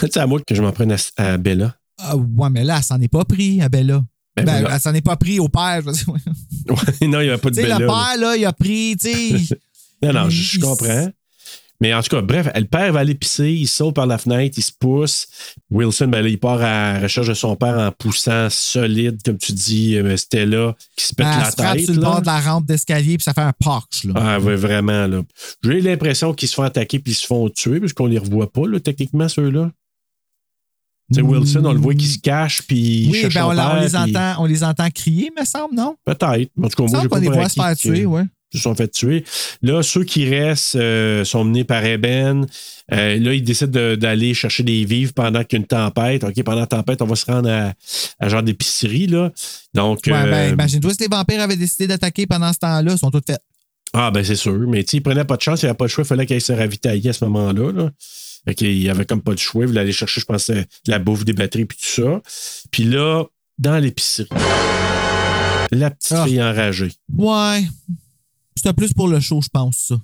S1: c'est à moi que je m'en prenne à, à Bella.
S2: Ah, ouais, mais là, elle s'en est pas pris, à Bella.
S1: Ben, *laughs*
S2: Ben,
S1: Bella.
S2: elle s'en est pas pris au père, je veux dire.
S1: non, il n'y a pas de
S2: Tu sais,
S1: Bella.
S2: le
S1: là.
S2: père, là, il a pris, tu sais.
S1: Non, non, je, je comprends. Mais en tout cas, bref, le père va aller pisser, il saute par la fenêtre, il se pousse. Wilson, ben là, il part à la recherche de son père en poussant solide, comme tu dis, euh, Stella, qui se *laughs* pète
S2: Ah, elle
S1: la
S2: se frappe
S1: tête.
S2: sur le
S1: là.
S2: bord de la rampe d'escalier, puis ça fait un porche, là.
S1: Ah ouais, vraiment, là. J'ai l'impression qu'ils se font attaquer puis ils se font tuer, puisqu'on les revoit pas, là, techniquement, ceux-là. Tu sais, Wilson, on le voit qui se cache, puis il
S2: Mm. Oui,
S1: cherche
S2: ben,
S1: son
S2: on, la- on
S1: père,
S2: les
S1: puis-
S2: entend, on les entend crier, me semble, non?
S1: Peut-être. En tout cas,
S2: Il
S1: moi, j'ai
S2: semble qu'on
S1: pas
S2: les
S1: pour
S2: voit se faire
S1: acquis que-
S2: tuer, ouais.
S1: se sont fait tuer. Là, ceux qui restent euh, sont menés par Eben. Euh, là, ils décident de- d'aller chercher des vivres pendant qu'il y a une tempête. OK, pendant la tempête, on va se rendre à, à genre d'épicerie, là. Donc,
S2: Ouais,
S1: euh,
S2: ben, imagine-toi si les vampires avaient décidé d'attaquer pendant ce temps-là, ils sont tous faits.
S1: ah, ben, c'est sûr. Mais tu sais, ils prenaient pas de chance, il n'y avait pas le choix. Il fallait qu'ils se ravitaillent à ce moment-là, là. Fait qu'il y avait comme pas de choix. Ils voulaient aller chercher, je pense, euh, la bouffe, des batteries, puis tout ça. Puis là, dans l'épicerie, la petite
S2: Ah.
S1: fille enragée.
S2: Ouais. C'était plus pour le show, je pense, ça.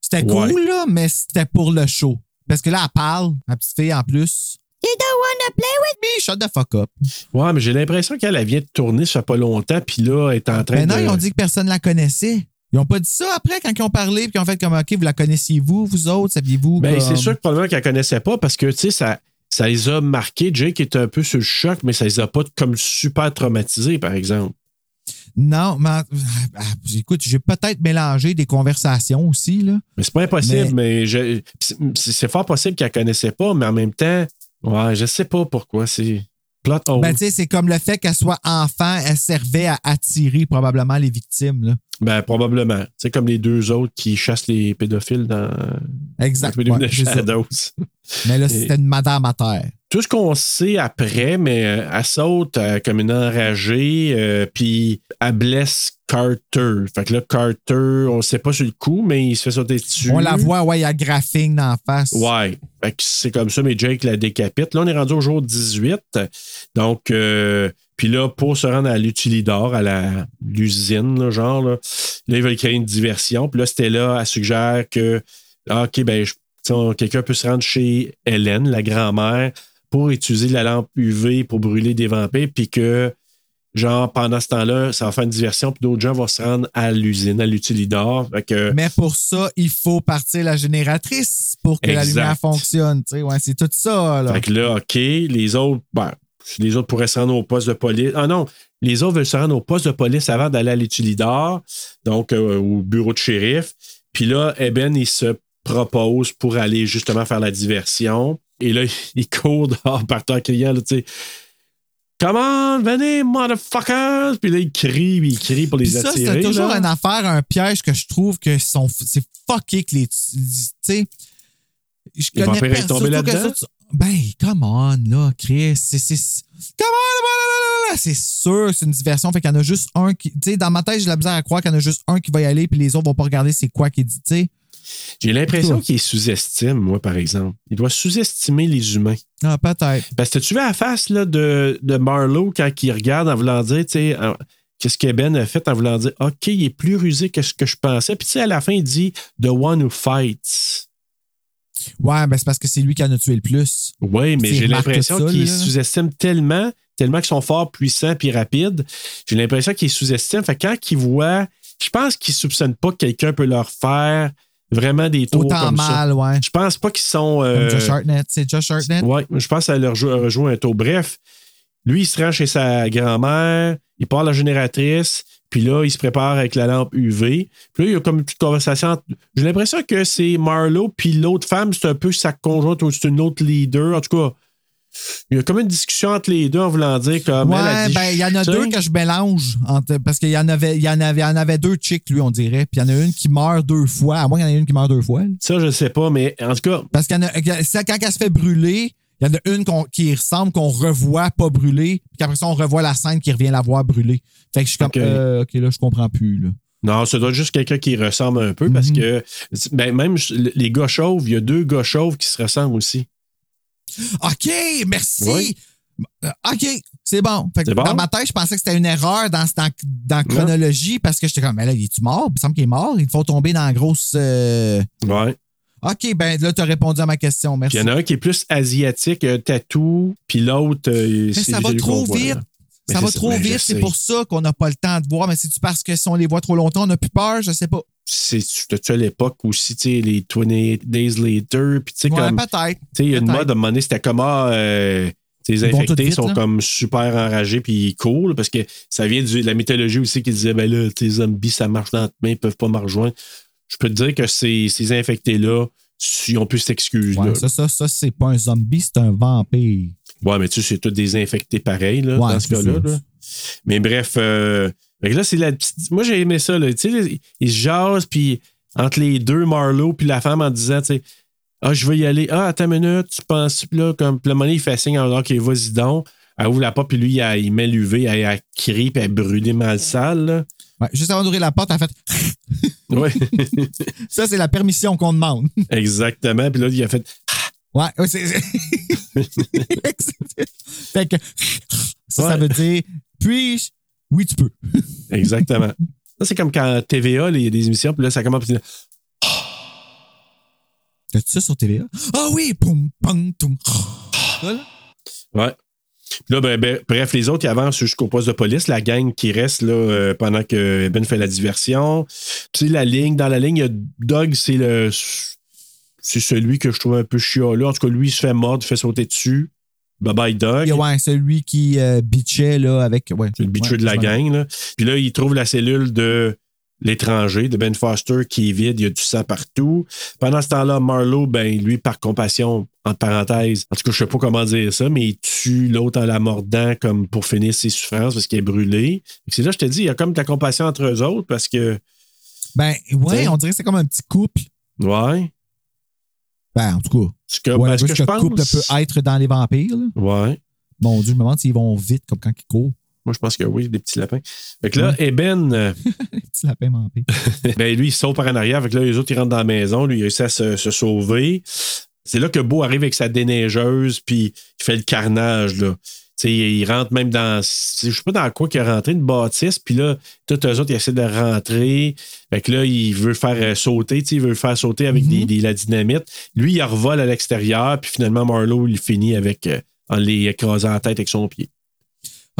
S2: C'était
S1: Ouais.
S2: cool, là, mais c'était pour le show. Parce que là, elle parle, la petite fille en plus.
S3: You don't wanna play with
S2: Mais shut the fuck up.
S1: Ouais, mais j'ai l'impression qu'elle elle vient de tourner, ça fait pas longtemps, puis là, elle est en train
S2: Mais Ben non,
S1: de.
S2: ils ont dit que personne la connaissait. Ils n'ont pas dit ça après quand ils ont parlé, puis qu'ils ont fait comme, OK, vous la connaissiez-vous, vous autres, saviez-vous?
S1: Ben,
S2: comme-
S1: c'est sûr que probablement qu'elle connaissait pas parce que, tu sais, ça, ça les a marqués. Jake était un peu sur le choc, mais ça les a pas comme super traumatisés, par exemple.
S2: Non, mais ah, ah, écoute, j'ai peut-être mélangé des conversations aussi, là.
S1: Mais c'est pas impossible, mais, je- c'est- c'est fort possible qu'elle connaissait pas, mais en même temps, ouais, je sais pas pourquoi. C'est plot hole.
S2: Ben, tu sais, c'est comme le fait qu'elle soit enfant, elle servait à attirer probablement les victimes, là.
S1: Ben, probablement. C'est comme les deux autres qui chassent les pédophiles dans
S2: Exact.
S1: Pretty Women
S2: ouais, c'est ça.
S1: Shadows.
S2: Mais là,
S1: Et-
S2: c'était une madame à terre.
S1: Tout ce qu'on sait après, mais euh, elle saute euh, comme une enragée, euh, puis elle blesse Carter. Fait que là, Carter, on sait pas sur le coup, mais il se fait sauter dessus.
S2: On la voit, ouais, il y a graphing d'en face.
S1: Ouais. Fait que c'est comme ça, mais Jake la décapite. Là, on est rendu au jour 18. Donc, euh, puis là, pour se rendre à l'utilidor, à la- l'usine, là, genre, là, là, ils veulent créer une diversion. Puis là, Stella, elle suggère que, ah, OK, ben, je- tu sais, on- quelqu'un peut se rendre chez Hélène, la grand-mère, pour utiliser la lampe UV pour brûler des vampires, puis que, genre, pendant ce temps-là, ça va faire une diversion, puis d'autres gens vont se rendre à l'usine, à l'utilidor. Fait que,
S2: Mais pour ça, il faut partir la génératrice pour que la
S1: Exact.
S2: lumière fonctionne. tu sais. Ouais, c'est tout ça. Là.
S1: Fait que là, OK, les autres, ben, les autres pourraient se rendre au poste de police. Ah non, les autres veulent se rendre au poste de police avant d'aller à l'utilidor, donc euh, au bureau de shérif. Puis là, Eben, il se propose pour aller justement faire la diversion. Et là, *laughs* il court dehors par terre en criant, là, tu sais. Come on, venez, motherfuckers! Puis là, il crie, il crie pour les
S2: Puis ça,
S1: attirer.
S2: c'est toujours
S1: là.
S2: une affaire, un piège que je trouve que sont- c'est fucké que les. Tu sais, je
S1: Les
S2: connais
S1: vampires
S2: personne.
S1: est tombé
S2: surtout que
S1: là-dedans?
S2: ça, tu- Ben, come on, là, Chris. C'est, c'est, come on, là, là, là, là, là. c'est sûr, c'est une diversion. Fait qu'il y en a juste un qui. Tu sais, dans ma tête, j'ai de la misère à croire qu'il y en a juste un qui va y aller, puis les autres vont pas regarder c'est quoi qu'il dit, tu sais.
S1: J'ai l'impression qu'il sous-estime, moi, par exemple. Il doit sous-estimer les humains.
S2: Ah, peut-être.
S1: Parce que tu vois la face là, de, de Marlowe quand il regarde en voulant dire, tu sais, en- qu'est-ce qu'Eben a fait en voulant dire, OK, il est plus rusé que ce que je pensais. Puis tu sais, à la fin, il dit, The one who fights.
S2: Ouais, ben, c'est parce que c'est lui qui en a tué le plus.
S1: Oui, mais
S2: C'est
S1: j'ai
S2: remarque
S1: l'impression
S2: ça,
S1: qu'il
S2: là.
S1: sous-estime tellement, tellement qu'ils sont forts, puissants puis rapides. J'ai l'impression qu'il sous-estime. Fait que quand il voit, je pense qu'il ne soupçonne pas que quelqu'un peut leur faire vraiment des tours
S2: Autant
S1: Oh, comme ça.
S2: mal, ouais.
S1: Je pense pas qu'ils sont.
S2: Comme
S1: euh,
S2: Josh Hartnett. C'est Josh Hartnett.
S1: Ouais, je pense qu'elle leur rejoint un taux. Bref, lui, il se rend chez sa grand-mère, il part la génératrice, puis là, il se prépare avec la lampe UV. Puis là, il y a comme une petite conversation. entre- J'ai l'impression que c'est Marlowe, puis l'autre femme, c'est un peu sa conjointe ou c'est une autre leader. En tout cas, il y a comme une discussion entre les deux en voulant dire comme. elle a
S2: Ouais,
S1: dit,
S2: ben, il y en a
S1: tu sais,
S2: deux que je mélange. entre- parce qu'il y en avait, il y en avait, il y en avait deux chicks, lui, on dirait. Puis il y en a une qui meurt deux fois. À moins qu'il y en ait une qui meurt deux fois. là.
S1: Ça, je sais pas, mais en tout cas,
S2: Parce qu'il y en a, ça, quand elle se fait brûler, il y en a une qu'on- qui ressemble, qu'on revoit pas brûler. Puis après ça, on revoit la scène qui revient la voir brûler. Fait que je suis comme,
S1: Ok.
S2: euh, OK, là, je comprends plus, là.
S1: Non, ça doit être juste quelqu'un qui ressemble un peu
S2: Mhm.
S1: parce que ben, même les gars chauves, il y a deux gars chauves qui se ressemblent aussi.
S2: OK, merci.
S1: Oui.
S2: Euh, OK, c'est bon. Fait que
S1: C'est bon?
S2: Dans ma tête, je pensais que c'était une erreur dans, dans, dans la chronologie parce que j'étais comme, mais là, il est-tu mort? Il me semble qu'il est mort. Il faut tomber dans la grosse. euh,
S1: Ouais.
S2: OK, ben là, tu as répondu à ma question. Merci.
S1: Puis il y en a un qui est plus asiatique, un tatou, puis l'autre, euh,
S2: Mais
S1: c'est
S2: ça va
S1: celui qu'on
S2: trop
S1: voit,
S2: vite.
S1: là. Mais
S2: Ça va
S1: c'est
S2: trop
S1: ben, je
S2: vite. C'est
S1: sais.
S2: pour ça qu'on n'a pas le temps de voir. Mais c'est-tu parce que si on les voit trop longtemps, on n'a plus peur? Je sais pas.
S1: C'est c'était-tu à l'époque aussi, tu sais, les 20 Days Later, puis tu sais,
S2: Ouais,
S1: comme, tu
S2: peut-être.
S1: sais, il y a une
S2: peut-être.
S1: mode, à un moment donné, c'était comme, ah, euh, tu sais, les
S2: Ils vont tout
S1: infectés
S2: vite,
S1: sont
S2: là.
S1: comme super enragés, puis ils courent, là, parce que ça vient du- de la mythologie aussi qui disait, ben là, tes zombies, ça marche lentement, ils peuvent pas me rejoindre. Je peux te dire que ces, ces infectés-là, ils ont plus cette excuse-là.
S2: Ouais, ça, ça, ça, c'est pas un zombie, c'est un vampire.
S1: Ouais, mais tu sais, c'est tout désinfecté pareil, là,
S2: Ouais,
S1: dans ce
S2: c'est
S1: cas-là.
S2: ça.
S1: là. Mais bref, euh, fait que là, c'est la petite. Moi, j'ai aimé ça, là. Tu sais, ils se jasent, puis entre les deux, Marlowe, puis la femme, en disant, tu sais, ah, je veux y aller. Ah, attends une minute, tu penses, puis là, comme, puis le moment, il fait signe, alors qu'il vas-y donc. Elle ouvre la porte, puis lui, il, il met l'UV, elle, elle crie, puis elle brûle mal sale, là.
S2: Ouais, juste avant d'ouvrir la porte, en fait, *laughs*
S1: Ouais,
S2: ça, c'est la permission qu'on demande.
S1: *laughs* exactement. Puis là, il a fait,
S2: Ouais, ouais, c'est. *laughs* c'est- fait que. Ça, ça
S1: Ouais.
S2: veut dire, puis-je? Oui, tu peux.
S1: exactement. Ça, c'est comme quand TVA, là, il y a des émissions, puis là, ça commence, puis
S2: T'as-tu ça sur TVA? Ah oui! Poum, pam, toum. Ça, là?
S1: Ouais. Là, ben, ben, bref, les autres, ils avancent jusqu'au poste de police. La gang qui reste là, euh, pendant que Ben fait la diversion. Tu sais, la ligne, dans la ligne, il y a Doug, c'est le. C'est celui que je trouve un peu chiant là. En tout cas, lui, il se fait mordre, il fait sauter dessus. Bye bye, Doug.
S2: Et ouais, celui qui euh, bitchait, là, avec. Ouais,
S1: C'est le bitcheux
S2: Ouais,
S1: de la
S2: c'est
S1: gang. Là. Puis là, il trouve la cellule de l'étranger, de Ben Foster, qui est vide, il y a du sang partout. Pendant ce temps-là, Marlowe, ben, lui, par compassion, entre parenthèses, en tout cas, je sais pas comment dire ça, mais il tue l'autre en la mordant comme pour finir ses souffrances parce qu'il est brûlé. Et C'est là, je te dis, il y a comme de la compassion entre eux autres parce que,
S2: Ben, ouais,
S1: T'sais.
S2: on dirait que c'est comme un petit couple.
S1: ouais,
S2: Ben, en tout cas.
S1: c'est comme,
S2: Ouais,
S1: Euh, parce
S2: juste
S1: que je
S2: le
S1: pense...
S2: couple peut être dans les vampires, là.
S1: Ouais.
S2: Mon Dieu, je me demande s'ils vont vite, comme quand ils courent. *laughs*
S1: Moi, je pense que oui, des petits lapins. Fait que là, Eben, euh,
S2: Les petits lapins vampires.
S1: *laughs* Ben, lui, il saute par en arrière. Fait que là, les autres, ils rentrent dans la maison. Lui, il réussit à se, se sauver. C'est là que Beau arrive avec sa déneigeuse, puis il fait le carnage, là. Tu sais, il rentre même dans. Je sais pas dans quoi qu'il est rentré, une bâtisse, puis là, tous eux autres, ils essaient de rentrer. Fait que là, il veut faire euh, sauter, tu sais, il veut le faire sauter avec
S2: Mhm.
S1: des- des- la dynamite. Lui, il revole à l'extérieur, puis finalement, Marlowe, il finit avec. euh, en les écrasant la tête avec son pied.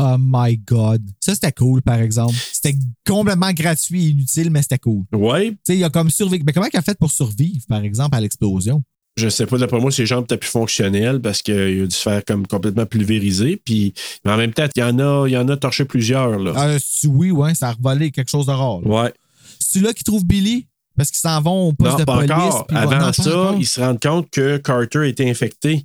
S2: Oh my God. Ça, c'était cool, par exemple. C'était complètement gratuit et inutile, mais c'était cool.
S1: Ouais,
S2: Tu sais, il a comme survécu. Mais comment il a fait pour survivre, par exemple, à l'explosion?
S1: Je sais pas, d'après moi, ses jambes étaient plus fonctionnelles parce qu'il a dû se faire comme complètement pulvériser. Puis, mais en même temps, il y en a, il y en a torché plusieurs, là.
S2: Ah, si oui, ouais, ça a revolé quelque chose de rare. là.
S1: ouais.
S2: C'est là qui trouve Billy? Parce qu'ils s'en vont au poste
S1: Non,
S2: de
S1: pas
S2: police.
S1: encore.
S2: puis ils vont-
S1: Avant
S2: non, pas
S1: ça,
S2: encore.
S1: ils se rendent compte que Carter était infecté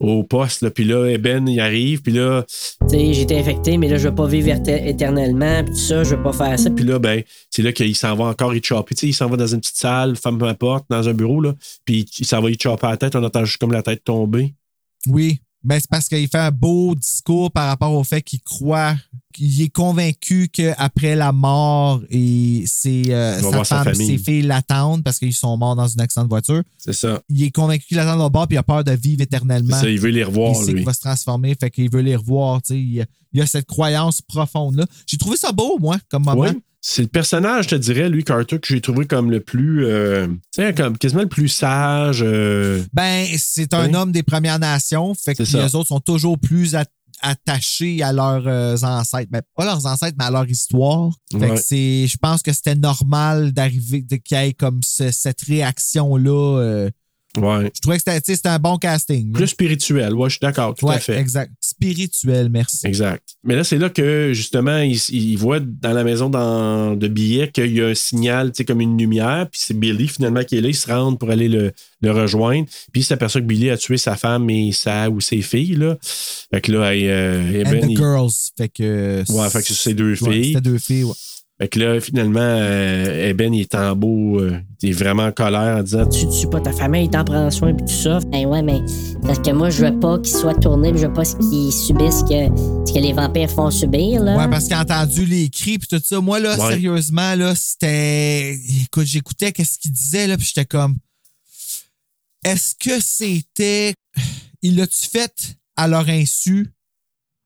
S1: au poste, là. Puis là, Eben, il arrive. Puis là,
S9: Tu sais, j'étais infecté, mais là, je veux pas vivre éter- éternellement, puis tout ça, je veux pas faire ça.
S1: puis là, ben, c'est là qu'il s'en va encore y chopper. Tu sais, il s'en va dans une petite salle, femme à porte, dans un bureau, là. Puis il s'en va y chopper la tête. On entend juste comme la tête tomber.
S2: Oui, mais c'est parce qu'il fait un beau discours par rapport au fait qu'il croit, qu'il est convaincu qu'après la mort, et ses, euh,
S1: Il va
S2: sa
S1: voir sa
S2: femme et ses
S1: famille.
S2: filles l'attendent parce qu'ils sont morts dans un accident de voiture.
S1: C'est ça.
S2: Il est convaincu qu'il attend leur bord puis il a peur de vivre
S1: C'est
S2: éternellement.
S1: ça, il veut les
S2: il
S1: revoir,
S2: sait
S1: lui.
S2: qu'il va se transformer, fait qu'il veut les revoir. tu sais. Il, y a- il y a cette croyance profonde-là. J'ai trouvé ça beau, moi, comme moment.
S1: Ouais. C'est le personnage, je te dirais, lui, Carter, que j'ai trouvé comme le plus. euh, tu sais, comme quasiment le plus sage. euh,
S2: Ben, c'est un
S1: Oui.
S2: homme des Premières Nations, fait que
S1: C'est ça.
S2: les autres sont toujours plus at- attachés à leurs euh, ancêtres. Ben, pas leurs ancêtres, mais à leur histoire. Fait
S1: Ouais.
S2: que c'est, je pense que c'était normal d'arriver, de- qu'il y ait comme ce- cette réaction-là. euh.
S1: ouais.
S2: je trouvais que c'était, tu sais, c'était un bon casting.
S1: Plus spirituel. Ouais, je suis d'accord, tout
S2: Mm-hmm. ouais,
S1: à fait.
S2: exact. Spirituel, merci.
S1: Exact. Mais là, c'est là que, justement, il, il voit dans la maison dans- de billets qu'il y a un signal, tu sais, comme une lumière. Puis c'est Billy, finalement, qui est là. Il se rend pour aller le, le rejoindre. Puis il s'aperçoit que Billy a tué sa femme et sa ou ses filles, là. Fait que là, elle, euh,
S2: And
S1: Eben,
S2: the
S1: il-
S2: girls, fait que.
S1: Ouais, fait que c'est ses deux
S2: ouais,
S1: filles.
S2: c'était deux filles, ouais.
S1: Fait que là, finalement, euh, Eben, il est en beau. euh, il est vraiment en colère en disant
S9: Tu tues pas ta famille, t'en prends soin, puis tout ça.
S3: Ben ouais, mais parce que moi, je veux pas qu'ils soient tournés, puis je veux pas qu'ils subissent que, ce que les vampires font subir, là.
S9: Hein?
S2: Ouais, parce qu'il a entendu les cris puis tout ça. Moi, là,
S1: Ouais.
S2: sérieusement, là, c'était. Écoute, j'écoutais qu'est-ce qu'il disait, là, puis j'étais comme. Est-ce que c'était. Il l'a-tu fait à leur insu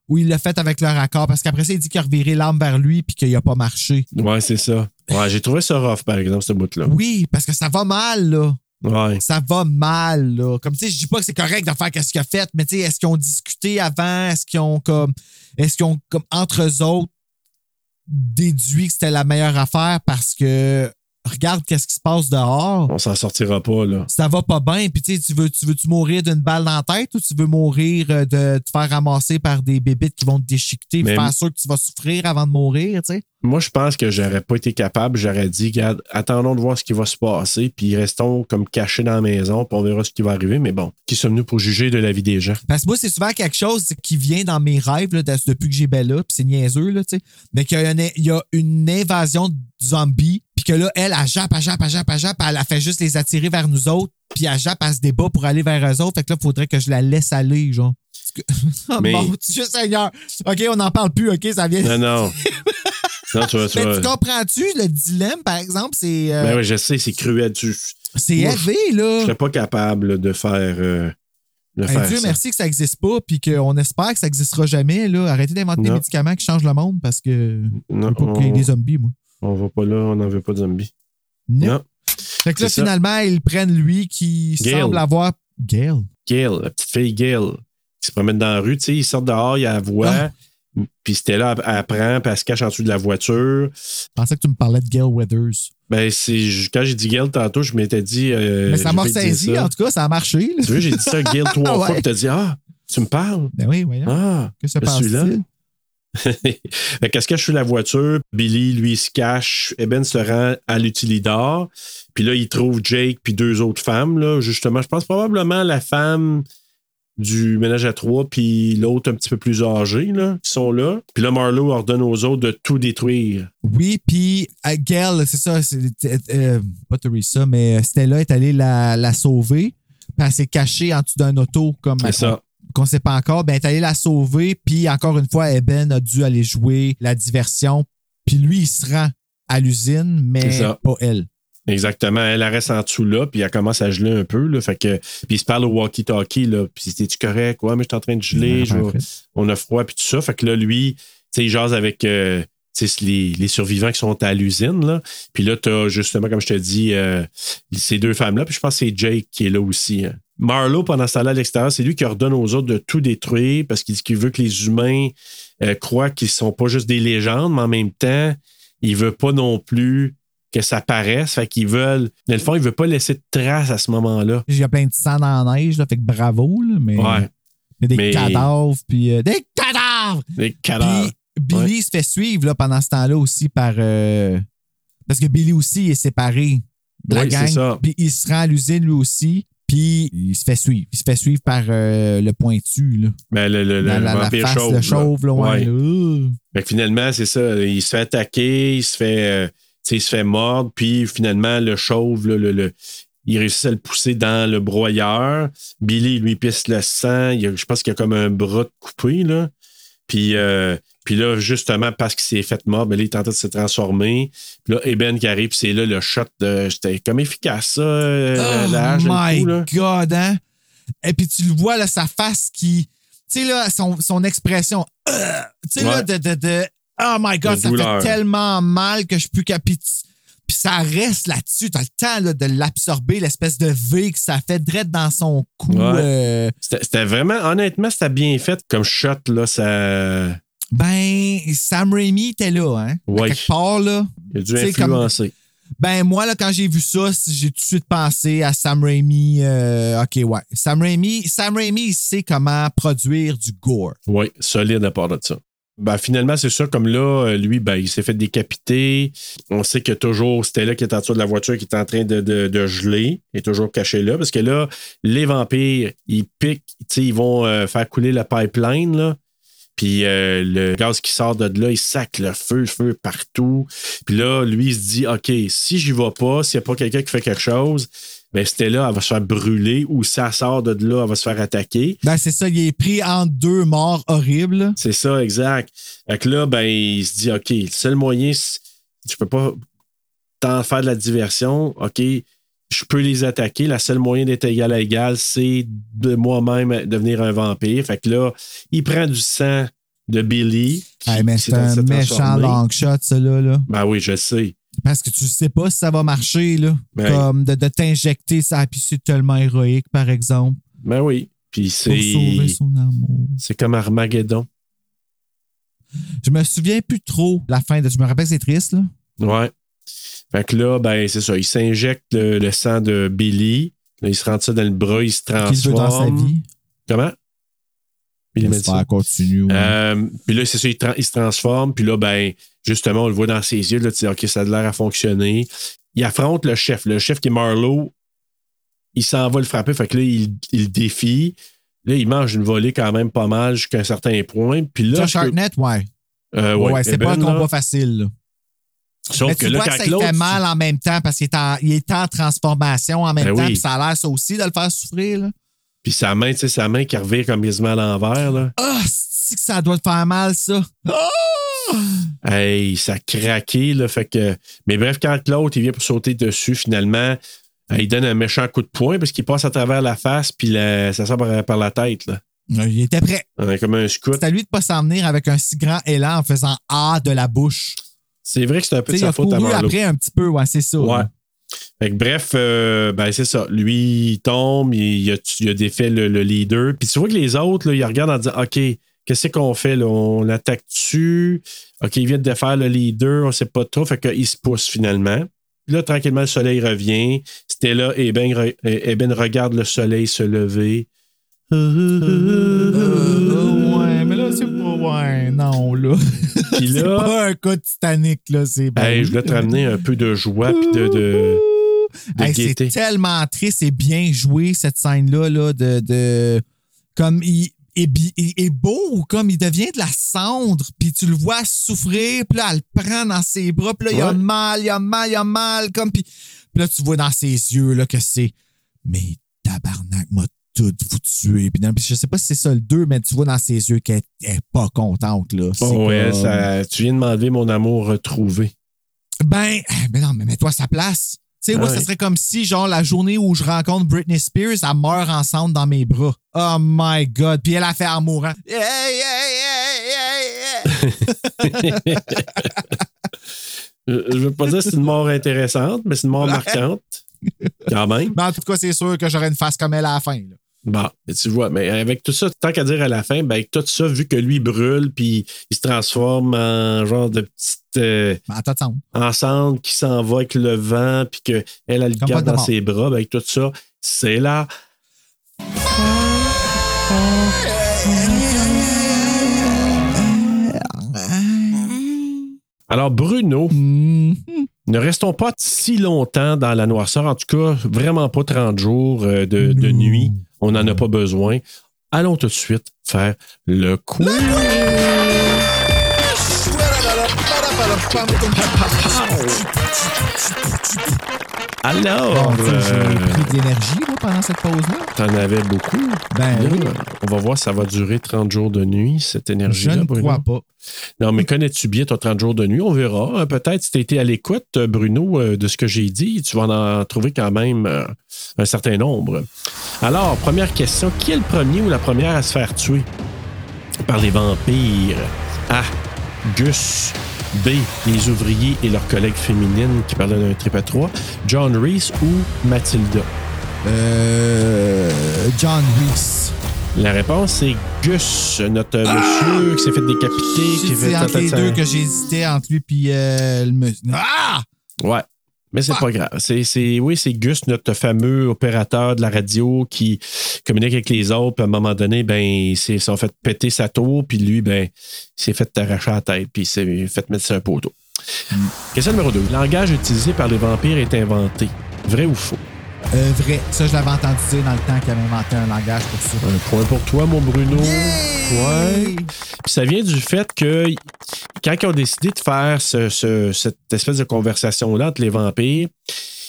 S2: ou il l'a fait avec leur accord? Parce qu'après ça, il dit qu'il a reviré l'arme vers lui puis qu'il a pas marché.
S1: Ouais, c'est ça. Ouais, j'ai trouvé ça rough, par exemple, ce bout-là.
S2: Oui, parce que ça va mal, là.
S1: Ouais.
S2: Ça va mal, là. Comme, tu sais, je dis pas que c'est correct de faire qu'est-ce qu'il a fait, mais tu sais, est-ce qu'ils ont discuté avant? Est-ce qu'ils ont, comme, est-ce qu'ils ont, comme, entre eux autres, déduit que c'était la meilleure affaire parce que, regarde qu'est-ce qui se passe dehors.
S1: On s'en sortira pas, là.
S2: Ça va pas bien, puis tu sais, tu veux, tu veux-tu mourir d'une balle dans la tête ou tu veux mourir euh, de te faire ramasser par des bébites qui vont te déchiqueter, puis
S1: Mais-
S2: faire sûr que tu vas souffrir avant de mourir, tu sais?
S1: Moi, je pense que j'aurais pas été capable. J'aurais dit, regarde, attendons de voir ce qui va se passer, puis restons comme cachés dans la maison, puis on verra ce qui va arriver. Mais bon, qui sommes-nous pour juger de la vie des gens?
S2: Parce que moi, c'est souvent quelque chose qui vient dans mes rêves là, de- depuis que j'ai Bella, puis c'est niaiseux, là, tu sais. Mais qu'il y, a une- il y a une invasion de zombies, puis que là, elle, elle jappe, elle jappe, elle jappe, elle jappe, elle, elle fait juste les attirer vers nous autres, puis elle jappe, elle se débat pour aller vers eux autres. Fait que là, faudrait que je la laisse aller, genre. Parce que- *laughs* Oh
S1: Mais-
S2: Mon Dieu Seigneur! OK, on n'en parle plus, OK, ça vient...
S1: Non, non.
S2: *laughs*
S1: non, tu vas. Tu
S2: Mais
S1: vas-
S2: tu comprends-tu le dilemme, par exemple? C'est euh,
S1: Ben oui, je sais, c'est cruel. Tu- Je
S2: c'est
S1: moi,
S2: élevé,
S1: je
S2: là.
S1: serais pas capable là, de faire. euh, de
S2: Hey,
S1: faire
S2: Dieu
S1: ça.
S2: merci que ça n'existe pas, puis qu'on espère que ça n'existera jamais. Là. Arrêtez d'inventer des
S1: Non.
S2: médicaments qui changent le monde parce que je
S1: Non,
S2: veux pas qu'il y ait
S1: on,
S2: des zombies, moi.
S1: on va pas là, on n'en veut pas de zombies.
S2: Non.
S1: Non.
S2: Fait que là,
S1: c'est ça.
S2: finalement, ils prennent lui qui
S1: Gale.
S2: semble avoir. Gale.
S1: Gail, la petite fille Gail. qui se promènent dans la rue, tu sais, ils sortent dehors, il y a la voix.
S2: Ah.
S1: Puis c'était là, elle, elle prend, puis elle se cache en dessous de la voiture.
S2: Je pensais que tu me parlais de Gail Weathers.
S1: Ben, c'est ju- quand j'ai dit Gail tantôt, je m'étais dit. euh,
S2: Mais ça
S1: je
S2: m'a
S1: vais te dire
S2: ressaisi,
S1: ça.
S2: en tout cas, ça a marché. là.
S1: Tu veux, j'ai dit ça Gail trois
S2: *laughs* Ouais.
S1: fois, puis t'as dit Ah, tu me parles
S2: Ben oui, voyons.
S1: Ah.
S2: que se
S1: ben, celui-là.
S2: passe-t-il?
S1: Fait qu'elle se cache sous la voiture. Billy, lui, se cache. Eben se rend à l'utilidor. Puis là, il trouve Jake puis deux autres femmes, là, justement. Je pense probablement la femme du ménage à trois, puis l'autre un petit peu plus âgée, là, qui sont là. Puis là, Marlowe ordonne aux autres de tout détruire.
S2: Oui, puis euh, Gail, c'est ça, c'est- euh, euh, pas Teresa, mais euh, Stella est allée la, la sauver. Puis elle s'est cachée en dessous d'un auto, comme
S1: C'est ça.
S2: qu'on sait pas encore, ben, elle est allée la sauver, puis encore une fois, Eben a dû aller jouer la diversion, puis lui, il se rend à l'usine, mais
S1: C'est ça.
S2: pas elle.
S1: Exactement. Elle elle reste en dessous là, puis elle commence à geler un peu. Là, fait que, puis il se parle au walkie-talkie, là. Puis t'es-tu correct? Ouais, mais je suis en train de geler. je vais- on a froid, puis tout ça. Fait que là, lui, tu sais, il jase avec euh, tu sais, les, les survivants qui sont à l'usine, là. Puis là, t'as justement, comme je te dis, euh, ces deux femmes-là. Puis je pense que c'est Jake qui est là aussi. hein. Marlowe, pendant ce temps-là, à l'extérieur, c'est lui qui ordonne aux autres de tout détruire parce qu'il dit qu'il veut que les humains euh, croient qu'ils sont pas juste des légendes, mais en même temps, il veut pas non plus que ça paraisse. Fait qu'ils veulent... Dans le fond, il veut pas laisser de traces à ce moment-là.
S2: Il y a plein de sang dans la neige, là, fait que bravo, là, mais
S1: Ouais.
S2: il y a des
S1: mais-
S2: cadavres, puis euh, des cadavres!
S1: Les cadavres.
S2: Puis Billy se fait suivre là, pendant ce temps-là aussi par. euh, parce que Billy aussi il est séparé de la
S1: Oui, c'est ça.
S2: gang. Puis il se rend à l'usine lui aussi, puis il se fait suivre. Il se fait suivre par euh, le pointu, là.
S1: Ben, le, le- le
S2: la, la- la
S1: vampire
S2: face,
S1: chauve,
S2: le
S1: là.
S2: chauve, là, ouais,
S1: Ouais.
S2: là. Euh.
S1: Fait que Ben, finalement, c'est ça. Il se fait attaquer, il se fait, euh, tu sais, il se fait mordre, puis finalement, le chauve, là, le, le- il réussit à le pousser dans le broyeur. Billy lui pisse le sang. Il y a- je pense qu'il y a comme un bras de coupé, là. Puis, euh, puis là, justement, parce qu'il s'est fait mordre, ben là, il tentait de se transformer. Puis là, Eben qui arrive, puis c'est là le shot de. C'était comme efficace, ça, euh, la- la hache,
S2: oh
S1: le
S2: my
S1: coup, là.
S2: God, hein? Et puis tu le vois, là, sa face qui. Tu sais, là, son, son expression. euh, tu sais, là,
S1: Ouais.
S2: de, de, de- Oh my God,
S1: De
S2: ça
S1: douleur.
S2: fait tellement mal que je suis plus capable. Puis tu- puis ça reste là-dessus. T'as le temps là, de l'absorber, l'espèce de V que ça fait direct dans son cou.
S1: Ouais.
S2: euh,
S1: C'était c'était vraiment, honnêtement, c'était bien fait comme shot, là. Ça a
S2: ben, Sam Raimi était là, hein? À
S1: Ouais.
S2: quelque part, là.
S1: dû
S2: Tu sais, comme-
S1: influencer.
S2: Ben, moi, là, quand j'ai vu ça, j'ai tout de suite pensé à Sam Raimi. euh, OK, ouais. Sam Raimi, Sam Raimi, il sait comment produire du gore.
S1: Oui, solide à part de ça. Ben, finalement, c'est ça, comme là, euh, lui, ben, il s'est fait décapiter. On sait que toujours Stella qui est en dessous de la voiture, qui est en train de, de, de geler, est toujours caché là. Parce que là, les vampires, ils piquent, tu sais, ils vont euh, faire couler la pipeline, là. Puis euh, le gaz qui sort de là, il sac le feu, le feu partout. Puis là, lui, il se dit, OK, si j'y vais pas, s'il n'y a pas quelqu'un qui fait quelque chose, ben, Stella, elle va se faire brûler ou si elle sort de là, elle va se faire attaquer.
S2: Ben, c'est ça, il est pris entre deux morts horribles.
S1: C'est ça, exact. Fait que là, ben, il se dit, OK, le seul moyen, c'est- je peux pas tant faire de la diversion. OK, je peux les attaquer. La seule moyen d'être égal à égal, c'est de moi-même devenir un vampire. Fait que là, il prend du sang de Billy. qui-
S2: Hey, mais
S1: qui
S2: c'est
S1: s'est-
S2: un
S1: s'est
S2: méchant
S1: transformé.
S2: long shot, ça, là, là.
S1: Ben oui, je sais.
S2: Parce que tu sais pas si ça va marcher, là.
S1: Ben,
S2: Comme de, de t'injecter ça, puis c'est tellement héroïque, par exemple,
S1: ben oui. Puis
S2: pour sauver
S1: c'est.
S2: son amour.
S1: C'est comme Armageddon.
S2: Je me souviens plus trop la fin de. Je me rappelle que c'est triste, là.
S1: Ouais. Fait que là, ben, c'est ça. Il s'injecte le, le sang de Billy. Là, il se rentre ça dans le bras, il se transforme.
S2: Qu'il veut dans sa vie.
S1: Comment? Ah, Il met ça.
S2: J'espère continue. ouais.
S1: Euh, puis là, c'est ça, il, tra- il se transforme. Puis là, ben, justement, on le voit dans ses yeux. Là, tu dis, OK, ça a l'air à fonctionner. Il affronte le chef. Le chef qui est Marlowe, il s'en va le frapper. Fait que là, il, il le défie. Là, il mange une volée quand même pas mal jusqu'à un certain point. Puis là,
S2: Ça,
S1: je peux-
S2: Sharknet, ouais.
S1: Euh,
S2: Ouais,
S1: ouais,
S2: c'est pas un
S1: Eben, là.
S2: combat facile, là.
S1: Sauf
S2: Mais
S1: que
S2: tu
S1: là,
S2: vois
S1: quand
S2: que ça lui
S1: l'autre-
S2: fait mal en même temps parce qu'il est, en- il est en transformation en même
S1: Ben
S2: temps,
S1: oui.
S2: puis ça a l'air ça aussi de le faire souffrir. Là.
S1: Puis sa main, tu sais, sa main qui revient comme quasiment à l'envers. Là.
S2: Ah, c'est que ça doit te faire mal, ça. Ah!
S1: Hey, ça craquait, là. Fait que. Mais bref, quand l'autre, il vient pour sauter dessus, finalement, euh, il donne un méchant coup de poing parce qu'il passe à travers la face, puis la- ça sort par, par la tête, là.
S2: Il était prêt.
S1: Euh, Comme un scout.
S2: C'est à lui de pas s'en venir avec un si grand élan en faisant Ah de la bouche.
S1: C'est vrai que c'est un peu de
S2: Tu sais, il
S1: sa
S2: a
S1: faute à
S2: couru
S1: Marlowe.
S2: après un petit peu, ouais, c'est ça.
S1: Ouais. Fait que bref, euh, ben c'est ça. Lui, il tombe, il, il a, tu- il a défait le, le leader. Puis tu vois que les autres, là, ils regardent en disant OK, qu'est-ce qu'on fait là? On attaque-tu OK, il vient de défaire le leader, on sait pas trop. Fait qu'il se pousse finalement. Puis là, tranquillement, le soleil revient. Stella et Ben, re- et- et Ben regarde le soleil se lever.
S2: Euh, ouais, mais là, c'est pas. Ouais, non, là. *laughs*
S1: Puis
S2: C'est
S1: là,
S2: pas un cas de Titanic, là. C'est
S1: hey, je voulais te ramener un peu de joie puis de- de de
S2: Hey, c'est
S1: gaieté.
S2: tellement triste et bien joué, cette scène-là, là, de, de- Comme il est, bi- il est beau, comme il devient de la cendre, puis tu le vois souffrir, puis là, elle le prend dans ses bras, puis là, il a
S1: Ouais.
S2: mal, il a mal, il a mal, comme... Puis, puis là, tu vois dans ses yeux, là, que c'est... Mais tabarnak, m'a tout vous tué. Puis, non, puis je sais pas si c'est ça le 2, mais tu vois dans ses yeux qu'elle est pas contente, là. *laughs* C'est
S1: Oh, ouais,
S2: comme-
S1: ça- tu viens de m'enlever mon amour retrouvé.
S2: Ben, mais non, mais mets-toi à sa place. Tu sais, moi,
S1: Ouais.
S2: ça serait comme si, genre, la journée où je rencontre Britney Spears, elle meurt ensemble dans mes bras. Oh my God. Puis elle a fait en mourant. Yeah, yeah, yeah, yeah, yeah.
S1: Euh, Je veux pas dire que c'est une mort intéressante, mais c'est une mort marquante. Quand même.
S2: mais Ben, en tout cas, c'est sûr que j'aurais une face comme elle à la fin. là.
S1: Bon, mais tu vois, mais avec tout ça, tant qu'à dire à la fin, ben avec tout ça, vu que lui brûle, puis il se transforme en genre de petite euh,
S2: Mais attends, attends.
S1: ensemble qui s'en va avec le vent, puis qu'elle, elle, elle le
S2: Comme
S1: garde
S2: pas de
S1: dans
S2: mort.
S1: ses bras, ben avec tout ça, c'est là. Alors, Bruno,
S2: Hmm.
S1: Ne restons pas si longtemps dans la noirceur, en tout cas, vraiment pas 30 jours euh, de, de
S2: Non.
S1: nuit. On n'en a pas besoin. Allons tout de suite faire le quiz. Alors,
S2: Bon, Ben, tu sais,
S1: euh,
S2: j'ai pris de l'énergie là, pendant cette pause-là.
S1: t'en avais beaucoup.
S2: Ben oui.
S1: Là, On va voir, ça va durer 30 jours de nuit, cette
S2: Je
S1: énergie-là.
S2: ne
S1: Bruno.
S2: crois pas.
S1: Non, mais connais-tu bien ton 30 jours de nuit? On verra. Euh, Peut-être si tu été à l'écoute, euh, Bruno, euh, de ce que j'ai dit, tu vas en trouver quand même euh, un certain nombre. Alors, première question. Qui est le premier ou la première à se faire tuer par les vampires? A. Gus. B. Les ouvriers et leurs collègues féminines qui parlaient d'un trip à trois. John Reese ou Mathilda?
S2: Euh, John Reese.
S1: La réponse est Gus, notre monsieur qui s'est fait décapiter. qui
S2: C'est
S1: fait- hein.
S2: entre les deux que j'hésitais entre lui puis euh, le monsieur. Ah!
S1: Ouais. Mais c'est pas grave. C'est, c'est- oui, c'est Gus, notre fameux opérateur de la radio qui communique avec les autres. Puis à un moment donné, ben, ils s'est- sont fait péter sa tour. Puis lui, ben, il s'est fait arracher la tête. Puis il s'est fait mettre sur un poteau. Question numéro 2. Le langage utilisé par les vampires est inventé. Vrai ou faux?
S2: Euh, vrai. Ça, je l'avais entendu dire dans le temps qu'il avait inventé un langage pour ça.
S1: Un point pour toi, mon Bruno. Ouais. Puis ça vient du fait que quand ils ont décidé de faire ce- ce- cette espèce de conversation-là entre les vampires,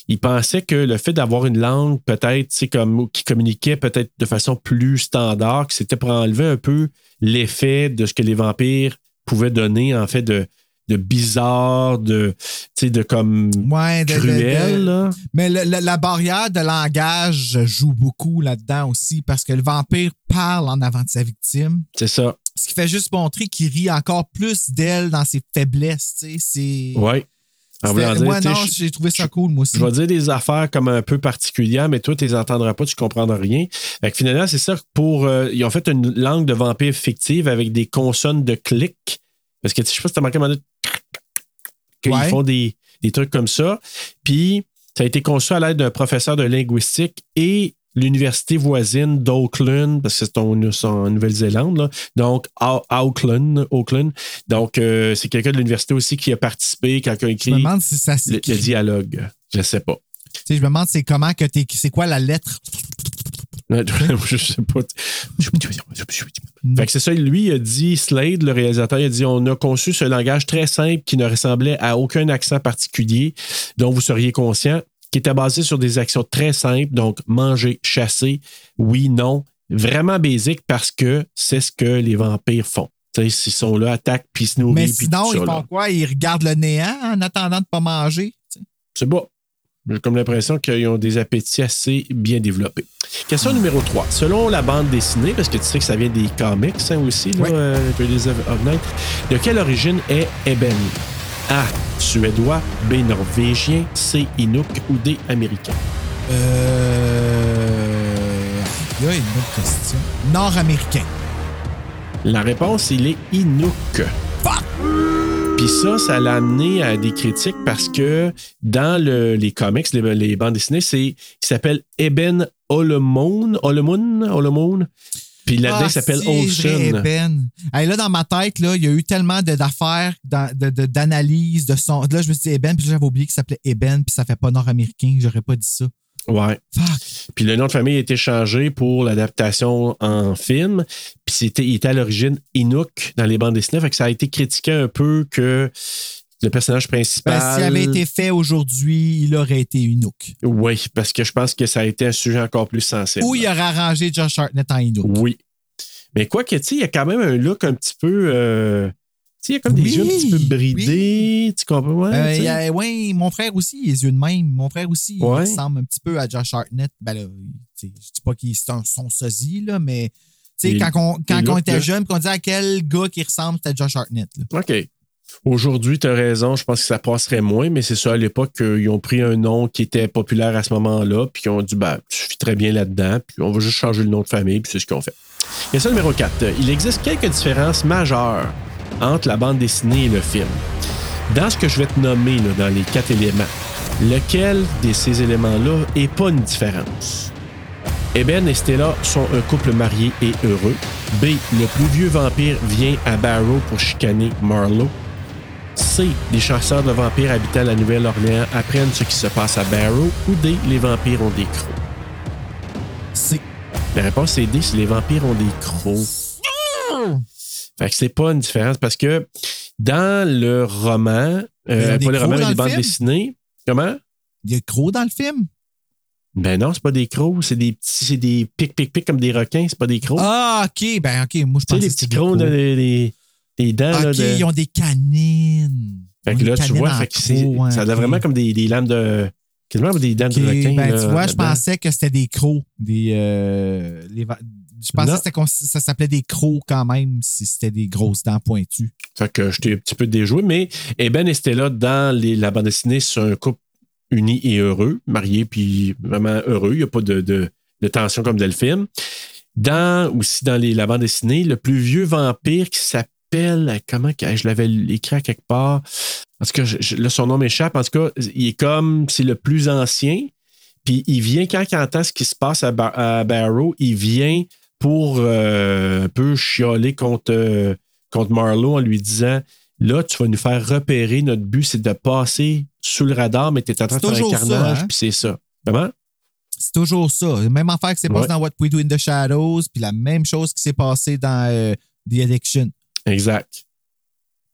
S1: ils pensaient que le fait d'avoir une langue peut-être tu sais, comme qui communiquait peut-être de façon plus standard, que c'était pour enlever un peu l'effet de ce que les vampires pouvaient donner en fait de, de bizarre, de, tu sais, de comme
S2: Ouais, de- de- de-
S1: cruel. là.
S2: Mais le- le- la barrière de langage joue beaucoup là-dedans aussi parce que le vampire parle en avant de sa victime,
S1: C'est ça.
S2: ce qui fait juste montrer qu'il rit encore plus d'elle dans ses faiblesses. Tu sais, c'est.
S1: Ouais. En
S2: c'est-
S1: voulant dire,
S2: ouais,
S1: tu sais,
S2: non,
S1: je-
S2: j'ai trouvé ça cool, moi aussi.
S1: Je vais dire des affaires comme un peu particulières, mais toi, tu les entendras pas, tu comprendras rien. Fait que finalement, c'est ça que pour. euh, ils ont fait une langue de vampire fictive avec des consonnes de clic. Parce que tu sais, je sais pas si t'as manqué un moment donné, qu'ils
S2: Ouais.
S1: font des, des trucs comme ça. Puis, ça a été conçu à l'aide d'un professeur de linguistique et l'université voisine d'Auckland, parce que c'est en, c'est en Nouvelle-Zélande, là. donc Au- Auckland, Auckland. Donc, euh, c'est quelqu'un de l'université aussi qui a participé, quand il a
S2: Je me
S1: écrit
S2: demande si ça
S1: le, le
S2: s'écrit. Tu
S1: dialogue. Je sais pas. *laughs*
S2: sais, Je me demande c'est comment que t'es. C'est quoi la lettre?
S1: je sais pas. Fait que c'est ça, lui il a dit, Slade, le réalisateur, il a dit on a conçu ce langage très simple qui ne ressemblait à aucun accent particulier dont vous seriez conscient, qui était basé sur des actions très simples, donc manger, chasser, oui, non, vraiment basique parce que c'est ce que les vampires font. Tu sais, ils sont là, attaquent, puis ils se
S2: Mais
S1: nourrissent, puis
S2: sinon,
S1: tout
S2: ils
S1: ça. là.
S2: font quoi? Ils regardent le néant en attendant de pas manger.
S1: C'est bon. J'ai comme l'impression qu'ils ont des appétits assez bien développés. Question numéro 3. Selon la bande dessinée, parce que tu sais que ça vient des comics hein, aussi, là,
S2: Ouais.
S1: euh, Days of Night, de quelle origine est Eben? A. Suédois. B. Norvégien. C. Inuk. Ou D. Américain.
S2: Euh. Il y a une autre question. Nord-américain.
S1: La réponse, il est Inuk. Puis ça, ça l'a amené à des critiques parce que dans le- les comics, les, les bandes dessinées, c'est il s'appelle Eben Olomoun. Olomoun? Olomoun? Puis là-dedans,
S2: Ah,
S1: il s'appelle
S2: si, j'ai
S1: Olson.
S2: Ben. Hey, là, dans ma tête, là, il y a eu tellement de- d'affaires, d'an- de- de- d'analyses, de, son. Là, je me suis dit Eben, puis j'avais oublié qu'il s'appelait Eben, puis ça fait pas nord-américain, j'aurais pas dit ça.
S1: Ouais.
S2: Fuck.
S1: Puis le nom de famille a été changé pour l'adaptation en film. Puis c'était, il était à l'origine Inuk dans les bandes dessinées. Fait que ça a été critiqué un peu que le personnage principal.
S2: Ben, S'il avait été fait aujourd'hui, il aurait été Inuk.
S1: Oui, parce que je pense que ça a été un sujet encore plus sensible.
S2: Ou il aurait arrangé Josh Hartnett en Inuk.
S1: Oui. Mais quoi que, tu sais, il y a quand même un look un petit peu. euh, tu sais, il y a comme
S2: Oui,
S1: des yeux un petit peu bridés. Tu comprends? Ouais,
S2: Euh,
S1: tu
S2: il y
S1: sais.
S2: a- ouais, mon frère aussi, il a les yeux de même. Mon frère aussi,
S1: Ouais.
S2: il ressemble un petit peu à Josh Hartnett. Ben là, il- tu sais, je dis pas qu'il est un- son sosie, là, mais tu sais,
S1: Il-
S2: quand, on, quand
S1: il
S2: on
S1: look,
S2: était
S1: là.
S2: jeune, qu'on disait à quel gars qui ressemble, c'était Josh Hartnett. là.
S1: OK. Aujourd'hui, tu as raison, je pense que ça passerait moins, mais c'est ça, à l'époque, euh, ils ont pris un nom qui était populaire à ce moment-là, puis ils ont dit, bah, tu fis très bien là-dedans, puis on va juste changer le nom de famille, puis c'est ce qu'on fait. Et ça, numéro 4. Il existe quelques différences majeures entre la bande dessinée et le film. Dans ce que je vais te nommer, là, dans les quatre éléments, lequel de ces éléments-là n'est pas une différence? Eben et Stella sont un couple marié et heureux. B. Le plus vieux vampire vient à Barrow pour chicaner Marlowe. C. Les chasseurs de vampires habitant la Nouvelle-Orléans apprennent ce qui se passe à Barrow. Ou D. Les vampires ont des crocs.
S2: C'est
S1: La réponse est D. Si les vampires ont des crocs. Fait que c'est pas une différence parce que dans le roman,
S2: ils ont
S1: euh,
S2: des
S1: pas le
S2: crocs
S1: roman,
S2: dans
S1: mais les
S2: le
S1: bandes
S2: film?
S1: dessinées. Comment?
S2: il y a gros dans le film.
S1: Ben non, c'est pas des crocs, c'est des petits, c'est des pic-pic-pic comme des requins, c'est pas des crocs.
S2: Ah, ok, ben ok, moi je
S1: Oh. Tu sais,
S2: pense
S1: les petits crocs, là, les, les- les dents. là,
S2: Ok,
S1: de-
S2: ils ont des canines.
S1: Fait
S2: Ils ont
S1: que
S2: des
S1: là, tu
S2: canines
S1: vois,
S2: en
S1: fait que c'est-
S2: crocs, hein,
S1: ça a
S2: ok.
S1: vraiment comme des, des lames de. Quasiment comme des dents
S2: Ok,
S1: de requin.
S2: ben,
S1: là,
S2: tu vois, je
S1: là-dedans.
S2: pensais que c'était des crocs. Des, euh, les va- je pensais
S1: Non.
S2: que c'était qu'on- ça s'appelait des crocs quand même, si c'était des grosses dents pointues.
S1: Fait que je t'ai un petit peu déjoué, mais Eben et Stella, dans les- la bande dessinée, c'est un couple uni et heureux, marié puis vraiment heureux. Il n'y a pas de, de- de tension comme dans le film. Dans, aussi dans les, la bande dessinée, le plus vieux vampire qui s'appelle, comment que- je l'avais écrit à quelque part, parce que je- je- là, son nom m'échappe. En tout cas, il est comme, c'est le plus ancien. Puis il vient, quand il entend ce qui se passe à, Bar- à Barrow, il vient pour euh, un peu chialer contre, euh, contre Marlowe en lui disant Là, tu vas nous faire repérer. Notre but, c'est de passer sous le radar, mais tu es en train de
S2: C'est
S1: faire un
S2: toujours ça,
S1: carnage,
S2: hein?
S1: puis c'est ça. Comment
S2: C'est toujours ça. Même affaire qui s'est passée
S1: Ouais.
S2: dans What We Do in the Shadows, puis la même chose qui s'est passée dans euh, The Addiction.
S1: Exact.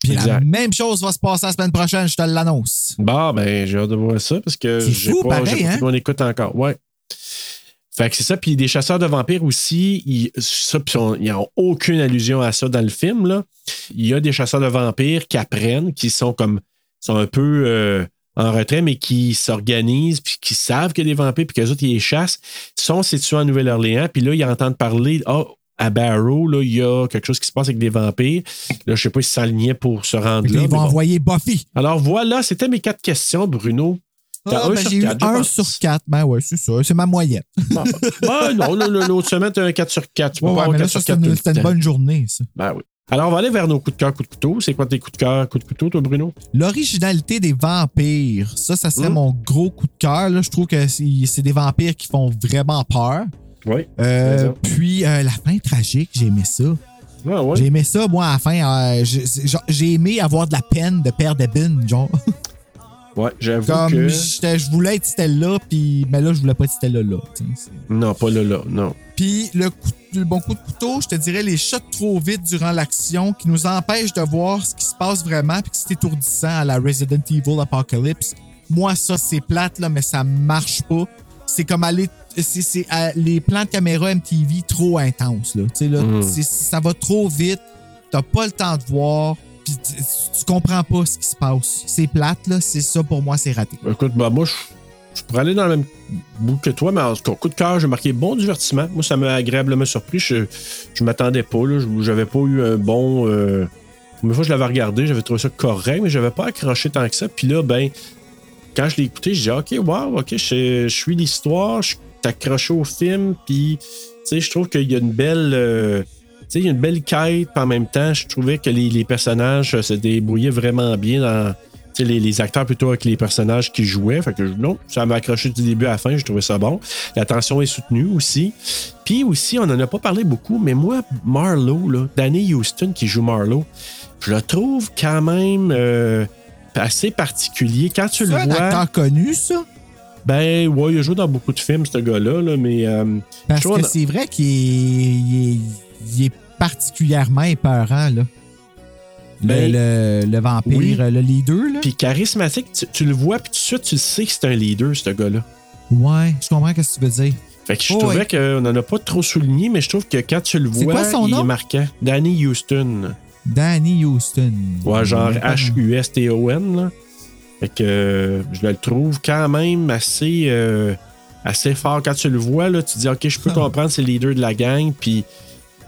S2: Puis la
S1: Exact.
S2: même chose va se passer la semaine prochaine, je te l'annonce.
S1: Bon, ben, j'ai hâte de voir ça parce que
S2: C'est
S1: j'ai
S2: fou,
S1: pas,
S2: pareil,
S1: j'ai pas
S2: hein?
S1: fait mon écoute encore. Ouais. Fait que c'est ça. Puis des chasseurs de vampires aussi, ils, ça, puis on- ils n'ont aucune allusion à ça dans le film. Là. Il y a des chasseurs de vampires qui apprennent, qui sont comme sont un peu euh, en retrait, mais qui s'organisent, puis qui savent qu'il y a des vampires, puis qu'eux autres, ils les chassent, sont situés en Nouvelle-Orléans. Puis là, ils entendent parler, ah, à Barrow, là, il y a quelque chose qui se passe avec des vampires. Là, je sais pas s'ils s'alignaient pour se rendre
S2: Fait que
S1: là. mais
S2: là, ils vont
S1: bon.
S2: envoyer Buffy.
S1: Alors voilà, c'était mes quatre questions, Bruno. T'as
S2: Ah,
S1: un
S2: ben,
S1: sur
S2: j'ai eu
S1: quatre, je
S2: 1
S1: pense.
S2: sur 4. Ben ouais, c'est ça. C'est ma moyenne.
S1: Bon,
S2: *laughs*
S1: ben non, non, non, l'autre semaine, t'as un 4 sur 4. Tu peux
S2: Ouais,
S1: pas
S2: ouais,
S1: avoir
S2: mais là,
S1: 4 sur
S2: ça, c'était
S1: 4 tout
S2: une,
S1: le
S2: c'était une
S1: temps.
S2: bonne journée, ça.
S1: Ben oui. Alors, on va aller vers nos coups de cœur, coups de couteau. C'est quoi tes coups de cœur, coups de couteau, toi, Bruno?
S2: L'originalité des vampires, ça, ça serait
S1: Mm.
S2: mon gros coup de cœur. là. Je trouve que c'est c'est des vampires qui font vraiment peur.
S1: Oui.
S2: Euh,
S1: Raison.
S2: puis euh, la fin tragique, j'ai aimé ça.
S1: Ah, ouais.
S2: J'ai aimé ça, moi, à la fin. euh, j'ai- c'est- genre, j'ai aimé avoir de la peine de perdre Eben, genre. *laughs*
S1: Ouais, j'avoue
S2: Comme
S1: que.
S2: j'étais- je voulais être Stella, puis, mais là, je voulais pas être Stella là. tu sais, c'est-
S1: Non, pas là, là, non.
S2: Puis le, coup- le bon coup de couteau, je te dirais les shots trop vite durant l'action qui nous empêchent de voir ce qui se passe vraiment puis que c'est étourdissant à la Resident Evil Apocalypse. Moi, ça, c'est plate, là, mais ça marche pas. C'est comme aller. C'est c'est, euh, les plans de caméra MTV trop intenses, là. Tu sais, là,
S1: Mm.
S2: c'est- ça va trop vite. T'as pas le temps de voir. Puis tu, tu comprends pas ce qui se passe. C'est plate, là. C'est ça, pour moi, c'est raté.
S1: Écoute, bah, moi, je, je pourrais aller dans le même bout que toi, mais en tout cas, coup de cœur, j'ai marqué bon divertissement. Moi, ça m'a agréablement surpris. Je, je m'attendais pas, là. Je- J'avais pas eu un bon. euh, Une fois, je l'avais regardé, j'avais trouvé ça correct, mais j'avais pas accroché tant que ça. Puis là, ben, quand je l'ai écouté, j'ai dit, OK, wow, OK, je, je suis l'histoire, je suis accroché au film, puis, tu sais, je trouve qu'il y a une belle. euh, tu sais, il y a une belle quête, puis en même temps, je trouvais que les, les personnages euh, se débrouillaient vraiment bien dans. tu sais, Les, les acteurs plutôt avec les personnages qui jouaient. Fait que non, ça m'a accroché du début à la fin, j'ai trouvé ça bon. La tension est soutenue aussi. Puis aussi, on en a pas parlé beaucoup, mais moi, Marlowe, là, Danny Houston qui joue Marlowe, je le trouve quand même euh, assez particulier. Quand tu
S2: C'est
S1: le
S2: un
S1: vois.
S2: acteur connu, ça.
S1: Ben, ouais, il a joué dans beaucoup de films, ce gars-là, là, mais euh,
S2: Parce
S1: Je trouve
S2: que
S1: dans-
S2: c'est vrai qu'il est, il est- il est particulièrement épeurant, là. Le,
S1: Ben,
S2: le- le vampire, euh,
S1: oui.
S2: le leader, là.
S1: puis charismatique, tu, tu le vois, puis tout de suite, tu le sais que c'est un leader, ce gars-là.
S2: Ouais, je comprends ce que tu veux dire.
S1: Fait que je
S2: Oh,
S1: trouvais
S2: ouais.
S1: qu'on n'en a pas trop souligné, mais je trouve que quand tu le
S2: C'est
S1: vois,
S2: quoi son
S1: il
S2: nom?
S1: est marquant. Danny Houston.
S2: Danny Houston.
S1: Ouais, genre
S2: Mm-hmm.
S1: H-U-S-T-O-N. là. Fait que euh, je le trouve quand même assez, euh, assez fort. Quand tu le vois, là, tu dis, OK, je peux comprendre, c'est le leader de la gang. Puis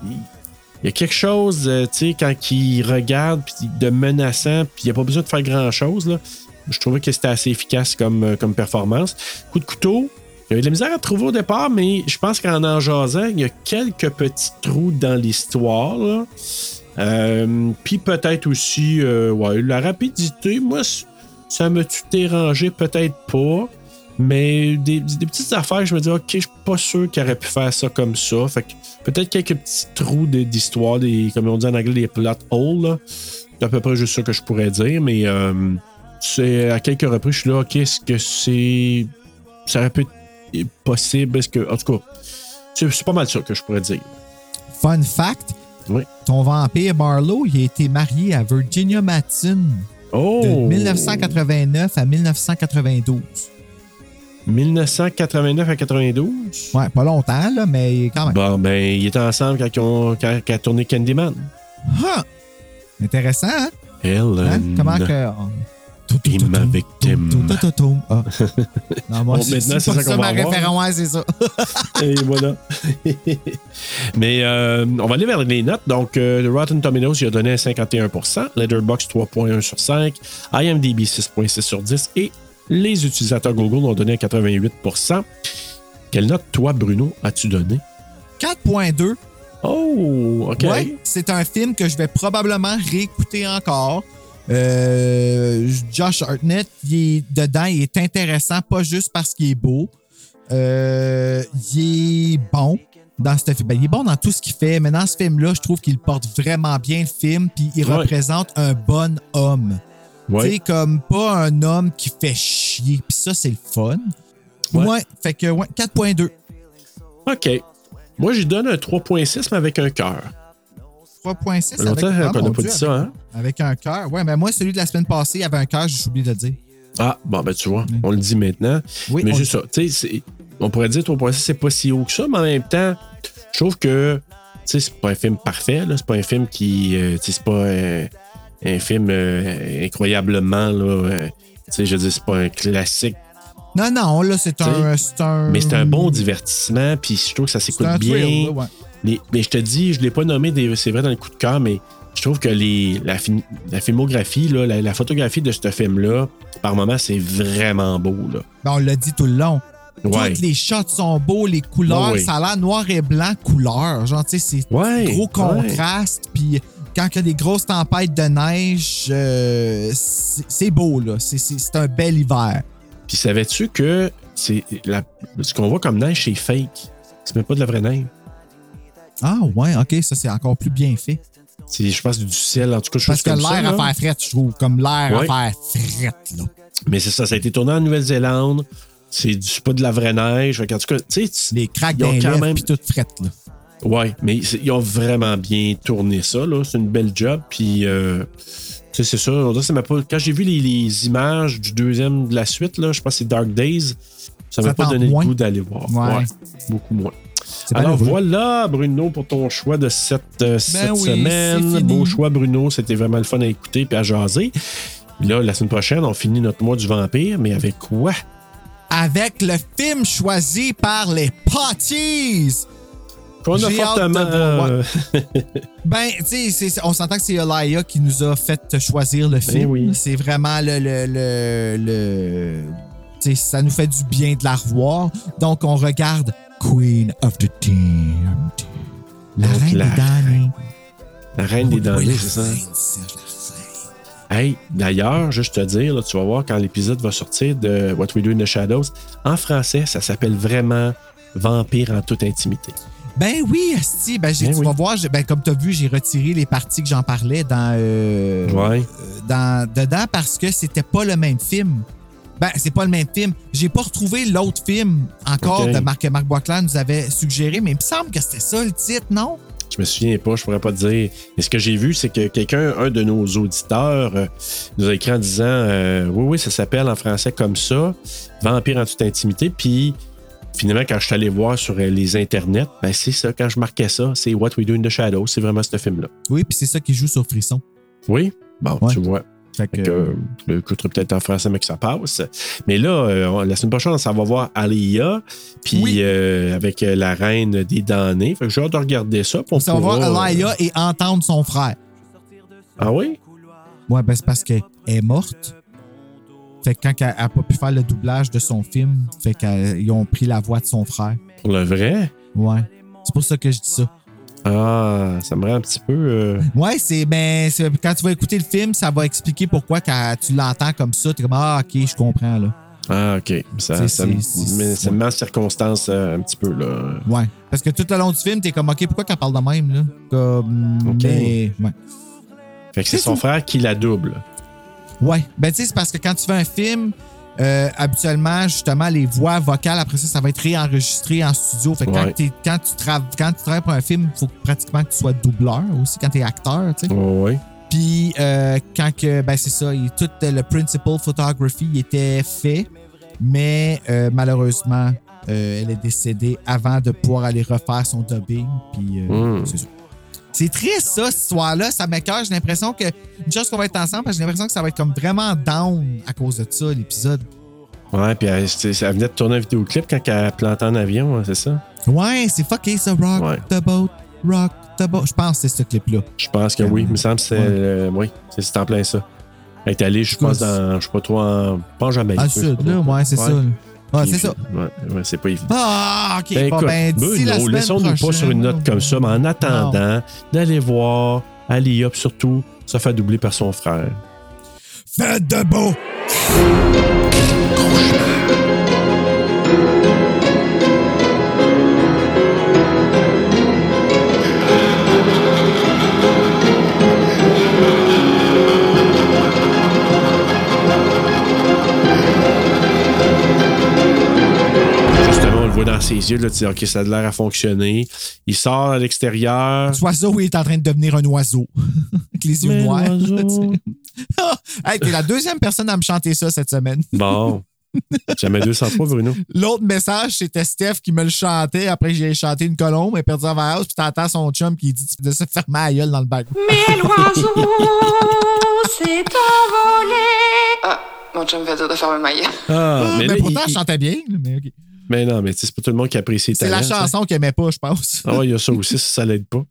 S1: il il y a quelque chose, euh, tu sais, quand il regarde, puis de menaçant, puis il n'y a pas besoin de faire grand-chose. là. Je trouvais que c'était assez efficace comme, euh, comme performance. Coup de couteau. Il y avait de la misère à trouver au départ, mais je pense qu'en en jasant, il y a quelques petits trous dans l'histoire. là. Euh, Puis peut-être aussi, euh, ouais, la rapidité, moi, c- ça m'a-tu dérangé? Peut-être pas. Mais des, des petites affaires, je me dis, OK, je suis pas sûr qu'il aurait pu faire ça comme ça. Fait que peut-être quelques petits trous de- d'histoire, des, comme on dit en anglais, des plot holes. là. C'est à peu près juste ça que je pourrais dire, mais euh, c'est à quelques reprises, je suis là, OK, est-ce que c'est. Ça aurait pu être possible? Est-ce que. En tout cas, c'est c'est pas mal ça que je pourrais dire.
S2: Fun fact.
S1: Oui.
S2: Ton vampire Marlowe, il a été marié à Virginia Matin
S1: Oh!
S2: de 1989 à 1992.
S1: 1989 à 92.
S2: Ouais, pas longtemps, là, mais quand même.
S1: Bon, ben, ils étaient ensemble quand ils ont quand, quand a tourné Candyman.
S2: Ah! Intéressant, hein?
S1: Helen.
S2: Hein? Comment que.
S1: Il m'a victime.
S2: Ah. Non, moi,
S1: Bon,
S2: c'est
S1: maintenant,
S2: c'est
S1: c'est
S2: pas
S1: ça qu'on
S2: ça
S1: va
S2: ma
S1: avoir.
S2: référence, ouais, c'est ça.
S1: Et voilà. *laughs* Mais euh, on va aller vers les notes. Donc, euh, Rotten Tomatoes, il a donné un 51%, Letterboxd 3.1 sur 5, IMDb 6.6 sur 10 et les utilisateurs Google ont donné un 88%. Quelle note, toi, Bruno, as-tu donné?
S2: 4.2.
S1: Oh, OK.
S2: Ouais, c'est un film que je vais probablement réécouter encore. Euh, Josh Hartnett, il est dedans, il est intéressant, pas juste parce qu'il est beau. Euh, il est bon dans ce film. Ben, il est bon dans tout ce qu'il fait, mais dans ce film-là, je trouve qu'il porte vraiment bien le film, puis il
S1: Ouais.
S2: représente un bon homme.
S1: Ouais.
S2: Tu sais, comme pas un homme qui fait chier, puis ça, c'est le fun.
S1: Ouais.
S2: Ouais. fait que ouais, 4.2.
S1: OK. Moi, j'y donne un 3.6, mais avec un cœur.
S2: 3.6.
S1: Ça fait longtemps
S2: avec- ah,
S1: qu'on
S2: mon
S1: n'a pas
S2: Dieu,
S1: dit ça, hein?
S2: Avec un cœur. Ouais, mais moi, celui de la semaine passée avait un cœur, j'ai oublié de le dire.
S1: Ah, bon, ben tu vois,
S2: Mm.
S1: on le dit maintenant.
S2: Oui,
S1: mais
S2: on-
S1: juste ça, tu sais, c'est- on pourrait dire 3.6, c'est pas si haut que ça, mais en même temps, je trouve que, tu sais, c'est pas un film parfait, là. C'est pas un film qui, euh, tu sais, c'est pas un, un film euh, incroyablement, là. euh, tu sais, je dis, c'est pas un classique,
S2: Non, non, là, c'est un, c'est un.
S1: mais c'est un bon divertissement, puis je trouve que ça
S2: Hmm. C'est
S1: s'écoute
S2: un
S1: bien.
S2: thrill, là, ouais.
S1: Les- mais je te dis, je ne l'ai pas nommé, des- c'est vrai, dans le coup de cœur, mais je trouve que les, la, fi- la filmographie, là, la, la photographie de ce film-là, par moments, c'est vraiment beau. Là.
S2: Ben, on l'a dit tout le long.
S1: Ouais.
S2: Toutes les shots sont beaux, les couleurs,
S1: Ouais, ouais.
S2: ça a l'air noir et blanc, couleur. Genre, tu sais, c'est
S1: Ouais,
S2: gros
S1: ouais.
S2: contraste, puis quand il y a des grosses tempêtes de neige, euh, c'est c'est beau, là. C'est- C'est c'est un bel hiver.
S1: Puis savais-tu que c'est la- ce qu'on voit comme neige, c'est fake. C'est même pas de la vraie neige.
S2: Ah, ouais, ok, ça, c'est encore plus bien fait.
S1: C'est, je pense, du ciel, en tout cas, je
S2: Parce que l'air à faire frette, je trouve, comme l'air
S1: Ouais.
S2: à faire frette, là.
S1: Mais c'est ça, ça a été tourné en Nouvelle-Zélande. C'est, du- c'est pas de la vraie neige. Fait qu'en tout cas, tu sais, tu-
S2: Les craques
S1: Ils ont
S2: d'un
S1: quand
S2: lèvres,
S1: même-
S2: puis toute frette, là.
S1: Ouais, mais c'est- ils ont vraiment bien tourné ça, là. C'est une belle job. Puis, euh, tu sais, c'est ça. on dirait que ça m'a pas- Quand j'ai vu les, les images du deuxième de la suite, là, je pense que c'est Dark Days, ça m'a
S2: Ça
S1: pas
S2: tente
S1: donné
S2: moins.
S1: le goût d'aller voir.
S2: Ouais.
S1: beaucoup moins.
S2: C'est
S1: Alors
S2: malheureux.
S1: voilà, Bruno, pour ton choix de cette, euh, cette
S2: Ben oui,
S1: semaine.
S2: c'est fini.
S1: Beau choix, Bruno. C'était vraiment le fun à écouter puis à jaser. Puis Là, la semaine prochaine, on finit notre mois du vampire, mais avec quoi?
S2: Avec le film choisi par les Potties,
S1: Qu'on a
S2: J'ai hâte de
S1: fortement.
S2: voir.
S1: euh,
S2: Ben, tu sais, c'est- c'est- on s'entend que c'est Elia qui nous a fait choisir le film.
S1: Ben oui.
S2: C'est vraiment le. le, le, le- tu sais, ça nous fait du bien de la revoir. Donc, on regarde Queen of the Damned. La
S1: Donc,
S2: reine
S1: la
S2: des damnés.
S1: la reine des
S2: Oui,
S1: damnés,
S2: la
S1: c'est ça.
S2: reine, Serge, la reine.
S1: Hey, d'ailleurs, juste te dire, là, tu vas voir quand l'épisode va sortir de What We Do in the Shadows, en français, ça s'appelle vraiment Vampire en toute intimité.
S2: Ben oui, Asti, ben, j'ai-
S1: Ben
S2: tu
S1: oui.
S2: vas voir, j'ai- ben, comme tu as vu, j'ai retiré les parties que j'en parlais dans, euh,
S1: Ouais.
S2: dans, dedans parce que c'était pas le même film. Ben, c'est pas le même film. J'ai pas retrouvé l'autre film encore
S1: Ok.
S2: de Marc, que Marc Boisclair nous avait suggéré, mais il me semble que c'était ça le titre, non?
S1: Je me souviens pas, je pourrais pas te dire. Mais ce que j'ai vu, c'est que quelqu'un, un de nos auditeurs, euh, nous a écrit en disant euh, Oui, oui, ça s'appelle en français comme ça, Vampire en toute intimité. Puis finalement, quand je suis allé voir sur euh, les internets, ben c'est ça, quand je marquais ça, c'est What We Do in the Shadow, c'est vraiment ce film-là.
S2: Oui, puis c'est ça qui joue sur Frisson.
S1: Oui? Bon,
S2: Ouais.
S1: tu vois.
S2: Fait que,
S1: Fait que, euh, je l'écouterai peut-être en français, mais que ça passe. Mais là, euh, on- la semaine prochaine, ça va voir Alia, puis
S2: Oui.
S1: euh, avec euh, la reine des damnés. Fait que j'ai hâte de regarder ça. puis on
S2: ça va
S1: pourra,
S2: voir
S1: euh,
S2: Elia et entendre son frère.
S1: Ah oui?
S2: Ouais, ben c'est parce qu'elle est morte. Fait que quand elle n'a pas pu faire le doublage de son film, fait qu'ils ont pris la voix de son frère.
S1: Pour le vrai?
S2: Ouais. C'est pour ça que je dis ça.
S1: Ah, ça me rend un petit peu. euh,
S2: Ouais, c'est ben c'est- quand tu vas écouter le film, ça va expliquer pourquoi quand tu l'entends comme ça, t'es comme ah ok, je comprends là.
S1: Ah, ok. Ça,
S2: C'est-
S1: ça, me-
S2: c'est-
S1: mais
S2: c'est-
S1: ça me met en circonstance euh, un petit peu, là.
S2: Ouais, parce que tout le long du film, t'es comme ok, pourquoi qu'elle parle de même là Comme
S1: Ok.
S2: mais- ouais.
S1: Fait que c'est
S2: C'est
S1: son
S2: tout.
S1: frère qui la double.
S2: Ouais. Ben, tu sais, c'est parce que quand tu fais un film, euh, habituellement, justement, les voix vocales, après ça, ça va être réenregistré en studio. Fait que quand,
S1: Ouais.
S2: t'es- quand tu tra- quand tu travailles pour un film, il faut pratiquement que tu sois doubleur aussi quand tu es acteur, tu sais.
S1: Oui,
S2: Puis, euh, quand que, ben, c'est ça, il- tout euh, le principal photography il était fait, mais euh, malheureusement, euh, elle est décédée avant de pouvoir aller refaire son dubbing. Puis, euh,
S1: Mm.
S2: c'est ça. C'est triste, ça, cette histoire-là. Ça m'écoeure. J'ai l'impression que. Une chose qu'on va être ensemble, parce que j'ai l'impression que ça va être comme vraiment down à cause de ça, l'épisode.
S1: oui. Ouais, puis elle, c'est- elle venait de tourner un vidéoclip quand elle plantait en avion, hein, c'est ça?
S2: Ouais, c'est fucké, ça. Rock
S1: Ouais.
S2: the boat, rock the boat. Je pense que c'est ce clip-là.
S1: Je pense que oui. Il me semble que c'est.
S2: Ouais.
S1: euh, oui, c'est c'est en plein ça. Elle est allée, je
S2: Quoi,
S1: pense,
S2: c'est-
S1: dans. Je sais pas trop en. Pas en Jamaïque.
S2: Ah, le
S1: je sais
S2: sud,
S1: pas.
S2: là. Ouais, c'est ça. Ouais,
S1: Puis-
S2: c'est ça.
S1: Ouais, ouais, c'est pas évident.
S2: Ah, ok.
S1: Ben,
S2: bon,
S1: écoute,
S2: ben, d'ici la
S1: Bruno,
S2: semaine
S1: laissons-nous pas sur une note
S2: prochaine,
S1: comme ça, mais en attendant, d'aller voir Alia, puis surtout, se faire doubler par son frère.
S2: Faites de beau!
S1: Justement, on le voit dans ses yeux, là, tu dis, OK, ça a l'air à fonctionner. Il sort à l'extérieur.
S2: Cet oiseau, il est en train de devenir un oiseau. *laughs* Avec les yeux
S1: Mais
S2: noirs.
S1: l'oiseau.
S2: *laughs* hey, t'es la deuxième personne à me chanter ça cette semaine.
S1: Bon. Jamais 200 fois, Bruno.
S2: L'autre message, c'était Steph qui me le chantait. Après, j'ai chanté une colombe, et perdu en house, puis t'entends son chum qui dit de se fermer la gueule dans le bac.
S10: Mais l'oiseau s'est envolé.
S5: Ah, mon chum me fait dire de fermer ma gueule.
S1: Ah,
S2: mais
S1: là,
S2: pourtant,
S1: il-
S2: je chantais bien. là, mais ok.
S1: mais non, mais tu sais, c'est pas tout le monde qui apprécie les
S2: C'est la
S1: talents, ça.
S2: chanson qu'elle aimait pas, je pense.
S1: Ah ouais, il y a ça aussi, ça, ça l'aide pas.